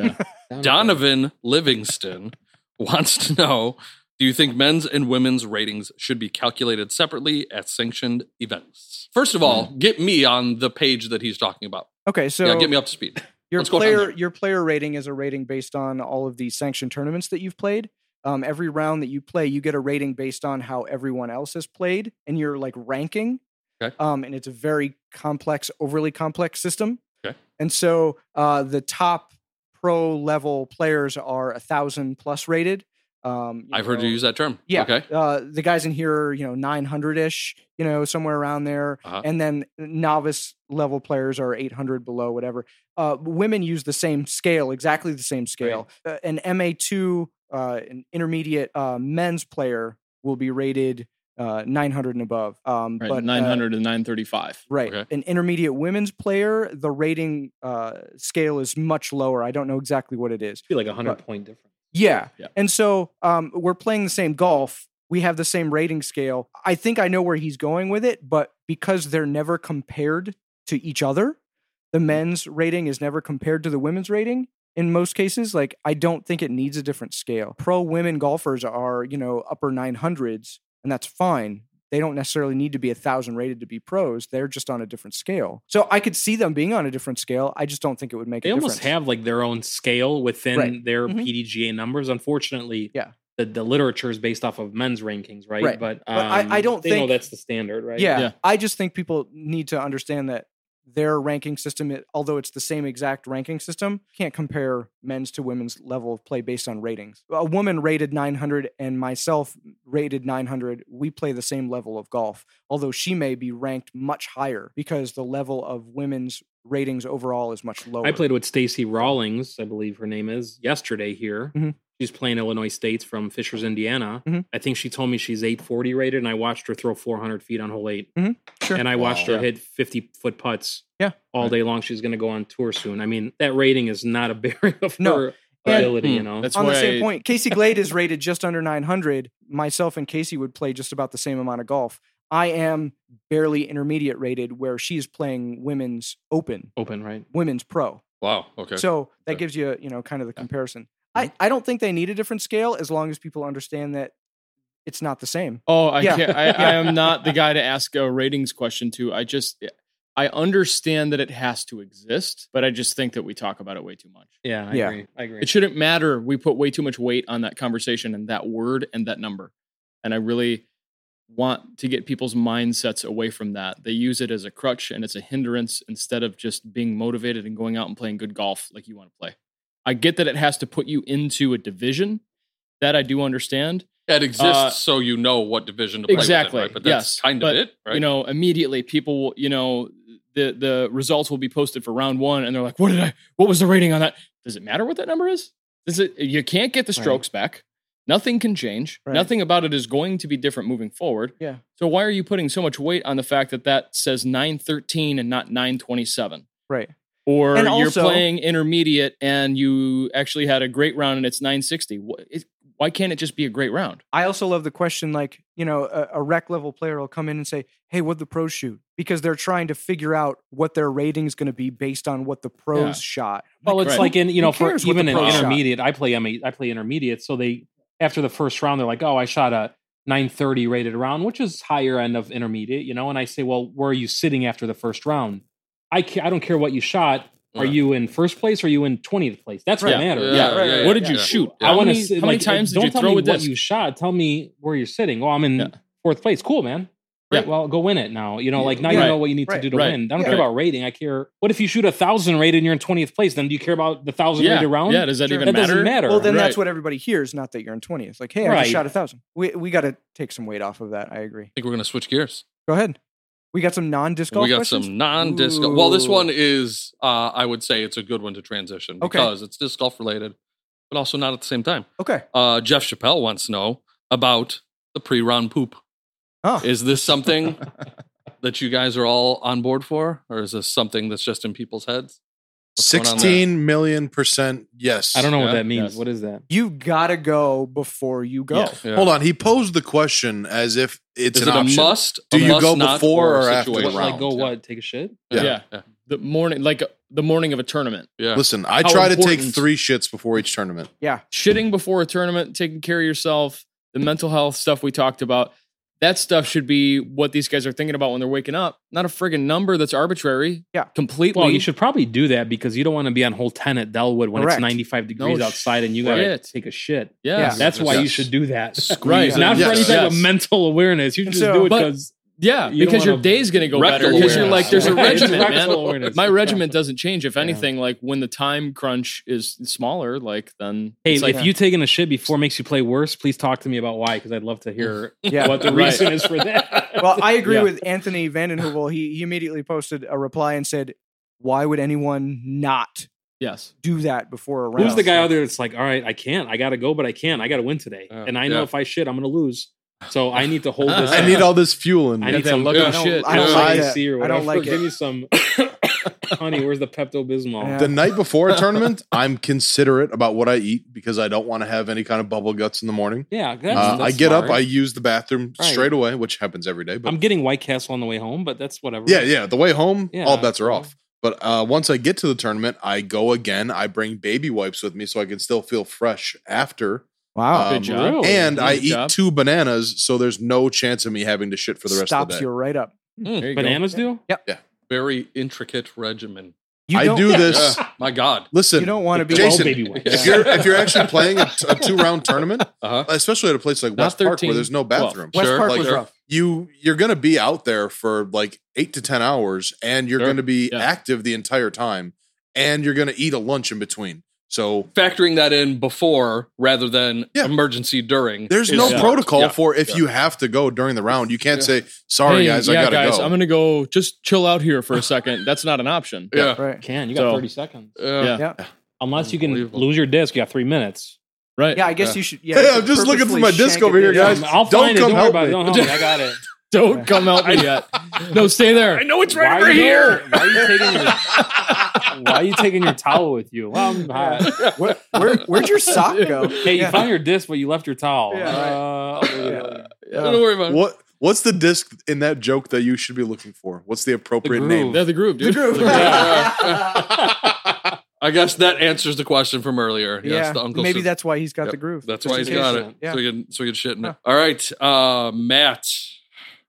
[SPEAKER 2] Yeah.
[SPEAKER 5] Donovan Livingston wants to know Do you think men's and women's ratings should be calculated separately at sanctioned events? First of all, get me on the page that he's talking about.
[SPEAKER 4] Okay, Hmm. so
[SPEAKER 5] yeah, get me up to speed.
[SPEAKER 4] your
[SPEAKER 5] Let's go down
[SPEAKER 4] player
[SPEAKER 5] there.
[SPEAKER 4] your player rating is a rating based on all of the sanctioned tournaments that you've played. Um, every round that you play, you get a rating based on how everyone else has played and your like ranking.
[SPEAKER 5] Okay.
[SPEAKER 4] Um, and it's a very complex, overly complex system.
[SPEAKER 5] Okay.
[SPEAKER 4] And so uh, the top pro level players are a thousand plus rated. Um,
[SPEAKER 5] I've heard
[SPEAKER 4] know,
[SPEAKER 5] you use that term.
[SPEAKER 4] Yeah.
[SPEAKER 5] Okay.
[SPEAKER 4] Uh, the guys in here are, you know, 900 ish, you know, somewhere around there.
[SPEAKER 5] Uh-huh.
[SPEAKER 4] And then novice level players are 800 below, whatever. Uh, women use the same scale, exactly the same scale. Uh, an MA2, uh, an intermediate uh, men's player will be rated uh, 900 and above. Um,
[SPEAKER 2] Right,
[SPEAKER 4] but, uh,
[SPEAKER 2] 900 to 935.
[SPEAKER 4] Right.
[SPEAKER 5] Okay.
[SPEAKER 4] An intermediate women's player, the rating uh, scale is much lower. I don't know exactly what it is.
[SPEAKER 6] Be like a hundred
[SPEAKER 4] But-
[SPEAKER 6] point difference.
[SPEAKER 4] Yeah.
[SPEAKER 2] Yeah.
[SPEAKER 4] And so um, we're playing the same golf. We have the same rating scale. I think I know where he's going with it, but because they're never compared to each other, the
[SPEAKER 6] Mm-hmm.
[SPEAKER 4] men's rating is never compared to the women's rating in most cases. Like, I don't think it needs a different scale. Pro women golfers are, you know, upper 900s, and that's fine. They don't necessarily need to be a thousand rated to be pros. They're just on a different scale. So I could see them being on a different scale. I just don't think it would make
[SPEAKER 6] They
[SPEAKER 4] a
[SPEAKER 6] almost
[SPEAKER 4] difference.
[SPEAKER 6] have like their own scale within
[SPEAKER 4] Right.
[SPEAKER 6] their
[SPEAKER 4] Mhm.
[SPEAKER 6] PDGA numbers. Unfortunately,
[SPEAKER 4] Yeah.
[SPEAKER 6] the, the literature is based off of men's rankings, right?
[SPEAKER 4] Right.
[SPEAKER 6] But, um,
[SPEAKER 4] I- I don't
[SPEAKER 6] they know
[SPEAKER 4] think-
[SPEAKER 6] that's the standard, right?
[SPEAKER 4] Yeah,
[SPEAKER 2] Yeah.
[SPEAKER 4] I just think people need to understand that their ranking system, it- although it's the same exact ranking system, can't compare men's to women's level of play based on ratings. A woman rated 900 and myself rated 900. We play the same level of golf, although she may be ranked much higher because the level of women's ratings overall is much lower.
[SPEAKER 6] I played with Stacy Rawlings, I believe her name is, yesterday here.
[SPEAKER 4] Mhm.
[SPEAKER 6] She's playing Illinois States from Fishers, Indiana.
[SPEAKER 4] Mhm.
[SPEAKER 6] I think she told me she's 840 rated, and I watched her throw 400 feet on hole eight.
[SPEAKER 4] Mhm. Sure.
[SPEAKER 6] And I watched
[SPEAKER 5] Wow.
[SPEAKER 6] her hit 50 foot putts
[SPEAKER 4] Yeah.
[SPEAKER 6] all day long. She's going to go on tour soon. I mean, that rating is not a bearing of
[SPEAKER 4] No.
[SPEAKER 6] her
[SPEAKER 4] And-
[SPEAKER 6] ability, you
[SPEAKER 5] Hmm.
[SPEAKER 6] know?
[SPEAKER 2] That's
[SPEAKER 4] on
[SPEAKER 2] why
[SPEAKER 4] the same
[SPEAKER 2] I-
[SPEAKER 4] point, Casey Glade is rated just under 900. Myself and Casey would play just about the same amount of golf. I am barely intermediate rated, where she's playing women's open,
[SPEAKER 6] open, right?
[SPEAKER 4] women's pro.
[SPEAKER 5] Wow. Okay.
[SPEAKER 4] So that
[SPEAKER 5] Okay.
[SPEAKER 4] gives you, you know, kind of the comparison. I, I don't think they need a different scale as long as people understand that it's not the same.
[SPEAKER 2] Oh, I
[SPEAKER 4] Yeah.
[SPEAKER 2] can't. I, I am not the guy to ask a ratings question to. I just, I understand that it has to exist, but I just think that we talk about it way too much.
[SPEAKER 6] Yeah, I
[SPEAKER 4] Yeah.
[SPEAKER 6] agree. I agree.
[SPEAKER 2] It shouldn't matter. We put way too much weight on that conversation and that word and that number. And I really want to get people's mindsets away from that. They use it as a crutch and it's a hindrance instead of just being motivated and going out and playing good golf like you want to play. I get that it has to put you into a division. That I do understand.
[SPEAKER 5] it exists
[SPEAKER 2] uh,
[SPEAKER 5] so you know what division to play
[SPEAKER 2] exactly,
[SPEAKER 5] within, right? But that's
[SPEAKER 2] yes,
[SPEAKER 5] kind
[SPEAKER 2] but,
[SPEAKER 5] of it, right?
[SPEAKER 2] you know immediately people will you know the the results will be posted for round one and they're like what did i what was the rating on that does it matter what that number is does it you can't get the
[SPEAKER 4] Right.
[SPEAKER 2] strokes back nothing can change
[SPEAKER 4] Right.
[SPEAKER 2] nothing about it is going to be different moving forward
[SPEAKER 4] Yeah.
[SPEAKER 2] so why are you putting so much weight on the fact that that says 913 and not 927
[SPEAKER 4] Right.
[SPEAKER 2] or
[SPEAKER 4] And
[SPEAKER 2] you're
[SPEAKER 4] also-
[SPEAKER 2] playing intermediate and you actually had a great round and it's 960 Wh- it- why can't it just be a great round
[SPEAKER 4] I also love the question like, you know, a, a rec level player will come in and say, Hey, what'd the pros shoot? Because they're trying to figure out what their rating is going to be based on what the pros
[SPEAKER 2] Yeah.
[SPEAKER 4] shot.
[SPEAKER 6] Well, it's
[SPEAKER 2] Right.
[SPEAKER 6] like in you know
[SPEAKER 4] Who
[SPEAKER 6] for
[SPEAKER 4] cares what
[SPEAKER 6] even
[SPEAKER 4] the
[SPEAKER 6] an
[SPEAKER 4] pros shot?
[SPEAKER 6] intermediate. I play MA, I play intermediate, so they after the first round they're like, oh, I shot a 930 rated round, which is higher end of intermediate, you know. And I say, well, where are you sitting after the first round? I ca- I don't care what you shot. Are
[SPEAKER 5] Yeah.
[SPEAKER 6] you in first place? Or are you in 20th place? That's what
[SPEAKER 2] Yeah.
[SPEAKER 6] matters.
[SPEAKER 2] Yeah,
[SPEAKER 4] right, right,
[SPEAKER 2] what did you
[SPEAKER 5] yeah.
[SPEAKER 2] shoot
[SPEAKER 6] I want to.
[SPEAKER 2] many-
[SPEAKER 6] see
[SPEAKER 2] how many
[SPEAKER 6] like,
[SPEAKER 2] times did
[SPEAKER 6] don't
[SPEAKER 2] you
[SPEAKER 6] tell
[SPEAKER 2] throw
[SPEAKER 6] me
[SPEAKER 2] a
[SPEAKER 6] what
[SPEAKER 2] disc?
[SPEAKER 6] you shot. Tell me where you're sitting. Oh, I'm in
[SPEAKER 2] Yeah.
[SPEAKER 6] fourth place. Cool, man. Great.
[SPEAKER 2] Yeah.
[SPEAKER 6] Well, go win it now. You know, like now
[SPEAKER 4] Right.
[SPEAKER 6] you know what you need
[SPEAKER 4] Right.
[SPEAKER 6] to do to
[SPEAKER 2] Right.
[SPEAKER 6] win. I don't
[SPEAKER 2] Yeah.
[SPEAKER 6] care about rating. I care. What if you shoot a thousand rated and you're in 20th place? Then do you care about the thousand
[SPEAKER 2] yeah
[SPEAKER 6] rated round?
[SPEAKER 2] yeah does that
[SPEAKER 4] Sure.
[SPEAKER 2] even
[SPEAKER 6] that doesn't matter.
[SPEAKER 4] Well, then that's
[SPEAKER 2] Right.
[SPEAKER 4] what everybody hears, not that you're in 20th. Like, hey, I
[SPEAKER 6] Right.
[SPEAKER 4] just shot a thousand. We, we got to take some weight off of that. I agree.
[SPEAKER 5] I think we're going to switch gears.
[SPEAKER 4] Go ahed. We got some non disc golf
[SPEAKER 5] we got
[SPEAKER 4] questions?
[SPEAKER 5] some non-disc golf. Well, this
[SPEAKER 4] Ooh.
[SPEAKER 5] one is, uh, I would say, it's a good one to transition
[SPEAKER 4] Okay.
[SPEAKER 5] because it's disc golf related, but also not at the same time.
[SPEAKER 4] Okay.
[SPEAKER 5] Uh, Jeff Chappelle wants to know about the pre-round poop.
[SPEAKER 4] Huh.
[SPEAKER 5] Is this something that you guys are all on board for, or is this something that's just in people's heads? What's going on there?
[SPEAKER 3] Sixteen million percent yes.
[SPEAKER 6] I don't know
[SPEAKER 5] Yeah,
[SPEAKER 6] what that means.
[SPEAKER 2] yes.
[SPEAKER 6] What is that?
[SPEAKER 4] You gotta go before you go.
[SPEAKER 2] Yeah.
[SPEAKER 5] Yeah.
[SPEAKER 3] Hold on. He posed the question as if it's
[SPEAKER 5] Is
[SPEAKER 3] an
[SPEAKER 5] it
[SPEAKER 3] option.
[SPEAKER 5] a must?
[SPEAKER 3] Do
[SPEAKER 5] a
[SPEAKER 3] you
[SPEAKER 5] must
[SPEAKER 3] go
[SPEAKER 5] not,
[SPEAKER 3] before or
[SPEAKER 5] a
[SPEAKER 3] after
[SPEAKER 5] situation?
[SPEAKER 3] the
[SPEAKER 6] What, like
[SPEAKER 3] round,
[SPEAKER 6] go what? Take a shit?
[SPEAKER 5] Yeah.
[SPEAKER 2] Yeah.
[SPEAKER 5] Yeah.
[SPEAKER 2] The morning, like uh, the morning of a tournament.
[SPEAKER 5] Yeah.
[SPEAKER 3] Listen, I
[SPEAKER 6] How
[SPEAKER 3] try to take
[SPEAKER 6] important-
[SPEAKER 3] three shits before each tournament.
[SPEAKER 2] Shitting before a tournament, taking care of yourself, the mental health stuff we talked about. That stuff should be what these guys are thinking about when they're waking up, not a friggin' number that's arbitrary.
[SPEAKER 4] Yeah.
[SPEAKER 2] Completely.
[SPEAKER 6] Well, you should probably do that because you don't want to be on hole 10 at Delwood when
[SPEAKER 4] Correct.
[SPEAKER 6] it's 95 degrees
[SPEAKER 2] No
[SPEAKER 6] outside and you got to
[SPEAKER 2] shit.
[SPEAKER 6] take a shit.
[SPEAKER 2] Yeah.
[SPEAKER 4] Yeah.
[SPEAKER 6] That's why you
[SPEAKER 3] Yes.
[SPEAKER 6] should do that.
[SPEAKER 2] Right.
[SPEAKER 6] Not for
[SPEAKER 3] Yes.
[SPEAKER 6] any type of
[SPEAKER 2] Yes.
[SPEAKER 6] mental awareness. You
[SPEAKER 4] And
[SPEAKER 6] just
[SPEAKER 4] so-
[SPEAKER 6] do it
[SPEAKER 2] But-
[SPEAKER 6] because
[SPEAKER 2] Yeah,
[SPEAKER 6] You don't
[SPEAKER 2] because your
[SPEAKER 6] wanna-
[SPEAKER 2] day's gonna go
[SPEAKER 5] Rectal
[SPEAKER 2] better because you're
[SPEAKER 5] awareness.
[SPEAKER 2] like there's a
[SPEAKER 5] Right, it's
[SPEAKER 2] regimen,
[SPEAKER 6] rectal
[SPEAKER 2] man.
[SPEAKER 6] awareness.
[SPEAKER 2] My
[SPEAKER 6] Yeah.
[SPEAKER 2] regiment doesn't change. If anything, like when the time crunch is smaller, like then
[SPEAKER 6] Hey,
[SPEAKER 2] it's like,
[SPEAKER 6] if you taking a shit before makes you play worse, please talk to me about why, because I'd love to hear
[SPEAKER 4] Yeah.
[SPEAKER 6] what the
[SPEAKER 2] Right.
[SPEAKER 6] reason is for that.
[SPEAKER 4] Well, I agree
[SPEAKER 2] Yeah.
[SPEAKER 4] with Anthony Vandenhoevel. He, he immediately posted a reply and said, Why would anyone not
[SPEAKER 2] yes,
[SPEAKER 4] do that before a round?
[SPEAKER 6] who's the guy out there that's like, all right, I can't, I got to go, but I can't, I got to win today,
[SPEAKER 5] Yeah.
[SPEAKER 6] and I know
[SPEAKER 5] Yeah.
[SPEAKER 6] if I shit, I'm gonna lose, so I need to hold this.
[SPEAKER 3] I
[SPEAKER 6] in.
[SPEAKER 3] need all this fuel in
[SPEAKER 6] I
[SPEAKER 3] me.
[SPEAKER 6] need
[SPEAKER 2] that
[SPEAKER 6] some
[SPEAKER 2] lucky
[SPEAKER 4] I
[SPEAKER 5] Yeah.
[SPEAKER 4] don't,
[SPEAKER 2] shit.
[SPEAKER 4] I don't
[SPEAKER 3] Yeah.
[SPEAKER 4] like
[SPEAKER 3] I
[SPEAKER 4] that.
[SPEAKER 6] see or
[SPEAKER 4] I don't
[SPEAKER 6] whatever.
[SPEAKER 4] like
[SPEAKER 6] Give
[SPEAKER 4] it.
[SPEAKER 6] me some, honey. Where's the Pepto Bismol?
[SPEAKER 4] Yeah.
[SPEAKER 3] The night before a tournament, I'm considerate about what I eat because I don't want to have any kind of bubble guts in the morning.
[SPEAKER 6] Yeah, that's,
[SPEAKER 3] Uh, I
[SPEAKER 6] that's
[SPEAKER 3] get up, I
[SPEAKER 6] smart.
[SPEAKER 3] use the bathroom
[SPEAKER 6] Right.
[SPEAKER 3] straight away, which happens every day. But
[SPEAKER 6] I'm getting White Castle on the way home, but that's whatever.
[SPEAKER 3] yeah, yeah, the way home,
[SPEAKER 6] Yeah.
[SPEAKER 3] all bets are off. But uh, once I get to the tournament, I go again. I bring baby wipes with me so I can still feel fresh after.
[SPEAKER 4] Wow.
[SPEAKER 3] Um,
[SPEAKER 2] good job.
[SPEAKER 6] really?
[SPEAKER 3] and I
[SPEAKER 2] Good
[SPEAKER 3] eat
[SPEAKER 2] job.
[SPEAKER 3] two bananas, so there's no chance of me having to shit for the rest
[SPEAKER 4] Stops
[SPEAKER 3] of the
[SPEAKER 4] you
[SPEAKER 3] day.
[SPEAKER 4] right up.
[SPEAKER 2] There you go.
[SPEAKER 6] Bananas do.
[SPEAKER 5] Hmm. Very intricate regimen.
[SPEAKER 4] You
[SPEAKER 3] I
[SPEAKER 4] don't,
[SPEAKER 3] do this.
[SPEAKER 5] Yeah. My God.
[SPEAKER 3] Listen,
[SPEAKER 4] You don't want to be
[SPEAKER 6] Twelve
[SPEAKER 3] Jason,
[SPEAKER 6] Oh, baby wipes.
[SPEAKER 3] if you're if you're actually playing a, two round tournament,
[SPEAKER 5] Uh huh.
[SPEAKER 3] especially at a place like
[SPEAKER 2] Uh-huh. Not
[SPEAKER 3] West Park
[SPEAKER 2] 13,
[SPEAKER 3] where there's no
[SPEAKER 2] 12.
[SPEAKER 3] bathroom,
[SPEAKER 4] West
[SPEAKER 5] Sure,
[SPEAKER 4] Park
[SPEAKER 3] like
[SPEAKER 4] was
[SPEAKER 3] they're-
[SPEAKER 4] rough.
[SPEAKER 3] you you're going to be out there for like eight to ten hours, and you're
[SPEAKER 2] Sure.
[SPEAKER 3] going to be
[SPEAKER 2] Yeah.
[SPEAKER 3] active the entire time, and you're going to eat a lunch in between. So
[SPEAKER 5] Factoring that in before rather than
[SPEAKER 3] Yeah.
[SPEAKER 5] emergency during.
[SPEAKER 3] there's
[SPEAKER 5] is
[SPEAKER 3] no
[SPEAKER 5] smart.
[SPEAKER 3] protocol
[SPEAKER 5] Yeah.
[SPEAKER 3] for if
[SPEAKER 5] Yeah.
[SPEAKER 3] you have to go during the round. You can't
[SPEAKER 5] Yeah.
[SPEAKER 3] say sorry,
[SPEAKER 2] Hey,
[SPEAKER 3] guys,
[SPEAKER 2] yeah,
[SPEAKER 3] I gotta
[SPEAKER 2] guys,
[SPEAKER 3] go.
[SPEAKER 2] I'm gonna go just chill out here for a second. That's not an option.
[SPEAKER 5] Yeah.
[SPEAKER 4] Right.
[SPEAKER 6] Can you got
[SPEAKER 2] So-
[SPEAKER 6] 30 seconds?
[SPEAKER 5] Yeah.
[SPEAKER 2] Yeah.
[SPEAKER 6] Unless you can
[SPEAKER 5] uh, Unbelievable.
[SPEAKER 6] lose your disc, you got three minutes.
[SPEAKER 2] Right.
[SPEAKER 4] Yeah, I guess
[SPEAKER 5] Yeah.
[SPEAKER 4] you should. Yeah,
[SPEAKER 3] Hey, I'm just looking for my
[SPEAKER 4] purposefully
[SPEAKER 3] disc
[SPEAKER 4] shank
[SPEAKER 3] over
[SPEAKER 4] it
[SPEAKER 3] here,
[SPEAKER 4] down.
[SPEAKER 3] guys.
[SPEAKER 6] Um, I'll
[SPEAKER 3] Don't
[SPEAKER 6] find it.
[SPEAKER 3] come
[SPEAKER 6] Don't worry
[SPEAKER 3] help
[SPEAKER 6] about it.
[SPEAKER 3] me.
[SPEAKER 6] Don't help me. I got it.
[SPEAKER 2] Don't come out me yet. No, stay there.
[SPEAKER 5] know it's
[SPEAKER 6] Why are you- Why are you taking your Why are you taking your towel with you? Well, I'm hot.
[SPEAKER 4] Where, where, where'd your sock go?
[SPEAKER 6] Hey, you
[SPEAKER 4] Yeah.
[SPEAKER 6] found your disc, but you left your towel.
[SPEAKER 4] Yeah.
[SPEAKER 6] Uh,
[SPEAKER 4] Yeah.
[SPEAKER 5] Don't worry about it.
[SPEAKER 3] What what's the disc in that joke that you should be looking for? What's the appropriate
[SPEAKER 6] The
[SPEAKER 3] name?
[SPEAKER 6] groove.
[SPEAKER 2] They're the groove, dude.
[SPEAKER 5] Yeah, yeah. I guess that answers the question from earlier. Yes,
[SPEAKER 4] Yeah,
[SPEAKER 5] the uncle.
[SPEAKER 4] maybe
[SPEAKER 5] said-
[SPEAKER 4] that's why he's got
[SPEAKER 5] Yep,
[SPEAKER 4] the groove.
[SPEAKER 5] that's
[SPEAKER 4] just
[SPEAKER 5] why
[SPEAKER 4] in
[SPEAKER 5] he's got
[SPEAKER 4] case.
[SPEAKER 5] it.
[SPEAKER 4] Yeah.
[SPEAKER 5] So we can so we can shit in it. All right, uh, Matt.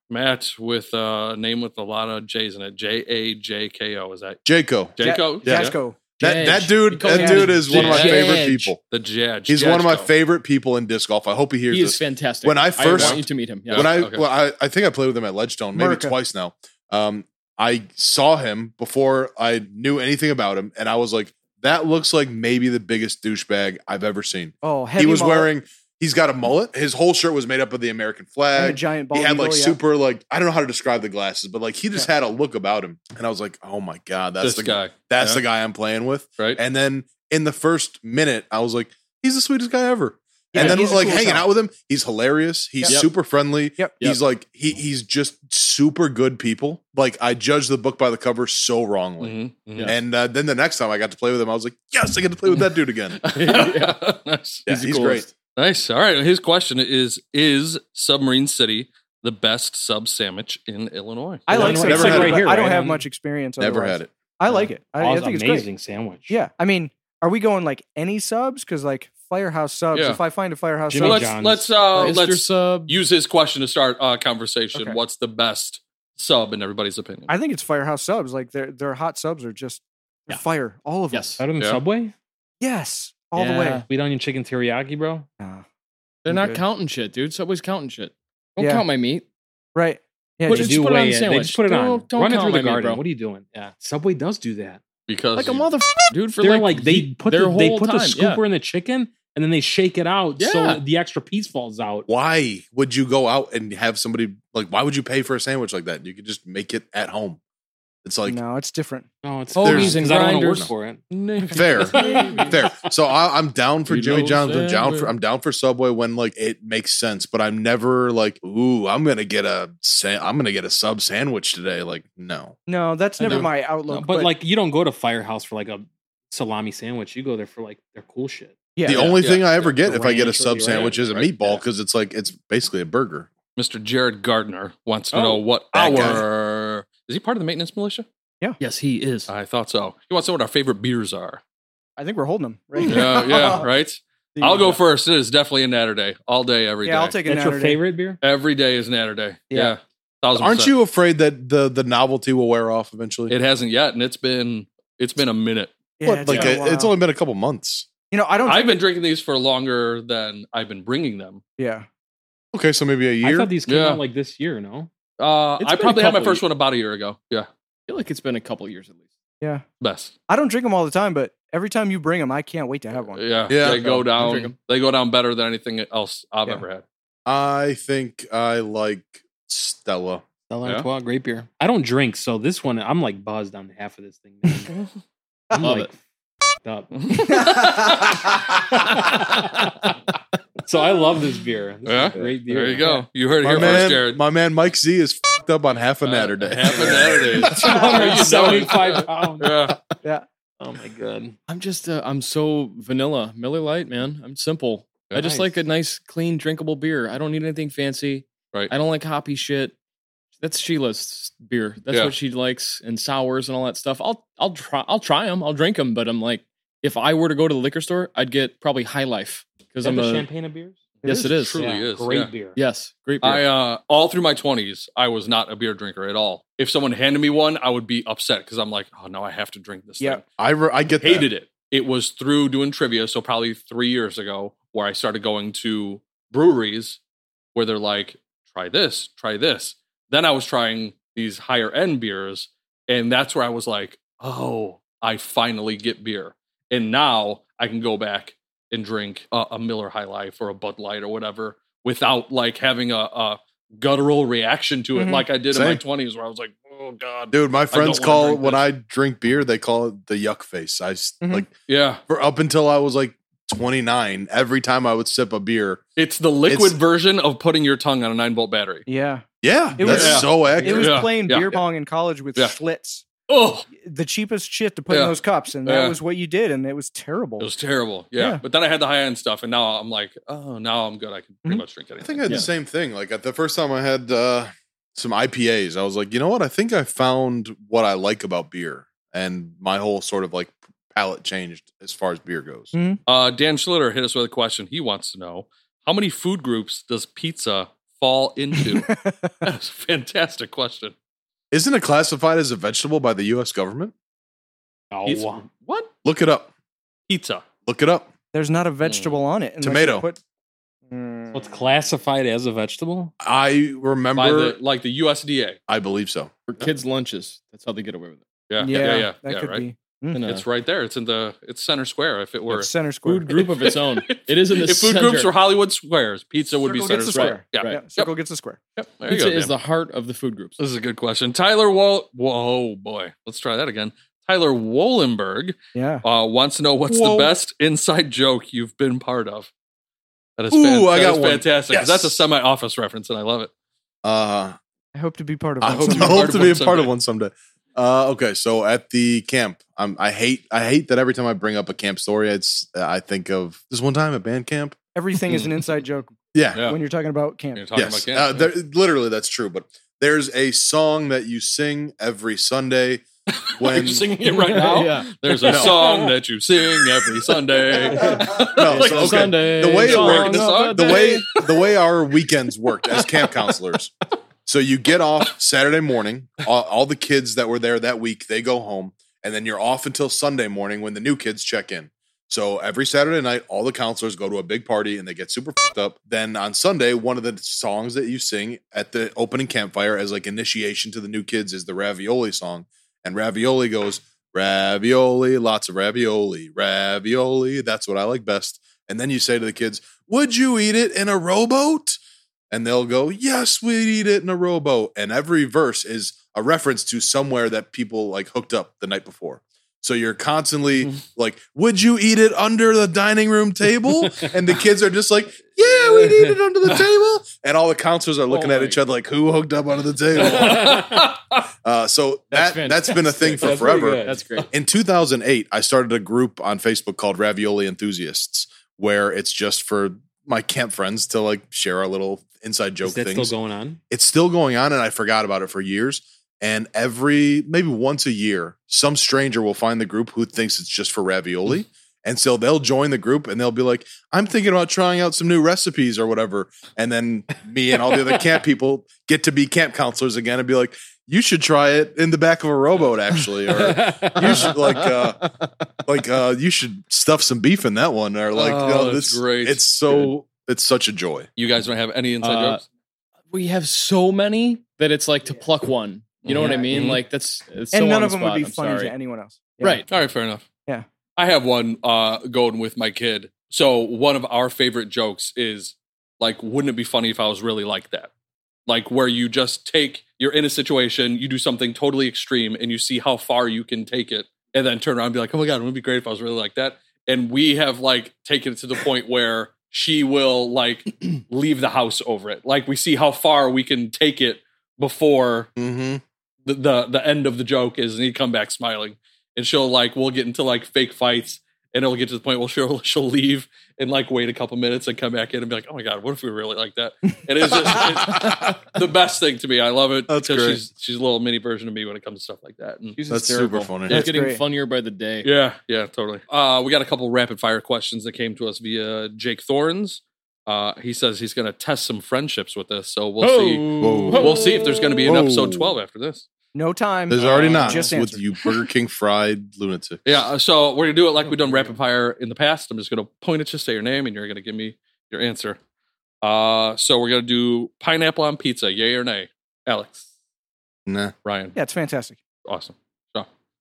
[SPEAKER 5] Matt with uh, a name with a lot of J's in it. J A J K O. Is that
[SPEAKER 3] Jaco.
[SPEAKER 5] Jaco?
[SPEAKER 3] Yeah.
[SPEAKER 4] Jasko.
[SPEAKER 3] That, that
[SPEAKER 2] Jaj.
[SPEAKER 3] dude,
[SPEAKER 2] He calls
[SPEAKER 3] that
[SPEAKER 4] him
[SPEAKER 3] dude is one of my
[SPEAKER 5] Jaj.
[SPEAKER 3] favorite people.
[SPEAKER 5] The Jaj.
[SPEAKER 3] He's one of my
[SPEAKER 5] Jajko.
[SPEAKER 3] favorite people in disc golf. I hope he hears
[SPEAKER 2] He is
[SPEAKER 3] this.
[SPEAKER 2] fantastic.
[SPEAKER 3] When I first-
[SPEAKER 2] I want you to meet him. Yeah.
[SPEAKER 3] when I,
[SPEAKER 5] okay.
[SPEAKER 3] well, I, I think I played with him at Ledgestone maybe
[SPEAKER 4] Murica.
[SPEAKER 3] twice now. Um, I saw him before I knew anything about him, and I was like, "That looks like maybe the biggest douchebag I've ever seen."
[SPEAKER 4] Oh,
[SPEAKER 3] he
[SPEAKER 4] heavy
[SPEAKER 3] was
[SPEAKER 4] mullet
[SPEAKER 3] wearing. He's got a mullet. His whole shirt was made up of the American
[SPEAKER 4] and a
[SPEAKER 3] flag.
[SPEAKER 4] giant ball.
[SPEAKER 3] He had
[SPEAKER 4] eagle,
[SPEAKER 3] like
[SPEAKER 4] yeah.
[SPEAKER 3] super like I don't know how to describe the glasses, but like he just had a look about him, and I was like, "Oh my god, that's
[SPEAKER 5] This
[SPEAKER 3] the guy.
[SPEAKER 5] guy,
[SPEAKER 3] That's
[SPEAKER 5] Yeah.
[SPEAKER 3] the guy I'm playing with."
[SPEAKER 5] right?
[SPEAKER 3] And then in the first minute, I was like, he's the sweetest guy ever.
[SPEAKER 4] Yeah,
[SPEAKER 3] and then
[SPEAKER 4] he's a
[SPEAKER 3] like
[SPEAKER 4] cool
[SPEAKER 3] hanging
[SPEAKER 4] guy.
[SPEAKER 3] out with him, he's hilarious. He's
[SPEAKER 2] Yep.
[SPEAKER 3] super friendly.
[SPEAKER 4] Yep.
[SPEAKER 3] He's like he he's just super good people. Like I judged the book by the cover so wrongly.
[SPEAKER 5] Mhm, mhm.
[SPEAKER 3] And uh, then the next time I got to play with him, I was like, yes, I get to play with that dude again.
[SPEAKER 5] nice.
[SPEAKER 3] Yeah,
[SPEAKER 2] the
[SPEAKER 3] he's
[SPEAKER 2] coolest.
[SPEAKER 5] Nice. All right. His question is: Is Submarine City the best sub sandwich in Illinois?
[SPEAKER 4] I like
[SPEAKER 6] Never
[SPEAKER 4] never
[SPEAKER 3] had it.
[SPEAKER 4] right here, I don't
[SPEAKER 6] Right?
[SPEAKER 4] have much experience.
[SPEAKER 3] Never
[SPEAKER 4] otherwise.
[SPEAKER 3] had it.
[SPEAKER 4] I like it. I, I
[SPEAKER 6] Oz,
[SPEAKER 4] think it's great.
[SPEAKER 6] amazing sandwich.
[SPEAKER 4] Yeah, I mean, are we going like any subs? Because like firehouse subs.
[SPEAKER 5] Yeah.
[SPEAKER 4] If I find a firehouse
[SPEAKER 6] Jimmy
[SPEAKER 5] So
[SPEAKER 4] sub,
[SPEAKER 5] let's
[SPEAKER 6] John's.
[SPEAKER 5] let's uh,
[SPEAKER 2] Mr.
[SPEAKER 5] let's
[SPEAKER 2] Sub.
[SPEAKER 5] use his question to start a conversation.
[SPEAKER 4] Okay.
[SPEAKER 5] What's the best sub in everybody's opinion?
[SPEAKER 4] I think it's firehouse subs. Like their their hot subs are just they're
[SPEAKER 2] Yeah.
[SPEAKER 4] fire. All of them.
[SPEAKER 2] Yes.
[SPEAKER 6] Better than
[SPEAKER 5] Yeah.
[SPEAKER 6] Subway?
[SPEAKER 4] Yes, all the
[SPEAKER 2] Yeah.
[SPEAKER 4] way.
[SPEAKER 6] Sweet onion chicken teriyaki, bro.
[SPEAKER 4] Ah,
[SPEAKER 2] They're not
[SPEAKER 4] Good.
[SPEAKER 2] counting shit, dude. Subway's counting shit. Don't
[SPEAKER 4] Yeah.
[SPEAKER 2] count my meat.
[SPEAKER 4] Right. Yeah.
[SPEAKER 2] But
[SPEAKER 6] They
[SPEAKER 2] just
[SPEAKER 6] do
[SPEAKER 2] put it on
[SPEAKER 6] weigh
[SPEAKER 2] the
[SPEAKER 6] They
[SPEAKER 2] sandwich.
[SPEAKER 6] just put it on.
[SPEAKER 2] Don't- don't
[SPEAKER 6] Run it
[SPEAKER 2] count
[SPEAKER 6] through the
[SPEAKER 2] my meat,
[SPEAKER 6] garden.
[SPEAKER 2] bro.
[SPEAKER 6] What are you doing? Yeah. Subway does do that.
[SPEAKER 5] because
[SPEAKER 2] Like a
[SPEAKER 5] you-
[SPEAKER 2] motherfucker, dude. For
[SPEAKER 6] They're
[SPEAKER 2] like,
[SPEAKER 6] like, they
[SPEAKER 2] ye-
[SPEAKER 6] put
[SPEAKER 2] their
[SPEAKER 6] the, they
[SPEAKER 2] whole
[SPEAKER 6] put the
[SPEAKER 2] time, yeah.
[SPEAKER 6] scooper in the chicken and then they shake it out
[SPEAKER 2] Yeah.
[SPEAKER 6] so the extra piece falls out.
[SPEAKER 3] Why would you go out and have somebody like why would you pay for a sandwich like that? You could just make it at home. It's like
[SPEAKER 4] no, it's different.
[SPEAKER 6] No, Oh, it's
[SPEAKER 2] Hoagies
[SPEAKER 6] there's-
[SPEAKER 2] and
[SPEAKER 6] 'cause I don't wanna work
[SPEAKER 2] grinders.
[SPEAKER 6] for it.
[SPEAKER 3] fair, fair. So I, I'm down for
[SPEAKER 2] You
[SPEAKER 3] Jimmy
[SPEAKER 2] know
[SPEAKER 3] John's. I'm down
[SPEAKER 2] Subway.
[SPEAKER 3] for I'm down for Subway when like it makes sense. But I'm never like, ooh, I'm gonna get a sa- I'm gonna get a sub sandwich today. Like no,
[SPEAKER 4] No, that's
[SPEAKER 6] I
[SPEAKER 4] never
[SPEAKER 6] know.
[SPEAKER 4] my
[SPEAKER 6] No,
[SPEAKER 4] outlook.
[SPEAKER 6] but, like, you don't go to Firehouse for like a salami sandwich. You go there for like their cool shit.
[SPEAKER 4] yeah,
[SPEAKER 3] the
[SPEAKER 5] yeah,
[SPEAKER 3] only
[SPEAKER 5] yeah,
[SPEAKER 3] thing I
[SPEAKER 5] yeah.
[SPEAKER 3] ever get
[SPEAKER 6] The
[SPEAKER 3] if I get a
[SPEAKER 6] ranch or
[SPEAKER 3] sub
[SPEAKER 6] the
[SPEAKER 3] sandwich is a
[SPEAKER 5] ranch, right,
[SPEAKER 3] meatball
[SPEAKER 5] yeah.
[SPEAKER 3] because it's like it's basically a burger.
[SPEAKER 5] Mr. Jared Gardner wants to
[SPEAKER 6] Oh,
[SPEAKER 5] know what
[SPEAKER 3] that guy.
[SPEAKER 5] our is he part of the maintenance militia?
[SPEAKER 2] Yes, he is.
[SPEAKER 5] I thought so. He wants to know what our favorite beers are.
[SPEAKER 4] I think we're holding them. Right?
[SPEAKER 5] yeah, yeah, right.
[SPEAKER 4] The-
[SPEAKER 5] I'll go first. It is definitely a natter day, all day, every day.
[SPEAKER 4] Yeah, I'll take a
[SPEAKER 6] That's your
[SPEAKER 4] Natterday.
[SPEAKER 6] favorite beer?
[SPEAKER 5] Every day is natter day.
[SPEAKER 4] Yeah.
[SPEAKER 5] Yeah, thousand.
[SPEAKER 3] Aren't
[SPEAKER 5] percent.
[SPEAKER 3] you afraid that the the novelty will wear off eventually?
[SPEAKER 5] It hasn't yet, and it's been it's been a minute.
[SPEAKER 4] Yeah,
[SPEAKER 3] What,
[SPEAKER 4] it's
[SPEAKER 3] like
[SPEAKER 4] been a
[SPEAKER 3] a- it's
[SPEAKER 4] while.
[SPEAKER 3] only been a couple months.
[SPEAKER 4] you know I don't.
[SPEAKER 5] I've been drinking these for longer than I've been bringing them.
[SPEAKER 4] yeah,
[SPEAKER 3] Okay, so maybe a
[SPEAKER 6] I
[SPEAKER 3] year.
[SPEAKER 6] thought these came
[SPEAKER 5] Yeah.
[SPEAKER 6] out like this year, no?
[SPEAKER 5] Uh,
[SPEAKER 2] It's
[SPEAKER 5] I
[SPEAKER 2] been a
[SPEAKER 5] probably had my
[SPEAKER 2] couple
[SPEAKER 5] first one about a year ago. Yeah,
[SPEAKER 2] feel like it's been a couple years at least.
[SPEAKER 4] yeah.
[SPEAKER 5] best.
[SPEAKER 4] I don't drink them all the time, but every time you bring them, I can't wait to have one.
[SPEAKER 5] Yeah,
[SPEAKER 3] Yeah.
[SPEAKER 5] They go
[SPEAKER 2] I'll drink
[SPEAKER 5] down. They go down better than anything else I've
[SPEAKER 4] Yeah.
[SPEAKER 5] ever had.
[SPEAKER 3] I think I like Stella.
[SPEAKER 6] Stella
[SPEAKER 5] Yeah.
[SPEAKER 6] Artois, great beer. I don't drink, so this one I'm like buzzed on half of this thing. man. I'm
[SPEAKER 2] Love
[SPEAKER 6] like f***ed up.
[SPEAKER 5] yeah,
[SPEAKER 6] So I love this beer. This is a great beer.
[SPEAKER 5] there you go. You heard it
[SPEAKER 3] My
[SPEAKER 5] here first,
[SPEAKER 3] man,
[SPEAKER 5] Jared.
[SPEAKER 3] my man Mike Z is fed up on half a natter day.
[SPEAKER 5] Uh, Half a natter day. There you go.
[SPEAKER 6] 275 pounds.
[SPEAKER 5] Yeah.
[SPEAKER 6] Oh my god.
[SPEAKER 2] I'm just uh, I'm so vanilla Miller Lite, man. I'm simple. I just
[SPEAKER 6] Nice.
[SPEAKER 2] like a nice, clean, drinkable beer. I don't need anything fancy.
[SPEAKER 5] Right.
[SPEAKER 2] I don't like hoppy shit. That's Sheila's beer. That's
[SPEAKER 5] Yeah.
[SPEAKER 2] what she likes, and sours and all that stuff. I'll I'll try I'll try them. I'll drink them, but I'm like, if I were to go to the liquor store, I'd get probably High Life because
[SPEAKER 6] Is that
[SPEAKER 2] I'm
[SPEAKER 6] the
[SPEAKER 2] a
[SPEAKER 6] champagne of beers?
[SPEAKER 2] yes, it is.
[SPEAKER 5] Truly is,
[SPEAKER 6] Great
[SPEAKER 5] yeah.
[SPEAKER 6] beer.
[SPEAKER 2] Yes, great beer.
[SPEAKER 5] I uh all through my twenties, I was not a beer drinker at all. If someone handed me one, I would be upset because I'm like, oh no, I have to drink this.
[SPEAKER 4] Yeah.
[SPEAKER 5] thing.
[SPEAKER 3] I re- I get that.
[SPEAKER 5] hated it. It was through doing trivia, so probably three years ago, where I started going to breweries where they're like, try this, try this. Then I was trying these higher end beers, and that's where I was like, oh, I finally get beer. And now I can go back and drink a, a Miller High Life or a Bud Light or whatever without like having a, a guttural reaction to it,
[SPEAKER 4] Mhm.
[SPEAKER 5] like I did in my
[SPEAKER 3] Mm-hmm. Same.
[SPEAKER 5] 20s, where I was like, oh, God.
[SPEAKER 3] Dude, my friends
[SPEAKER 5] wanna
[SPEAKER 3] call
[SPEAKER 5] drink
[SPEAKER 3] when
[SPEAKER 5] this.
[SPEAKER 3] I drink beer, they call it the yuck face. I s-
[SPEAKER 4] Mhm.
[SPEAKER 3] like
[SPEAKER 5] Yeah.
[SPEAKER 3] for up until I was like 29, every time I would sip a beer.
[SPEAKER 5] It's the liquid
[SPEAKER 3] It's-
[SPEAKER 5] version of putting your tongue on a nine volt battery.
[SPEAKER 4] Yeah,
[SPEAKER 3] Yeah,
[SPEAKER 4] It
[SPEAKER 3] that's
[SPEAKER 5] was-
[SPEAKER 3] so
[SPEAKER 4] it
[SPEAKER 3] accurate.
[SPEAKER 4] was
[SPEAKER 5] Yeah,
[SPEAKER 4] playing
[SPEAKER 5] yeah,
[SPEAKER 4] beer
[SPEAKER 5] yeah.
[SPEAKER 4] pong in college with
[SPEAKER 5] Yeah.
[SPEAKER 4] Schlitz,
[SPEAKER 5] Oh,
[SPEAKER 4] the cheapest shit to put
[SPEAKER 5] Yeah.
[SPEAKER 4] in those cups, and that
[SPEAKER 5] Yeah.
[SPEAKER 4] was what you did, and it was terrible.
[SPEAKER 5] it was terrible. Yeah.
[SPEAKER 4] Yeah.
[SPEAKER 5] But then I had the high end stuff, and now I'm like, oh, now I'm good. I can pretty
[SPEAKER 4] Mhm.
[SPEAKER 5] much drink
[SPEAKER 3] I
[SPEAKER 5] anything.
[SPEAKER 3] think I had
[SPEAKER 2] Yeah.
[SPEAKER 3] the same thing. Like at the first time I had uh, some IPAs, I was like, you know what? I think I found what I like about beer, and my whole sort of like palate changed as far as beer goes.
[SPEAKER 4] Mm.
[SPEAKER 5] Uh, Dan Schlitter hit us with a question. He wants to know how many food groups does pizza fall into? That's a fantastic question.
[SPEAKER 3] Isn't it classified as a vegetable by the U.S. government?
[SPEAKER 6] Oh,
[SPEAKER 5] Pizza. What?
[SPEAKER 3] Look it up.
[SPEAKER 5] Pizza.
[SPEAKER 3] Look it up.
[SPEAKER 4] There's not a
[SPEAKER 5] Mm.
[SPEAKER 4] vegetable on it. unless you
[SPEAKER 3] Tomato.
[SPEAKER 4] Put, Mm.
[SPEAKER 6] what's classified as a vegetable?
[SPEAKER 3] I
[SPEAKER 5] By
[SPEAKER 3] remember.
[SPEAKER 5] the, like the USDA.
[SPEAKER 3] I believe so.
[SPEAKER 2] For kids' lunches, that's how they get away with it.
[SPEAKER 5] Yeah.
[SPEAKER 4] Mm. yeah,
[SPEAKER 5] Yeah. Yeah.
[SPEAKER 4] that
[SPEAKER 5] yeah,
[SPEAKER 4] could
[SPEAKER 5] right.
[SPEAKER 4] be
[SPEAKER 2] And, uh,
[SPEAKER 5] It's right there. It's in the it's center square. If it were
[SPEAKER 4] it's center square.
[SPEAKER 2] food group of its own. It is in the
[SPEAKER 5] if food
[SPEAKER 2] center.
[SPEAKER 5] groups were Hollywood squares, pizza would be
[SPEAKER 4] Circle
[SPEAKER 5] center
[SPEAKER 4] gets the
[SPEAKER 5] square.
[SPEAKER 4] square.
[SPEAKER 5] Yeah.
[SPEAKER 2] Right.
[SPEAKER 4] Yeah, circle gets a square.
[SPEAKER 5] Yep. There you
[SPEAKER 2] Pizza
[SPEAKER 5] go, Dan.
[SPEAKER 2] is the heart of the food groups.
[SPEAKER 5] This is a good question. Tyler Wall. Whoa, oh, boy. Let's try that again. Tyler Wollenberg
[SPEAKER 4] Yeah.
[SPEAKER 5] uh, wants to know what's
[SPEAKER 3] Whoa.
[SPEAKER 5] the best inside joke you've been part of. That is,
[SPEAKER 3] Ooh,
[SPEAKER 5] fan-
[SPEAKER 3] I
[SPEAKER 5] that
[SPEAKER 3] got
[SPEAKER 5] is
[SPEAKER 3] one.
[SPEAKER 5] fantastic. 'cause
[SPEAKER 3] Yes.
[SPEAKER 5] That's a semi office reference, and I love it.
[SPEAKER 3] Uh,
[SPEAKER 4] I hope to be part of
[SPEAKER 3] I
[SPEAKER 4] it.
[SPEAKER 3] hope, I hope to be a part of one someday. Uh, okay, so at the camp, I'm, I hate I hate that every time I bring up a camp story, it's I think of this one time at band camp.
[SPEAKER 4] Everything is an inside joke
[SPEAKER 3] Yeah,
[SPEAKER 5] Yeah.
[SPEAKER 4] when you're talking about camp.
[SPEAKER 5] You're talking
[SPEAKER 3] yes,
[SPEAKER 5] about camp.
[SPEAKER 3] Uh, there, literally that's true. But there's a song that you sing every Sunday
[SPEAKER 5] Are
[SPEAKER 3] when
[SPEAKER 5] you singing it right now?
[SPEAKER 2] yeah.
[SPEAKER 5] There's a
[SPEAKER 3] No.
[SPEAKER 5] song that you sing every Sunday.
[SPEAKER 3] No,
[SPEAKER 5] Like,
[SPEAKER 3] so, okay.
[SPEAKER 2] Sunday,
[SPEAKER 3] The way it
[SPEAKER 2] song
[SPEAKER 3] worked-
[SPEAKER 2] of
[SPEAKER 5] the song-
[SPEAKER 3] the way the way our weekends worked as camp counselors. So you get off Saturday morning. All, all the kids that were there that week they go home, and then you're off until Sunday morning when the new kids check in. So every Saturday night, all the counselors go to a big party and they get super fucked up. Then on Sunday, one of the songs that you sing at the opening campfire as like initiation to the new kids is the ravioli song, and ravioli goes ravioli, lots of ravioli, ravioli. That's what I like best. And then you say to the kids, would you eat it in a rowboat? And they'll go, yes, we'd eat it in a rowboat. And every verse is, a reference to somewhere that people like hooked up the night before. So you're constantly like, "Would you eat it under the dining room table?" and the kids are just like, "Yeah, we eat it under the table." And all the counselors are looking
[SPEAKER 2] Oh
[SPEAKER 3] at
[SPEAKER 2] my
[SPEAKER 3] each other like, "Who hooked up under the table?"
[SPEAKER 6] Oh,
[SPEAKER 3] Uh, so
[SPEAKER 2] That's
[SPEAKER 3] that that's been a thing for
[SPEAKER 6] That's pretty
[SPEAKER 3] forever.
[SPEAKER 6] good.
[SPEAKER 2] That's great.
[SPEAKER 3] In 2008, I started a group on Facebook called Ravioli Enthusiasts, where it's just for my camp friends to like share our little inside joke
[SPEAKER 6] Is that
[SPEAKER 3] things.
[SPEAKER 6] still going on?
[SPEAKER 3] it's still going on, and I forgot about it for years. And every maybe once a year, some stranger will find the group who thinks it's just for
[SPEAKER 6] Mm.
[SPEAKER 3] ravioli. And so they'll join the group and they'll be like, I'm thinking about trying out some new recipes or whatever. And then me and all the other camp people get to be camp counselors again and be like, you should try it in the back of a rowboat, actually. Or you should like uh like uh you should stuff some beef in that one or like
[SPEAKER 5] Oh,
[SPEAKER 3] you know,
[SPEAKER 5] that's
[SPEAKER 3] this
[SPEAKER 5] great.
[SPEAKER 3] it's so it's such a joy
[SPEAKER 5] You guys don't have any inside
[SPEAKER 2] Uh,
[SPEAKER 5] jokes?
[SPEAKER 2] We have so many that it's like to pluck one. You know what I mean?
[SPEAKER 5] Mhm.
[SPEAKER 2] Like that's it's so
[SPEAKER 4] Mm-hmm. and
[SPEAKER 2] on
[SPEAKER 4] none
[SPEAKER 2] the
[SPEAKER 4] of them would
[SPEAKER 2] spot,
[SPEAKER 4] be
[SPEAKER 2] I'm
[SPEAKER 4] funny
[SPEAKER 2] sorry.
[SPEAKER 4] to anyone else. Yeah.
[SPEAKER 2] Right.
[SPEAKER 5] All right, fair enough.
[SPEAKER 4] Yeah.
[SPEAKER 5] I have one uh, going with my kid. So one of our favorite jokes is like, wouldn't it be funny if I was really like that? Like where you just take, you're in a situation, you do something totally extreme, and you see how far you can take it, and then turn around and be like, oh my god, it would be great if I was really like that. And we have like taken it to the point where she will like leave the house over it. Like we see how far we can take it before
[SPEAKER 3] mm-hmm.
[SPEAKER 5] the, the the end of the joke is, and he'd come back smiling, and she'll like we'll get into like fake fights, and it'll get to the point where she'll she'll leave and like wait a couple minutes and come back in and be like, oh my god, what if we really like that? And it's just it's the best thing to me. I love it
[SPEAKER 3] That's
[SPEAKER 5] because
[SPEAKER 3] great.
[SPEAKER 5] she's she's a little mini version of me when it comes to stuff like that. And
[SPEAKER 2] She's
[SPEAKER 3] That's
[SPEAKER 2] hysterical.
[SPEAKER 3] super funny.
[SPEAKER 2] It's
[SPEAKER 4] That's
[SPEAKER 2] getting
[SPEAKER 4] great.
[SPEAKER 2] funnier by the day.
[SPEAKER 5] yeah, yeah, totally. Uh, we got a couple rapid fire questions that came to us via Jake Thorns. Uh, he says he's going to test some friendships with us, so
[SPEAKER 6] Oh.
[SPEAKER 5] we'll see.
[SPEAKER 3] Whoa.
[SPEAKER 5] We'll see if there's going to be an
[SPEAKER 3] Whoa.
[SPEAKER 5] episode twelve after this.
[SPEAKER 4] No time.
[SPEAKER 3] there's already not
[SPEAKER 4] just
[SPEAKER 3] with
[SPEAKER 4] answered.
[SPEAKER 3] you burger king fried lunatic
[SPEAKER 5] Yeah, uh, so we're gonna do it like we've done rapid fire in the past. I'm just gonna point at you, say your name, and you're gonna give me your answer. Uh, so we're gonna do pineapple on pizza, yay or nay? Alex,
[SPEAKER 3] nah
[SPEAKER 5] Ryan,
[SPEAKER 4] Yeah, it's fantastic.
[SPEAKER 5] awesome.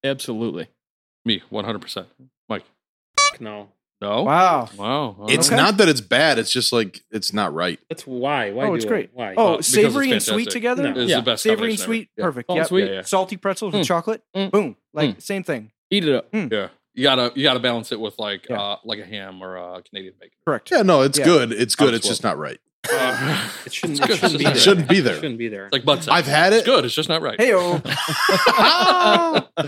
[SPEAKER 2] Absolutely.
[SPEAKER 5] Me, 100. percent Mike,
[SPEAKER 6] Oh. No.
[SPEAKER 2] Oh.
[SPEAKER 5] no.
[SPEAKER 4] Wow. Oh,
[SPEAKER 5] Wow, uh, wow.
[SPEAKER 3] it's
[SPEAKER 4] Okay.
[SPEAKER 3] not that it's bad it's just like it's not right
[SPEAKER 6] That's why. Why
[SPEAKER 4] Oh,
[SPEAKER 6] do
[SPEAKER 4] it's
[SPEAKER 6] it?
[SPEAKER 4] great.
[SPEAKER 6] Why?
[SPEAKER 4] Oh,
[SPEAKER 5] Uh, because
[SPEAKER 4] savory and
[SPEAKER 5] it's
[SPEAKER 4] sweet
[SPEAKER 5] fantastic.
[SPEAKER 4] together.
[SPEAKER 6] No.
[SPEAKER 5] It's
[SPEAKER 2] yeah,
[SPEAKER 5] the best
[SPEAKER 4] Savory and
[SPEAKER 5] combination
[SPEAKER 4] sweet,
[SPEAKER 5] ever.
[SPEAKER 4] perfect.
[SPEAKER 2] Salt and
[SPEAKER 4] Yep.
[SPEAKER 2] sweet.
[SPEAKER 5] Yeah, Oh, yeah.
[SPEAKER 4] Salty pretzels
[SPEAKER 2] Mm.
[SPEAKER 4] with chocolate.
[SPEAKER 2] Mm.
[SPEAKER 4] Boom. Like
[SPEAKER 2] Mm.
[SPEAKER 4] same thing.
[SPEAKER 2] Eat it up.
[SPEAKER 5] Yeah. yeah, you gotta you gotta balance it with like
[SPEAKER 4] Yeah.
[SPEAKER 5] uh like a ham or a Canadian bacon.
[SPEAKER 4] Correct.
[SPEAKER 3] yeah no it's
[SPEAKER 4] Yeah.
[SPEAKER 3] good it's good it's
[SPEAKER 5] Absolutely.
[SPEAKER 3] just not right
[SPEAKER 5] Uh,
[SPEAKER 6] It shouldn't, it
[SPEAKER 5] It's good.
[SPEAKER 6] shouldn't be
[SPEAKER 5] It
[SPEAKER 6] there.
[SPEAKER 3] shouldn't be there.
[SPEAKER 6] It shouldn't be there.
[SPEAKER 5] like butt.
[SPEAKER 3] i've had
[SPEAKER 5] It's
[SPEAKER 3] it
[SPEAKER 5] good. It's just not right.
[SPEAKER 4] Hey oh.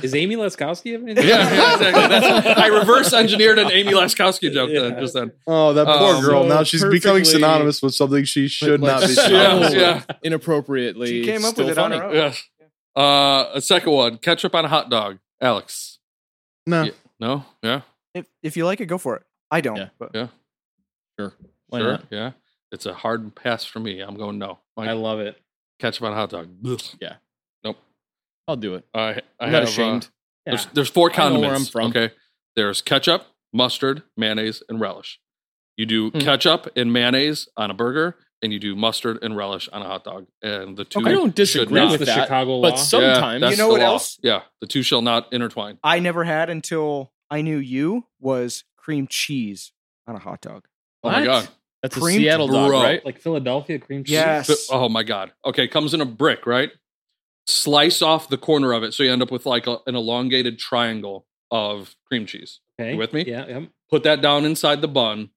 [SPEAKER 6] Is Amy Leskowski have anything?
[SPEAKER 5] Yeah, yeah, exactly. That's, I reverse engineered an Amy Laskowski joke then,
[SPEAKER 6] Yeah.
[SPEAKER 5] just then.
[SPEAKER 3] oh that poor
[SPEAKER 5] Um,
[SPEAKER 3] girl
[SPEAKER 2] so
[SPEAKER 3] now she's becoming
[SPEAKER 2] perfectly-
[SPEAKER 3] synonymous with something she should
[SPEAKER 2] like,
[SPEAKER 3] not be
[SPEAKER 2] so-
[SPEAKER 3] synonymous with.
[SPEAKER 5] yeah.
[SPEAKER 2] Inappropriately.
[SPEAKER 4] She came up
[SPEAKER 2] still
[SPEAKER 4] with it on
[SPEAKER 2] funny.
[SPEAKER 4] her own.
[SPEAKER 5] Yes. Uh, a second one: ketchup on a hot dog. Alex,
[SPEAKER 3] no
[SPEAKER 5] Yeah. no, yeah,
[SPEAKER 4] If, if you like it, go for it. I don't.
[SPEAKER 2] Yeah.
[SPEAKER 4] But
[SPEAKER 5] Yeah.
[SPEAKER 2] Why
[SPEAKER 5] sure,
[SPEAKER 2] not?
[SPEAKER 5] yeah. It's a hard pass for me. I'm going no.
[SPEAKER 6] I
[SPEAKER 5] Mike,
[SPEAKER 6] love it.
[SPEAKER 5] ketchup on a hot dog. Ugh.
[SPEAKER 2] I'll do it.
[SPEAKER 5] I, I
[SPEAKER 2] I'm
[SPEAKER 5] have,
[SPEAKER 2] not
[SPEAKER 5] uh,
[SPEAKER 2] ashamed.
[SPEAKER 5] there's, there's four
[SPEAKER 2] I know
[SPEAKER 5] condiments.
[SPEAKER 2] where I'm from.
[SPEAKER 5] Okay, there's ketchup, mustard, mayonnaise, and relish. You do
[SPEAKER 2] Hmm.
[SPEAKER 5] ketchup and mayonnaise on a burger, and you do mustard and relish on a hot dog, and the two.
[SPEAKER 2] I don't
[SPEAKER 5] should
[SPEAKER 2] disagree
[SPEAKER 5] not.
[SPEAKER 6] That's
[SPEAKER 2] with
[SPEAKER 6] the
[SPEAKER 2] that.
[SPEAKER 6] Chicago law.
[SPEAKER 2] but sometimes
[SPEAKER 5] that's
[SPEAKER 4] You know
[SPEAKER 5] the
[SPEAKER 4] what
[SPEAKER 5] law.
[SPEAKER 4] else?
[SPEAKER 5] Yeah, the two shall not intertwine.
[SPEAKER 4] I never had until I knew you was cream cheese on a hot dog.
[SPEAKER 5] Oh my
[SPEAKER 2] What?
[SPEAKER 5] god.
[SPEAKER 2] that's a
[SPEAKER 4] Creamed
[SPEAKER 2] Seattle dog,
[SPEAKER 5] bro.
[SPEAKER 2] right?
[SPEAKER 6] like Philadelphia cream cheese.
[SPEAKER 4] Yes.
[SPEAKER 5] But- oh my god. Okay, comes in a brick, right? Slice off the corner of it, so you end up with like a- an elongated triangle of cream cheese.
[SPEAKER 6] Okay.
[SPEAKER 5] You with me?
[SPEAKER 6] Yeah. yeah.
[SPEAKER 5] Put that down inside the bun,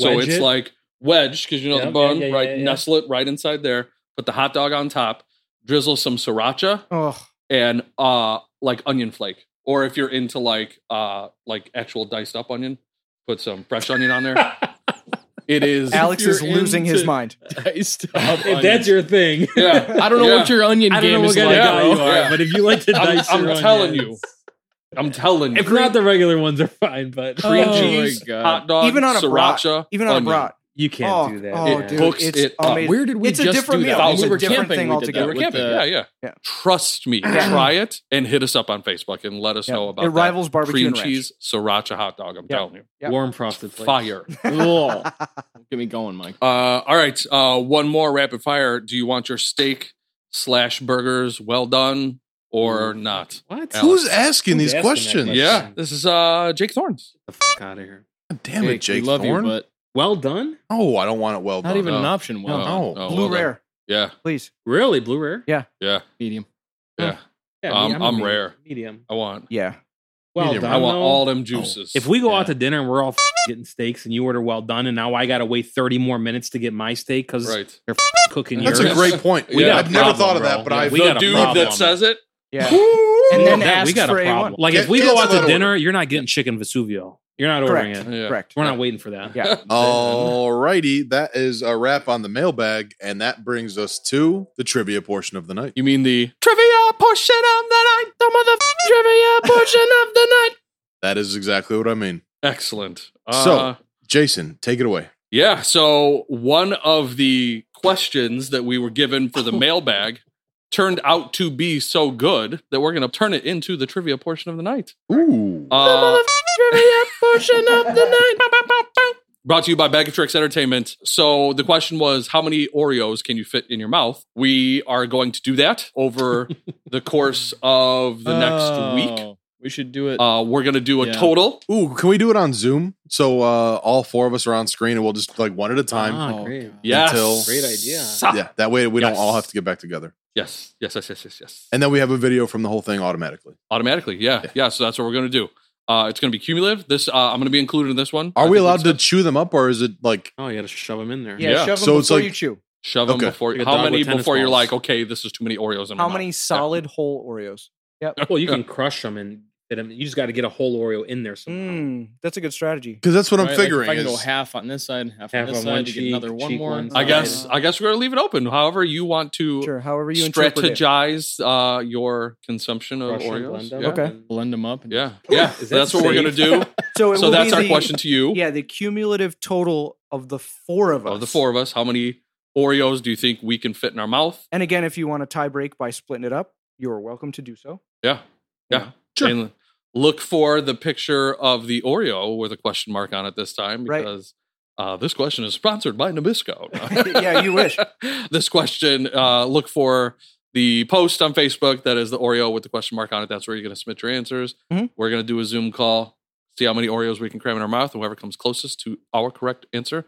[SPEAKER 5] so
[SPEAKER 6] Wedge
[SPEAKER 5] it's
[SPEAKER 6] it?
[SPEAKER 5] like wedged because you know
[SPEAKER 6] Yeah,
[SPEAKER 5] the
[SPEAKER 6] yeah,
[SPEAKER 5] bun,
[SPEAKER 6] yeah, yeah,
[SPEAKER 5] right?
[SPEAKER 6] yeah, yeah.
[SPEAKER 5] Nestle it right inside there. Put the hot dog on top. Drizzle some sriracha
[SPEAKER 4] Oh,
[SPEAKER 5] and uh like onion flake, or if you're into like uh like actual diced up onion, put some fresh onion on there. It is.
[SPEAKER 4] Alex is
[SPEAKER 2] you're
[SPEAKER 4] losing his
[SPEAKER 2] into-
[SPEAKER 4] mind.
[SPEAKER 2] Diced up
[SPEAKER 6] If
[SPEAKER 2] onion.
[SPEAKER 6] that's your thing.
[SPEAKER 5] Yeah,
[SPEAKER 2] I don't know
[SPEAKER 5] Yeah.
[SPEAKER 2] what your onion
[SPEAKER 6] I don't know
[SPEAKER 2] game
[SPEAKER 6] what
[SPEAKER 2] is
[SPEAKER 6] kind
[SPEAKER 2] like.
[SPEAKER 6] of guy you
[SPEAKER 5] Yeah.
[SPEAKER 2] bro.
[SPEAKER 6] are, but if you like to
[SPEAKER 5] I'm-
[SPEAKER 6] dice
[SPEAKER 5] I'm
[SPEAKER 6] your
[SPEAKER 5] telling
[SPEAKER 6] onions-
[SPEAKER 5] I'm telling you.
[SPEAKER 6] If not, the regular ones are fine, but
[SPEAKER 5] cream
[SPEAKER 2] Oh
[SPEAKER 5] cheese,
[SPEAKER 2] my God.
[SPEAKER 5] hot dog,
[SPEAKER 4] Even on a brat.
[SPEAKER 5] sriracha,
[SPEAKER 4] Even on
[SPEAKER 5] onion.
[SPEAKER 4] a brat.
[SPEAKER 6] you can't
[SPEAKER 4] oh,
[SPEAKER 6] do that.
[SPEAKER 4] Oh,
[SPEAKER 6] yeah.
[SPEAKER 4] dude,
[SPEAKER 5] Hooks
[SPEAKER 4] it's
[SPEAKER 5] it up.
[SPEAKER 4] amazing.
[SPEAKER 2] Where did we
[SPEAKER 4] It's a
[SPEAKER 2] just
[SPEAKER 4] different
[SPEAKER 2] do that?
[SPEAKER 4] meal.
[SPEAKER 2] When
[SPEAKER 5] It's
[SPEAKER 2] we
[SPEAKER 5] a
[SPEAKER 2] were
[SPEAKER 4] different
[SPEAKER 2] camping.
[SPEAKER 4] thing
[SPEAKER 2] we did that
[SPEAKER 5] Yeah,
[SPEAKER 4] altogether.
[SPEAKER 5] we're
[SPEAKER 2] with
[SPEAKER 5] camping.
[SPEAKER 2] the-
[SPEAKER 5] yeah, yeah,
[SPEAKER 4] Yeah.
[SPEAKER 5] Trust me, try it and hit us up on Facebook and let us
[SPEAKER 4] Yeah.
[SPEAKER 5] know about
[SPEAKER 4] it
[SPEAKER 2] uh,
[SPEAKER 5] that.
[SPEAKER 4] rivals barbecue
[SPEAKER 5] cream
[SPEAKER 4] and ranch.
[SPEAKER 5] cheese sriracha hot dog. I'm
[SPEAKER 4] Yeah.
[SPEAKER 5] telling you,
[SPEAKER 4] Yep.
[SPEAKER 6] Warm frosted flakes.
[SPEAKER 5] fire.
[SPEAKER 2] Ugh. Get me going, Mike.
[SPEAKER 5] Uh, all right, uh, one more rapid fire. Do you want your steak slash burgers well done or not?
[SPEAKER 6] What?
[SPEAKER 3] who's asking these
[SPEAKER 6] asking that
[SPEAKER 3] questions
[SPEAKER 6] question?
[SPEAKER 5] Yeah, this is uh, Jake Thorns.
[SPEAKER 6] the fuck out of here?
[SPEAKER 3] God damn it jake
[SPEAKER 2] we love
[SPEAKER 3] Thorne.
[SPEAKER 2] you, but
[SPEAKER 6] Well done.
[SPEAKER 3] oh i don't want it well
[SPEAKER 2] not
[SPEAKER 3] done.
[SPEAKER 2] even
[SPEAKER 5] no.
[SPEAKER 2] an option. Well,
[SPEAKER 3] No.
[SPEAKER 5] well
[SPEAKER 4] Blue
[SPEAKER 5] done.
[SPEAKER 4] rare,
[SPEAKER 5] Yeah,
[SPEAKER 4] please.
[SPEAKER 6] Really, Blue Rare.
[SPEAKER 5] yeah.
[SPEAKER 2] medium.
[SPEAKER 5] Yeah.
[SPEAKER 6] Yeah,
[SPEAKER 5] Um,
[SPEAKER 6] a
[SPEAKER 5] I'm
[SPEAKER 6] medium-
[SPEAKER 5] rare.
[SPEAKER 6] Medium.
[SPEAKER 5] I want.
[SPEAKER 4] Yeah.
[SPEAKER 6] Well
[SPEAKER 3] Medium
[SPEAKER 6] done.
[SPEAKER 3] rare.
[SPEAKER 5] I want
[SPEAKER 6] though.
[SPEAKER 5] all them juices.
[SPEAKER 6] If we go
[SPEAKER 2] Yeah.
[SPEAKER 6] out to dinner and we're all f- getting steaks, and you order well done, and now I got to wait thirty more minutes to get my steak because
[SPEAKER 5] right,
[SPEAKER 6] they're f- cooking
[SPEAKER 3] That's
[SPEAKER 6] yours.
[SPEAKER 3] a great point.
[SPEAKER 5] We got
[SPEAKER 3] I've
[SPEAKER 5] a
[SPEAKER 3] never
[SPEAKER 6] problem,
[SPEAKER 3] thought of
[SPEAKER 6] bro.
[SPEAKER 3] that, but
[SPEAKER 6] Yeah,
[SPEAKER 3] I
[SPEAKER 6] we
[SPEAKER 5] the
[SPEAKER 6] got a
[SPEAKER 5] dude
[SPEAKER 6] problem.
[SPEAKER 5] that says it.
[SPEAKER 4] Yeah.
[SPEAKER 6] We
[SPEAKER 4] And then
[SPEAKER 6] got that-
[SPEAKER 4] ask
[SPEAKER 6] we got
[SPEAKER 4] for
[SPEAKER 6] a
[SPEAKER 4] a
[SPEAKER 6] problem.
[SPEAKER 4] one.
[SPEAKER 6] Like if
[SPEAKER 3] Can-
[SPEAKER 6] we go
[SPEAKER 3] cancel
[SPEAKER 6] out to
[SPEAKER 3] that
[SPEAKER 6] dinner, you're not getting chicken Vesuvio. You're not ordering
[SPEAKER 4] Correct.
[SPEAKER 6] it.
[SPEAKER 5] Yeah.
[SPEAKER 4] Correct.
[SPEAKER 6] We're not waiting for that.
[SPEAKER 4] Yeah.
[SPEAKER 3] Alrighty, that is a wrap on the mailbag, and that brings us to the trivia portion of the night.
[SPEAKER 5] You mean the
[SPEAKER 2] Trivia portion of the night. The motherfucking trivia portion of the night.
[SPEAKER 3] That is exactly what I mean.
[SPEAKER 5] excellent? Uh,
[SPEAKER 3] So- Jason, take it away.
[SPEAKER 5] Yeah. So one of the questions that we were given for the mailbag turned out to be so good that we're going to turn it into the trivia portion of the night.
[SPEAKER 3] Ooh,
[SPEAKER 5] Uh,
[SPEAKER 2] trivia portion of the night.
[SPEAKER 5] brought to you by Bag of Tricks Entertainment. So the question was, how many Oreos can you fit in your mouth? We are going to do that over the course of the next week.
[SPEAKER 2] Oh, We should do it.
[SPEAKER 5] Uh, we're going to do a
[SPEAKER 2] Yeah.
[SPEAKER 5] total.
[SPEAKER 3] ooh, can we do it on Zoom? So uh, all four of us are on screen, and we'll just like one at a time.
[SPEAKER 6] Ah,
[SPEAKER 2] Oh,
[SPEAKER 6] great.
[SPEAKER 5] Yes.
[SPEAKER 3] Until-
[SPEAKER 6] Great idea.
[SPEAKER 3] Yeah, that way we
[SPEAKER 5] Ah. Yes.
[SPEAKER 3] don't all have to get back together,
[SPEAKER 5] Yes. Yes. Yes. Yes. Yes. Yes.
[SPEAKER 3] and then we have a video from the whole thing automatically.
[SPEAKER 5] automatically. Yeah, yeah.
[SPEAKER 3] Yeah.
[SPEAKER 5] So that's what we're gonna do. Uh, it's gonna be cumulative. This uh, I'm gonna be included in this one.
[SPEAKER 3] Are
[SPEAKER 5] I
[SPEAKER 3] we
[SPEAKER 5] think
[SPEAKER 3] allowed to
[SPEAKER 5] said
[SPEAKER 3] chew them up, or is it like
[SPEAKER 6] Oh, you got to shove them in there.
[SPEAKER 4] Yeah,
[SPEAKER 5] Yeah.
[SPEAKER 4] shove 'em
[SPEAKER 3] So it's
[SPEAKER 4] before
[SPEAKER 3] like-
[SPEAKER 4] you chew.
[SPEAKER 5] shove them
[SPEAKER 3] Okay.
[SPEAKER 5] before?
[SPEAKER 6] Like a
[SPEAKER 5] how
[SPEAKER 6] dog
[SPEAKER 5] many
[SPEAKER 6] with tennis
[SPEAKER 5] before you're
[SPEAKER 6] balls.
[SPEAKER 5] like, okay, this is too many Oreos in my
[SPEAKER 4] How
[SPEAKER 5] mouth.
[SPEAKER 4] many solid whole Oreos?
[SPEAKER 6] Well, Oh, you can crush them and fit 'em. You just got to get a whole Oreo in there somehow.
[SPEAKER 4] Mm, that's a good strategy.
[SPEAKER 3] Because that's what I'm
[SPEAKER 2] Right, like,
[SPEAKER 3] figuring
[SPEAKER 2] if I can
[SPEAKER 3] is
[SPEAKER 2] go half on this side, and half,
[SPEAKER 6] Half
[SPEAKER 2] on this
[SPEAKER 6] on
[SPEAKER 2] side,
[SPEAKER 6] one
[SPEAKER 2] you
[SPEAKER 6] cheek,
[SPEAKER 2] get another one
[SPEAKER 6] cheek
[SPEAKER 2] more.
[SPEAKER 6] one
[SPEAKER 2] on
[SPEAKER 5] I
[SPEAKER 2] the
[SPEAKER 5] guess.
[SPEAKER 2] other.
[SPEAKER 5] I guess we're gonna leave it open. However you want to
[SPEAKER 4] Sure. However you interpret it.
[SPEAKER 5] strategize uh, your consumption of
[SPEAKER 6] Crush 'em,
[SPEAKER 5] Oreos.
[SPEAKER 6] blend 'em,
[SPEAKER 5] Yeah.
[SPEAKER 4] Okay.
[SPEAKER 6] and-
[SPEAKER 2] blend them up. And
[SPEAKER 5] Yeah, yeah.
[SPEAKER 6] Is that
[SPEAKER 5] that's what we're gonna do.
[SPEAKER 6] safe?
[SPEAKER 4] it
[SPEAKER 5] so
[SPEAKER 4] will
[SPEAKER 5] that's
[SPEAKER 4] be
[SPEAKER 5] our
[SPEAKER 4] the-
[SPEAKER 5] question to you.
[SPEAKER 4] Yeah, the cumulative total of the four of us.
[SPEAKER 5] Of the four of us, how many Oreos do you think we can fit in our mouth?
[SPEAKER 4] And again, if you want a tie break by splitting it up, you are welcome to do so.
[SPEAKER 5] Yeah, yeah.
[SPEAKER 3] Sure.
[SPEAKER 5] And look for the picture of the Oreo with a question mark on it this time
[SPEAKER 4] Right.
[SPEAKER 5] because uh, this question is sponsored by Nabisco.
[SPEAKER 4] Yeah, you wish.
[SPEAKER 5] this question, uh, look for the post on Facebook that is the Oreo with the question mark on it. That's where you're going to submit your answers.
[SPEAKER 3] Mm-hmm.
[SPEAKER 4] Mhm.
[SPEAKER 5] We're going to do a Zoom call, see how many Oreos we can cram in our mouth. and Whoever comes closest to our correct answer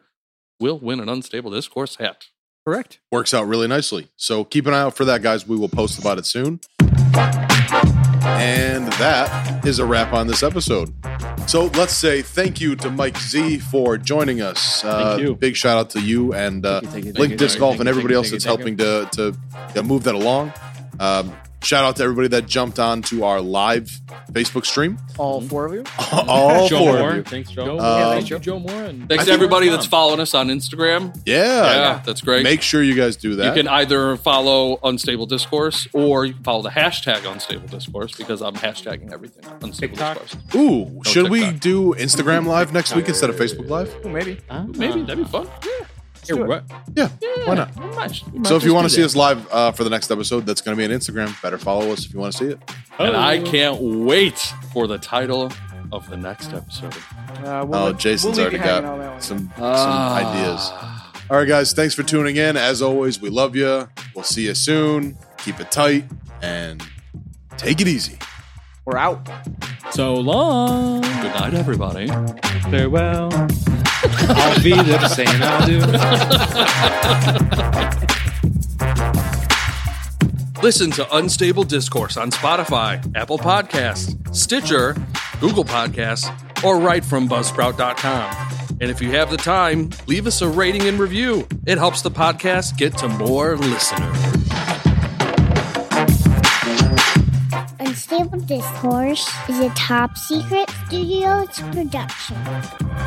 [SPEAKER 5] will win an unstable discourse hat.
[SPEAKER 4] Correct.
[SPEAKER 3] works out really nicely. So keep an eye out for that, guys. We will post about it soon. And that is a wrap on this episode. So let's say thank you to Mike Z for joining us. Uh,
[SPEAKER 2] you.
[SPEAKER 3] Big shout out to you and uh,
[SPEAKER 6] Thank you, thank you, thank
[SPEAKER 3] Link
[SPEAKER 6] you,
[SPEAKER 3] Disc
[SPEAKER 6] thank
[SPEAKER 3] Golf
[SPEAKER 2] you,
[SPEAKER 3] and
[SPEAKER 2] thank you,
[SPEAKER 3] everybody else
[SPEAKER 2] thank
[SPEAKER 3] that's
[SPEAKER 2] you,
[SPEAKER 3] helping to, to yeah, move that along. Um, shout out to everybody that jumped on to our live Facebook stream.
[SPEAKER 4] All
[SPEAKER 5] Mm-hmm.
[SPEAKER 4] four of you.
[SPEAKER 3] All
[SPEAKER 6] Joe
[SPEAKER 3] four
[SPEAKER 6] Moore.
[SPEAKER 3] of you.
[SPEAKER 6] Thanks,
[SPEAKER 2] Joe,
[SPEAKER 6] Joe.
[SPEAKER 3] Um,
[SPEAKER 2] thank you, Joe Moore. And
[SPEAKER 5] Thanks
[SPEAKER 3] I
[SPEAKER 5] to
[SPEAKER 3] think- Oh,
[SPEAKER 5] everybody that's following us on Instagram. yeah,
[SPEAKER 3] Yeah.
[SPEAKER 5] that's great.
[SPEAKER 3] Make sure you guys do that.
[SPEAKER 5] You can either follow Unstable Discourse or you can follow the hashtag Unstable Discourse because I'm hashtagging everything Unstable
[SPEAKER 6] TikTok?
[SPEAKER 5] Discourse.
[SPEAKER 3] Ooh, should we
[SPEAKER 5] TikTok.
[SPEAKER 3] do Instagram Live next week instead of Facebook Live?
[SPEAKER 4] Ooh, maybe.
[SPEAKER 5] Maybe that'd be fun.
[SPEAKER 4] do it.
[SPEAKER 6] right.
[SPEAKER 3] Yeah, Uh, why not? Oh. So if you want to see us live uh, for the next episode, that's going to be on Instagram. Better follow us if you want to see it.
[SPEAKER 5] And I can't wait for the title of the next episode.
[SPEAKER 4] Uh, we'll
[SPEAKER 3] Oh,
[SPEAKER 4] let-
[SPEAKER 3] Jason's
[SPEAKER 4] we'll leave
[SPEAKER 3] already
[SPEAKER 4] you hanging on that
[SPEAKER 3] got
[SPEAKER 4] one.
[SPEAKER 3] some,
[SPEAKER 5] Ah.
[SPEAKER 3] some ideas. All right, guys, thanks for tuning in. As always, we love you. We'll see you soon. Keep it tight and take it easy.
[SPEAKER 4] We're out.
[SPEAKER 2] so long.
[SPEAKER 5] Good night, everybody.
[SPEAKER 6] Farewell. I'll be there saying I'll do.
[SPEAKER 5] Listen to Unstable Discourse on Spotify, Apple Podcasts, Stitcher, Google Podcasts, or right from Buzzsprout.com. And if you have the time, leave us a rating and review. It helps the podcast get to more listeners.
[SPEAKER 8] Unstable Discourse is a top secret studios production.